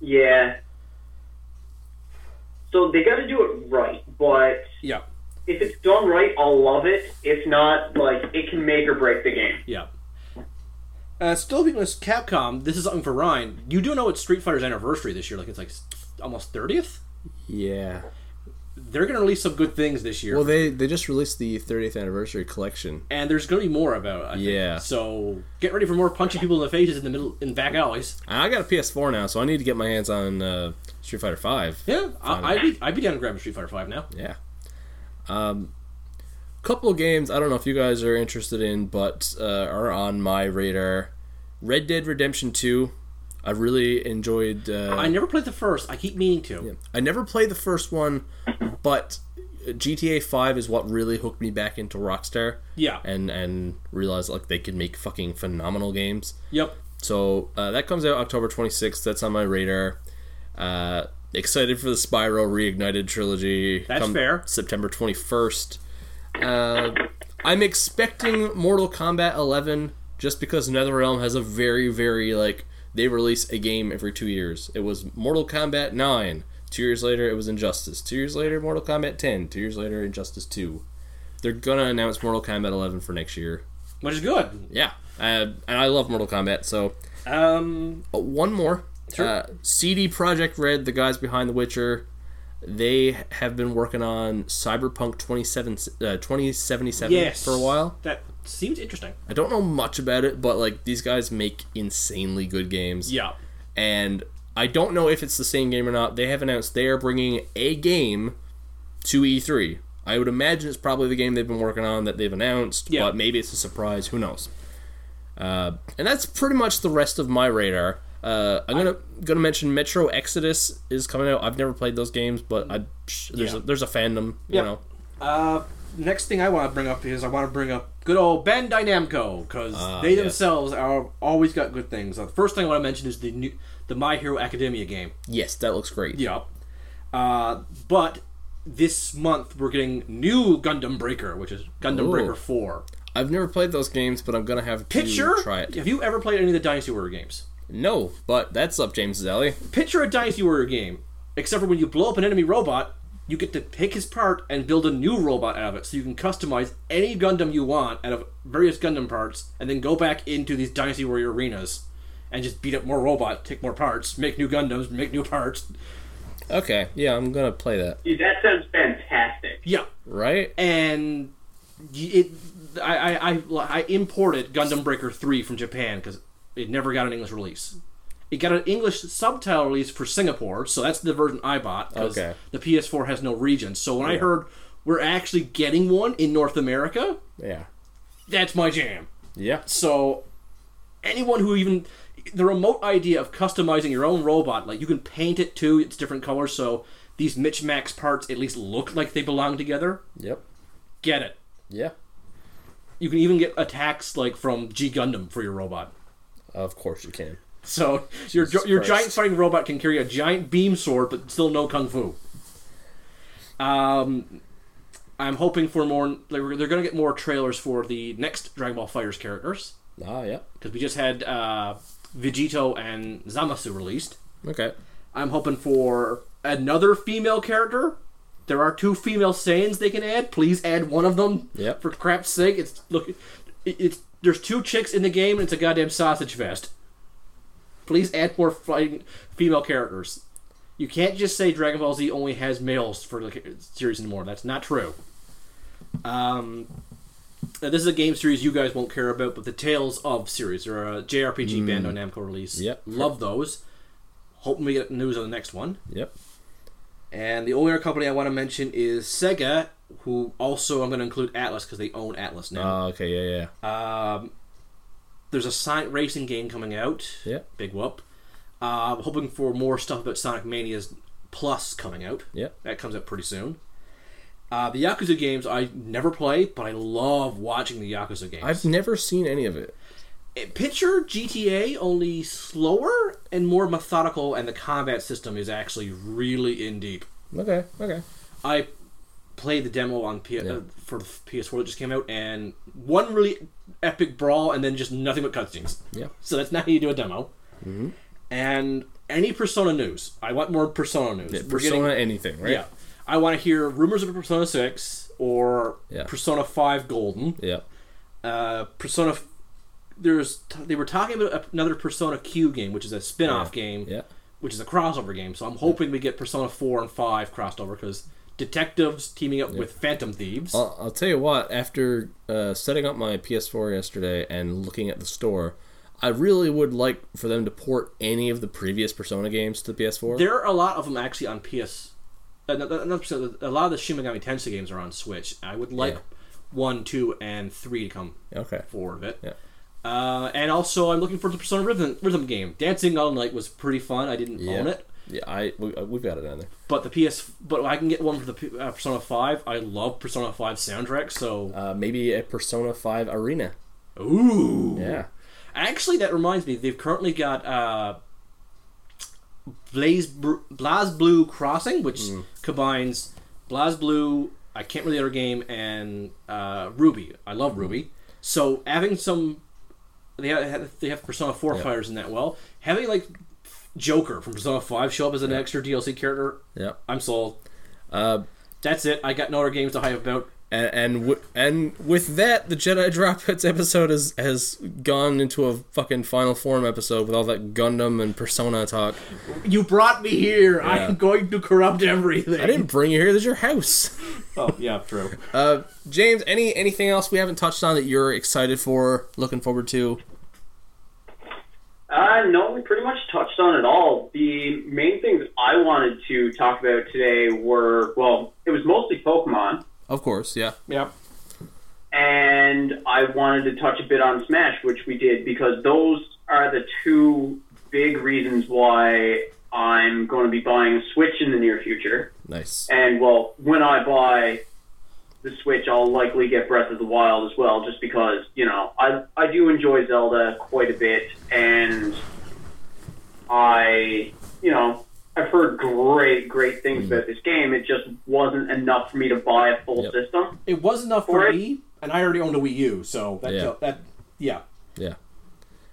[SPEAKER 2] Yeah. So they gotta do it right, but
[SPEAKER 3] Yeah,
[SPEAKER 2] if it's done right, I'll love it. If not, like, it can make or break the game.
[SPEAKER 3] yeah. Uh, still being with Capcom, this is something for Ryan. You do know it's Street Fighter's anniversary this year. Like it's like s- almost thirtieth.
[SPEAKER 1] Yeah.
[SPEAKER 3] They're gonna release some good things this year,
[SPEAKER 1] Well, they they just released the 30th anniversary collection.
[SPEAKER 3] and there's gonna be more about it. I think.
[SPEAKER 1] Yeah.
[SPEAKER 3] So get ready for more punching people in the faces in the middle in back alleys.
[SPEAKER 1] And I got a PS4 now, so I need to get my hands on uh, Street Fighter 5.
[SPEAKER 3] Yeah, I, I'd be I'd be down to grab a Street Fighter Five now.
[SPEAKER 1] Yeah. Um, couple of games I don't know if you guys are interested in, but uh, are on my radar. Red Dead Redemption 2. I really enjoyed. Uh,
[SPEAKER 3] I never played the first. I keep meaning to.
[SPEAKER 1] I never played the first one, but GTA 5 is what really hooked me back into Rockstar.
[SPEAKER 3] Yeah.
[SPEAKER 1] And and realized like they could make fucking phenomenal games.
[SPEAKER 3] Yep.
[SPEAKER 1] So uh, that comes out October 26th. That's on my radar. Uh, excited for the Spyro Reignited trilogy.
[SPEAKER 3] That's fair.
[SPEAKER 1] September 21st. Uh, I'm expecting Mortal Kombat 11 just because NetherRealm has a very, very like they release a game every two years. It was Mortal Kombat 9. Two years later, it was Injustice. Two years later, Mortal Kombat 10. Two years later, Injustice 2. They're gonna announce Mortal Kombat 11 for next year.
[SPEAKER 3] Which is good.
[SPEAKER 1] Yeah, uh, and I love Mortal Kombat, so
[SPEAKER 3] Um.
[SPEAKER 1] uh, one more.
[SPEAKER 3] Sure.
[SPEAKER 1] Uh, CD Project Red, the guys behind The Witcher, they have been working on Cyberpunk 27, uh, 2077
[SPEAKER 3] Yes.
[SPEAKER 1] for a while.
[SPEAKER 3] That seems interesting.
[SPEAKER 1] I don't know much about it, but like these guys make insanely good games.
[SPEAKER 3] Yeah.
[SPEAKER 1] And I don't know if it's the same game or not. They have announced they are bringing a game to E3. I would imagine it's probably the game they've been working on that they've announced,
[SPEAKER 3] Yeah.
[SPEAKER 1] but maybe it's a surprise. Who knows? Uh, and that's pretty much the rest of my radar. Uh, I'm gonna gonna mention Metro Exodus is coming out. I've never played those games, but I psh, there's
[SPEAKER 3] Yeah.
[SPEAKER 1] a, there's a fandom, you
[SPEAKER 3] Yep.
[SPEAKER 1] know.
[SPEAKER 3] Uh, next thing I want to bring up is I want to bring up good old Bandai Namco because they
[SPEAKER 1] Ah, yes.
[SPEAKER 3] themselves are always got good things. Uh, the first thing I want to mention is the new the My Hero Academia game.
[SPEAKER 1] Yes, that looks great.
[SPEAKER 3] Yep. Uh, but this month we're getting new Gundam Breaker, which is Gundam
[SPEAKER 1] Ooh.
[SPEAKER 3] Breaker Four.
[SPEAKER 1] I've never played those games, but I'm gonna have
[SPEAKER 3] Picture.
[SPEAKER 1] to try it.
[SPEAKER 3] Have you ever played any of the Dynasty Warrior games?
[SPEAKER 1] No, but that's up James's alley.
[SPEAKER 3] Picture a Dynasty Warrior game, except for when you blow up an enemy robot, you get to pick his part and build a new robot out of it. So you can customize any Gundam you want out of various Gundam parts, and then go back into these Dynasty Warrior arenas and just beat up more robots, take more parts, make new Gundams, make new parts.
[SPEAKER 1] Okay, yeah, I'm gonna play that.
[SPEAKER 2] Dude, that sounds fantastic.
[SPEAKER 3] Yeah,
[SPEAKER 1] Right?
[SPEAKER 3] and y- it I I, I, I imported Gundam Breaker three from Japan because it never got an English release. It got an English subtitle release for Singapore, so that's the version I bought. 'cause
[SPEAKER 1] Okay.
[SPEAKER 3] The PS4 has no region, so when I heard we're actually getting one in North America,
[SPEAKER 1] Yeah.
[SPEAKER 3] that's my jam.
[SPEAKER 1] Yeah.
[SPEAKER 3] So anyone who even the remote idea of customizing your own robot, like you can paint it too, it's different colors, so these Mitch Max parts at least look like they belong together.
[SPEAKER 1] Yep.
[SPEAKER 3] Get it.
[SPEAKER 1] Yeah.
[SPEAKER 3] You can even get attacks like from G Gundam for your robot.
[SPEAKER 1] Of course you can.
[SPEAKER 3] So your your
[SPEAKER 1] Christ.
[SPEAKER 3] giant fighting robot can carry a giant beam sword, but still no kung fu. Um, I'm hoping for more. They're, they're going to get more trailers for the next Dragon Ball Fighters characters
[SPEAKER 1] Ah, yeah.
[SPEAKER 3] because we just had uh, Vegito and Zamasu released.
[SPEAKER 1] Okay.
[SPEAKER 3] I'm hoping for another female character. There are two female Saiyans they can add. Please add one of them.
[SPEAKER 1] Yep.
[SPEAKER 3] For crap's sake, it's look, it- it's there's two chicks in the game and it's a goddamn sausage fest. Please add more fighting female characters. You can't just say Dragon Ball Z only has males for the ca- series anymore. That's not true. Um, uh, this is a game series you guys won't care about, but the Tales of series or a JRPG Bandai Namco release.
[SPEAKER 1] Yep.
[SPEAKER 3] Love those. Hoping we get news on the next one.
[SPEAKER 1] Yep.
[SPEAKER 3] And the only other company I want to mention is Sega, who also I'm going to include Atlas because they own Atlas now.
[SPEAKER 1] Ah, okay. Yeah, yeah.
[SPEAKER 3] um, there's a Sonic racing game coming out.
[SPEAKER 1] Yep.
[SPEAKER 3] Big whoop. Uh, I'm hoping for more stuff about Sonic Mania's Plus coming out.
[SPEAKER 1] Yep.
[SPEAKER 3] That comes out pretty soon. Uh, the Yakuza games I never play, but I love watching the Yakuza games.
[SPEAKER 1] I've never seen any of it.
[SPEAKER 3] It- Picture GTA only slower and more methodical, and the combat system is actually really in deep.
[SPEAKER 1] Okay. Okay.
[SPEAKER 3] I played the demo on P-
[SPEAKER 1] Yeah.
[SPEAKER 3] uh, for the PS4 that just came out, and one really epic brawl, and then just nothing but cutscenes.
[SPEAKER 1] Yeah.
[SPEAKER 3] So that's not how you do a demo. Mm-hmm. And any Persona news, I want more Persona news. We're
[SPEAKER 1] Persona
[SPEAKER 3] getting-
[SPEAKER 1] anything, right?
[SPEAKER 3] yeah, I want to hear rumors of Persona Six or
[SPEAKER 1] Yeah.
[SPEAKER 3] Persona Five Golden.
[SPEAKER 1] Yeah.
[SPEAKER 3] Uh, Persona. f- There's t- they were talking about another Persona Q game, which is a spin-off game
[SPEAKER 1] Yeah.
[SPEAKER 3] which is a crossover game. So I'm hoping we get Persona 4 and 5 crossed over because detectives teaming up with phantom thieves.
[SPEAKER 1] I'll, I'll tell you what. After uh, setting up my PS4 yesterday and looking at the store, I really would like for them to port any of the previous Persona games to the PS4.
[SPEAKER 3] there are a lot of them actually on PS. uh, no- no- no, so A lot of the Shin Megami Tensei games are on Switch. I would like
[SPEAKER 1] Yeah.
[SPEAKER 3] one, two, and three to come
[SPEAKER 1] okay.
[SPEAKER 3] forward with it.
[SPEAKER 1] Yeah.
[SPEAKER 3] Uh, and also, I'm looking for the Persona Rhythm, Rhythm game. Dancing All Night was pretty fun. I didn't
[SPEAKER 1] Yeah.
[SPEAKER 3] own it,
[SPEAKER 1] Yeah, I we, uh, we've got it on there.
[SPEAKER 3] but the PS, but I can get one for the P- uh, Persona Five. I love Persona Five soundtrack, so
[SPEAKER 1] Uh, maybe a Persona Five Arena.
[SPEAKER 3] ooh,
[SPEAKER 1] Yeah.
[SPEAKER 3] Actually, that reminds me. They've currently got uh, Blaze Bru- Blaze Blue Crossing, which
[SPEAKER 1] Mm.
[SPEAKER 3] combines Blaze Blue. I can't remember the other game and uh, Ruby. I love
[SPEAKER 1] Mm.
[SPEAKER 3] Ruby. So having some, they have, they have Persona Four fighters in that. Well, having like Joker from Persona Five show up as an extra DLC character,
[SPEAKER 1] Yeah. Uh,
[SPEAKER 3] I'm sold. That's it. I got no other games to hype about.
[SPEAKER 1] and and, w- and with that, the Jedi Dropouts episode has has gone into a fucking final form episode with all that Gundam and Persona talk.
[SPEAKER 3] You brought me here. I
[SPEAKER 1] Yeah.
[SPEAKER 3] am going to corrupt everything.
[SPEAKER 1] I didn't bring you here. This is your house.
[SPEAKER 3] <laughs> Oh yeah, true.
[SPEAKER 1] <laughs> Uh, James, any anything else we haven't touched on that you're excited for, looking forward to?
[SPEAKER 2] Uh, no, we pretty much touched on it all. The main things I wanted to talk about today were well, it was mostly Pokemon,
[SPEAKER 1] Of course, yeah.
[SPEAKER 3] yeah.
[SPEAKER 2] and I wanted to touch a bit on Smash, which we did because those are the two big reasons why I'm going to be buying a Switch in the near future.
[SPEAKER 1] Nice.
[SPEAKER 2] And well, when I buy the Switch, I'll likely get Breath of the Wild as well, just because you know I I do enjoy Zelda quite a bit, and I you know I've heard great great things about this game. It just wasn't enough for me to buy a full
[SPEAKER 1] Yep.
[SPEAKER 2] system.
[SPEAKER 3] It was enough
[SPEAKER 2] For
[SPEAKER 3] for
[SPEAKER 2] it-
[SPEAKER 3] me, and I already owned a Wii U, so that
[SPEAKER 1] Yeah.
[SPEAKER 3] that yeah.
[SPEAKER 1] Yeah.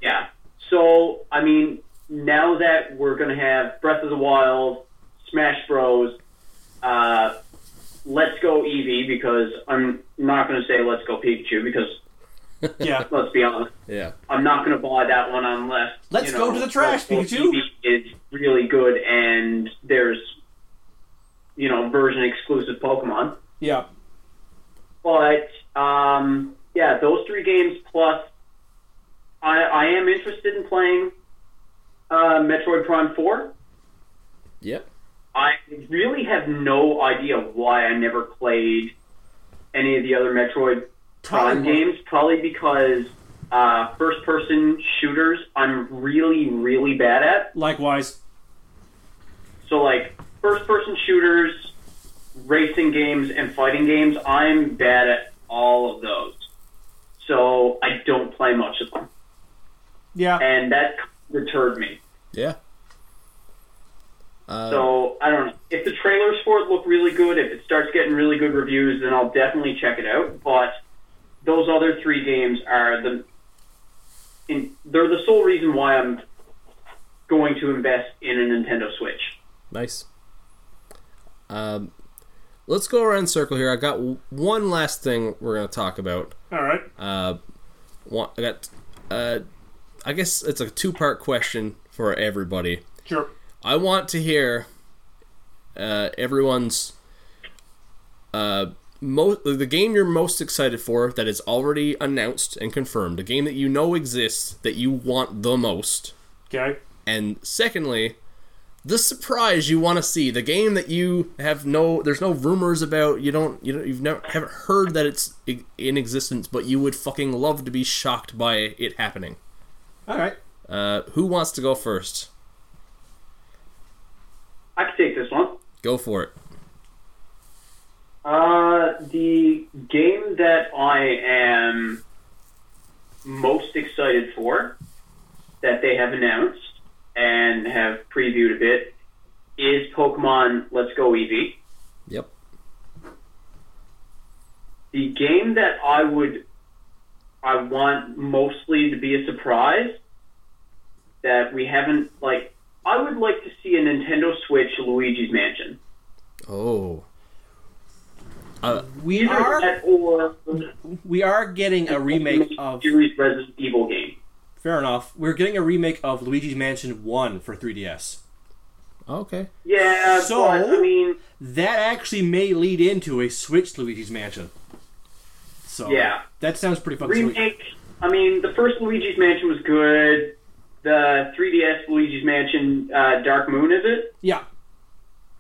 [SPEAKER 2] Yeah. So I mean, now that we're gonna have Breath of the Wild, Smash Bros, uh, Let's Go Eevee because I'm not going to say Let's Go Pikachu because
[SPEAKER 5] Yeah.
[SPEAKER 2] let's be honest,
[SPEAKER 1] Yeah.
[SPEAKER 2] I'm not going to buy that one unless
[SPEAKER 5] Let's
[SPEAKER 2] you
[SPEAKER 5] go
[SPEAKER 2] know,
[SPEAKER 5] to the trash,
[SPEAKER 2] Let's Go
[SPEAKER 5] Pikachu.
[SPEAKER 2] Eevee is really good and there's you know version exclusive Pokemon.
[SPEAKER 5] Yeah.
[SPEAKER 2] But um, yeah, those three games plus, I, I am interested in playing uh, Metroid Prime Four.
[SPEAKER 1] Yep.
[SPEAKER 2] I really have no idea why I never played any of the other Metroid Prime games. Probably because uh, first-person shooters I'm really, really bad at.
[SPEAKER 5] Likewise.
[SPEAKER 2] So like first person shooters, racing games, and fighting games, I'm bad at all of those. So I don't play much of them,
[SPEAKER 5] Yeah.
[SPEAKER 2] and that deterred me.
[SPEAKER 1] Yeah. Uh,
[SPEAKER 2] So I don't know if the trailers for it look really good. If it starts getting really good reviews, then I'll definitely check it out. But those other three games are the, in, they're the sole reason why I'm going to invest in a Nintendo Switch.
[SPEAKER 1] Nice. Um, let's go around in circle here. I got w- one last thing we're going to talk about.
[SPEAKER 5] All right.
[SPEAKER 1] Uh, one, I got. Uh, I guess it's a two-part question for everybody.
[SPEAKER 5] Sure.
[SPEAKER 1] I want to hear uh, everyone's uh, most the game you're most excited for that is already announced and confirmed, a game that you know exists that you want the most,
[SPEAKER 5] Okay.
[SPEAKER 1] and secondly, the surprise you want to see, the game that you have no there's no rumors about, you don't you don't, you've never haven't heard that it's i- in existence, but you would fucking love to be shocked by it happening.
[SPEAKER 5] All right.
[SPEAKER 1] Uh, who wants to go first?
[SPEAKER 2] I can take this one.
[SPEAKER 1] Go for it.
[SPEAKER 2] Uh, the game that I am most excited for that they have announced and have previewed a bit is Pokemon Let's Go Eevee.
[SPEAKER 1] Yep.
[SPEAKER 2] The game that I would I want mostly to be a surprise that we haven't like I would like to see a Nintendo Switch Luigi's Mansion.
[SPEAKER 1] Oh. Uh,
[SPEAKER 3] We
[SPEAKER 2] Either
[SPEAKER 3] are
[SPEAKER 2] that or
[SPEAKER 3] we are getting
[SPEAKER 2] <laughs>
[SPEAKER 3] a remake of
[SPEAKER 2] series Resident Evil game.
[SPEAKER 3] fair enough. We're getting a remake of Luigi's Mansion One for 3DS.
[SPEAKER 1] Okay.
[SPEAKER 2] Yeah,
[SPEAKER 3] So-
[SPEAKER 2] but I mean,
[SPEAKER 3] That actually may lead into a Switch Luigi's Mansion. So
[SPEAKER 2] Yeah.
[SPEAKER 3] that sounds pretty fucking sweet.
[SPEAKER 2] remake. I mean, the first Luigi's Mansion was good. The 3DS Luigi's Mansion uh, Dark Moon, is it?
[SPEAKER 3] Yeah,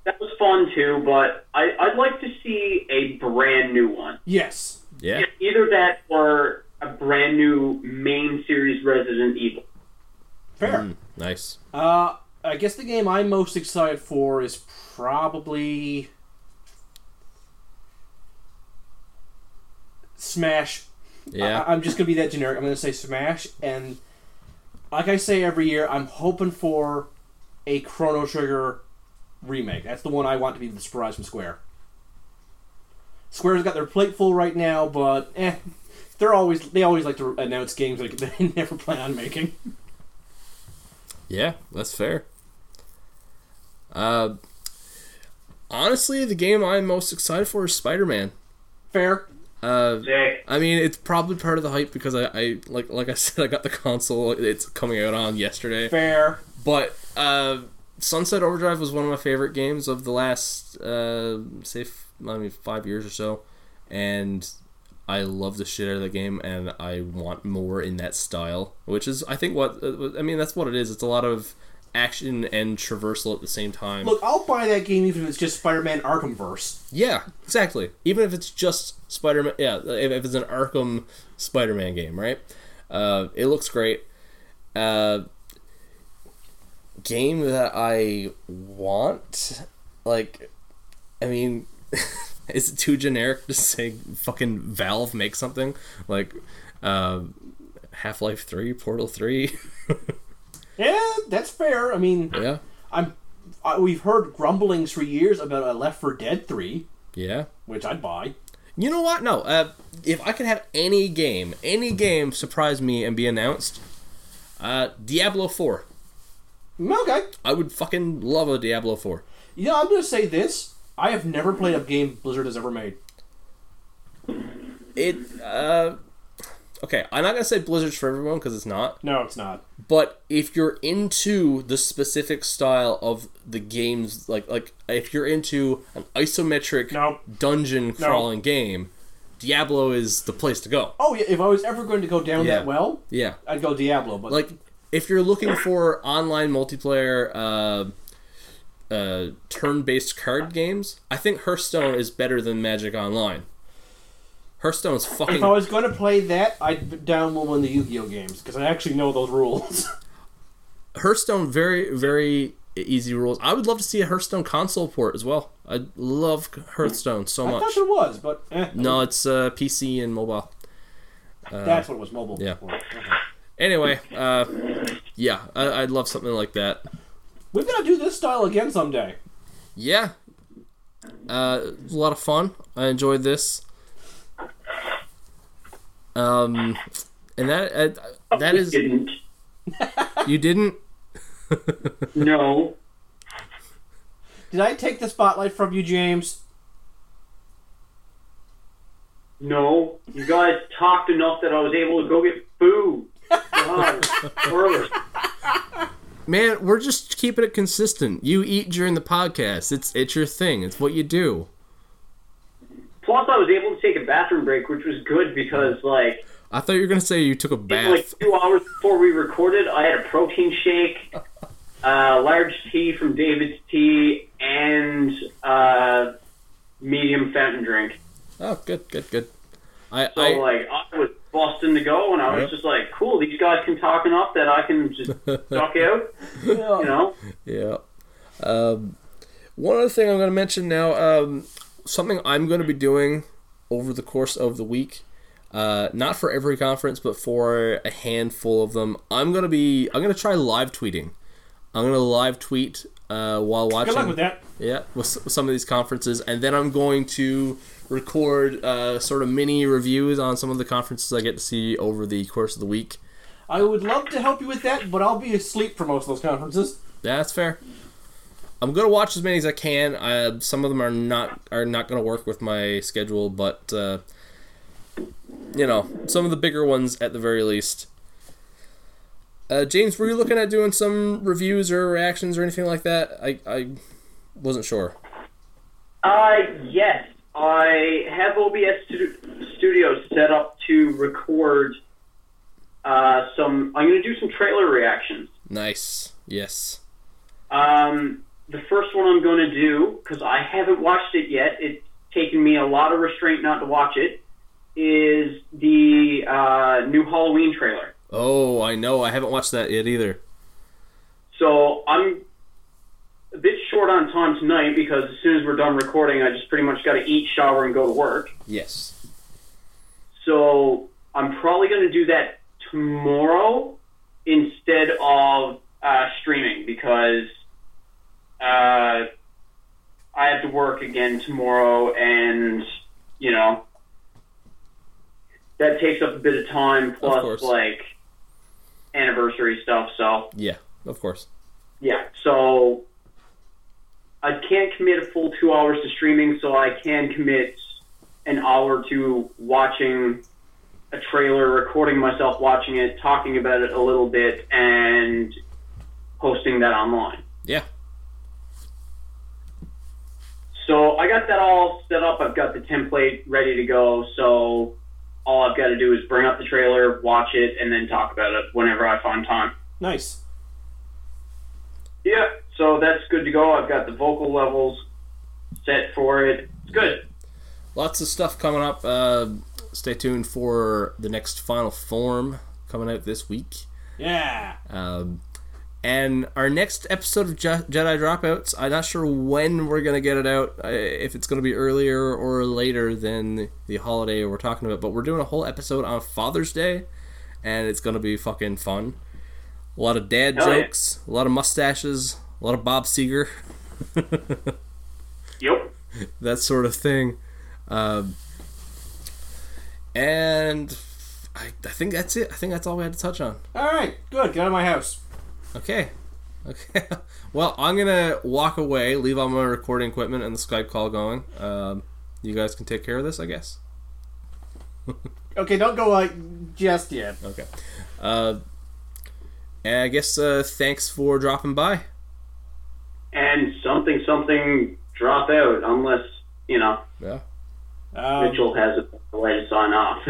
[SPEAKER 2] That was fun too, but I, I'd like to see a brand new one.
[SPEAKER 5] Yes.
[SPEAKER 1] Yeah.
[SPEAKER 2] Either that or a brand new main series Resident Evil.
[SPEAKER 5] Fair.
[SPEAKER 1] Mm, nice.
[SPEAKER 5] Uh, I guess the game I'm most excited for is probably Smash.
[SPEAKER 1] Yeah.
[SPEAKER 5] I- I'm just gonna be that generic. I'm gonna say Smash, and like I say every year, I'm hoping for a Chrono Trigger remake. That's the one I want to be the surprise from Square. Square's got their plate full right now, but eh, they're always they always like to announce games like they <laughs> never plan on making.
[SPEAKER 1] yeah, that's fair. Uh, honestly, the game I'm most excited for is Spider-Man.
[SPEAKER 5] Fair.
[SPEAKER 1] Uh,
[SPEAKER 2] Sick.
[SPEAKER 1] I mean, it's probably part of the hype because I, I like like I <laughs> said, I got the console. It's coming out on yesterday.
[SPEAKER 5] Fair.
[SPEAKER 1] But uh, Sunset Overdrive was one of my favorite games of the last, uh, say, f- I mean, five years or so, and I love the shit out of the game, and I want more in that style, which is, I think, what uh, I mean. That's what it is. It's a lot of action and traversal at the same time.
[SPEAKER 5] Look, I'll buy that game even if it's just Spider-Man Arkhamverse.
[SPEAKER 1] Yeah, exactly. Even if it's just Spider Man, yeah, if, if it's an Arkham Spider Man game, right? Uh, it looks great. Uh, game that I want, like, I mean, <laughs> is it too generic to say fucking Valve make something like uh, Half Life Three, Portal Three? <laughs>
[SPEAKER 5] Yeah, that's fair. I mean,
[SPEAKER 1] yeah,
[SPEAKER 5] I'm I, we've heard grumblings for years about a Left 4 Dead 3,
[SPEAKER 1] yeah.
[SPEAKER 5] which I'd buy.
[SPEAKER 1] You know what? No. Uh, if I could have any game, any game surprise me and be announced, uh, Diablo 4.
[SPEAKER 5] Mm, Okay.
[SPEAKER 1] I would fucking love a Diablo 4.
[SPEAKER 5] You know, I'm going to say this. I have never played a game Blizzard has ever made.
[SPEAKER 1] It. Uh, okay, I'm not gonna say Blizzard's for everyone because it's not.
[SPEAKER 5] No, it's not.
[SPEAKER 1] But if you're into the specific style of the games, like like if you're into an isometric
[SPEAKER 5] No.
[SPEAKER 1] dungeon crawling game, Diablo is the place to go.
[SPEAKER 5] Oh, yeah, if I was ever going to go down
[SPEAKER 1] Yeah.
[SPEAKER 5] that well,
[SPEAKER 1] Yeah,
[SPEAKER 5] I'd go Diablo. But
[SPEAKER 1] like if you're looking for online multiplayer uh, uh, turn-based card games, I think Hearthstone is better than Magic Online. Hearthstone's fucking.
[SPEAKER 5] if I was going to play that, I'd download one of the Yu-Gi-Oh games because I actually know those rules. <laughs>
[SPEAKER 1] Hearthstone very very e-, easy rules. I would love to see a Hearthstone console port as well. I love Hearthstone so
[SPEAKER 5] I thought
[SPEAKER 1] much.
[SPEAKER 5] there was, but eh,
[SPEAKER 1] No, it's uh, PC and mobile.
[SPEAKER 5] that's what it was mobile.
[SPEAKER 1] yeah.
[SPEAKER 5] for. Okay.
[SPEAKER 1] Anyway, uh, yeah, I, I'd love something like that.
[SPEAKER 5] We've got to do this style again someday.
[SPEAKER 1] Yeah, uh, it was a lot of fun. I enjoyed this. Um, and that uh, that is
[SPEAKER 2] Didn't.
[SPEAKER 1] you didn't.
[SPEAKER 2] No.
[SPEAKER 5] Did I take the spotlight from you, James?
[SPEAKER 2] No. You guys talked enough that I was able to go get food. Wow. Early.
[SPEAKER 1] Man, we're just keeping it consistent. You eat during the podcast. It's it's your thing. It's what you do.
[SPEAKER 2] Plus, I was able to take a bathroom break, which was good because, like,
[SPEAKER 1] I thought you were gonna say you took a
[SPEAKER 2] like
[SPEAKER 1] bath.
[SPEAKER 2] two hours before we recorded, I had a protein shake, uh, large tea from David's Tea, and uh, medium fountain drink.
[SPEAKER 1] Oh, good, good, good. I,
[SPEAKER 2] So
[SPEAKER 1] I
[SPEAKER 2] like I was busting to go, and I was
[SPEAKER 1] Yep.
[SPEAKER 2] just like, "Cool, these guys can talk enough that I can just duck out." You know,
[SPEAKER 1] Yeah. Um, one other thing I'm going to mention now, um, something I'm going to be doing over the course of the week, uh, not for every conference, but for a handful of them. I'm going to be, I'm going to try live tweeting. I'm going to live tweet uh, while watching.
[SPEAKER 5] Good luck with that.
[SPEAKER 1] Yeah, with, s- with some of these conferences, and then I'm going to record uh, sort of mini reviews on some of the conferences I get to see over the course of the week.
[SPEAKER 5] I would love to help you with that, but I'll be asleep for most of those conferences.
[SPEAKER 1] Yeah, that's fair. I'm gonna watch as many as I can. Uh, some of them are not are not gonna work with my schedule, but uh, you know, some of the bigger ones at the very least. Uh, James, were you looking at doing some reviews or reactions or anything like that? I I wasn't sure.
[SPEAKER 2] Uh, yes. I have OBS stu- Studio set up to record uh, some. I'm going to do some trailer reactions.
[SPEAKER 1] Nice. Yes.
[SPEAKER 2] Um, the first one I'm going to do because I haven't watched it yet. It's taken me a lot of restraint not to watch it. Is the uh, new Halloween trailer?
[SPEAKER 1] Oh, I know. I haven't watched that yet either.
[SPEAKER 2] So I'm a bit short on time tonight because as soon as we're done recording, I just pretty much got to eat, shower, and go to work.
[SPEAKER 1] Yes.
[SPEAKER 2] So I'm probably going to do that tomorrow instead of uh, streaming because uh, I have to work again tomorrow, and you know that takes up a bit of time plus
[SPEAKER 1] course.
[SPEAKER 2] like anniversary stuff. So.
[SPEAKER 1] Yeah. Of course.
[SPEAKER 2] Yeah, so I can't commit a full two hours to streaming, so I can commit an hour to watching a trailer, recording myself watching it, talking about it a little bit, and posting that online.
[SPEAKER 1] Yeah.
[SPEAKER 2] So I got that all set up. I've got the template ready to go. So all I've got to do is bring up the trailer, watch it, and then talk about it whenever I find time.
[SPEAKER 5] Nice.
[SPEAKER 2] Yeah, so that's good to go. I've got the vocal levels set for it. It's good.
[SPEAKER 1] lots of stuff coming up. Uh, stay tuned for the next Final Form coming out this week.
[SPEAKER 5] Yeah.
[SPEAKER 1] Um, and our next episode of Je- Jedi Dropouts, I'm not sure when we're going to get it out, uh, if it's going to be earlier or later than the holiday we're talking about, but we're doing a whole episode on Father's Day, and it's going to be fucking fun. A lot of dad
[SPEAKER 2] Hell yeah.
[SPEAKER 1] jokes, a lot of mustaches, a lot of Bob Seger. <laughs>
[SPEAKER 2] Yep.
[SPEAKER 1] that sort of thing. Um, and I, I think that's it. I think that's all we had to touch on.
[SPEAKER 5] All right. Good. Get out of my house.
[SPEAKER 1] Okay. Okay. <laughs> Well, I'm gonna walk away, leave all my recording equipment and the Skype call going. Um, you guys can take care of this, I guess.
[SPEAKER 3] Okay, don't go like just yet.
[SPEAKER 1] Okay. Uh, and I guess uh, thanks for dropping by.
[SPEAKER 2] And something something drop out unless you know
[SPEAKER 1] Yeah. <laughs>
[SPEAKER 3] Um,
[SPEAKER 2] Mitchell has a lights on off.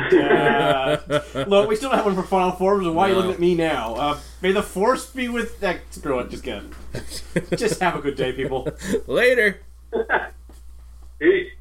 [SPEAKER 2] <laughs>
[SPEAKER 3] uh, look, we still don't have one for Final Forms, and why are you looking at me now? Uh, may the Force be with. Uh, screw it, just get it. Just have a good day, people.
[SPEAKER 1] Later.
[SPEAKER 2] Peace.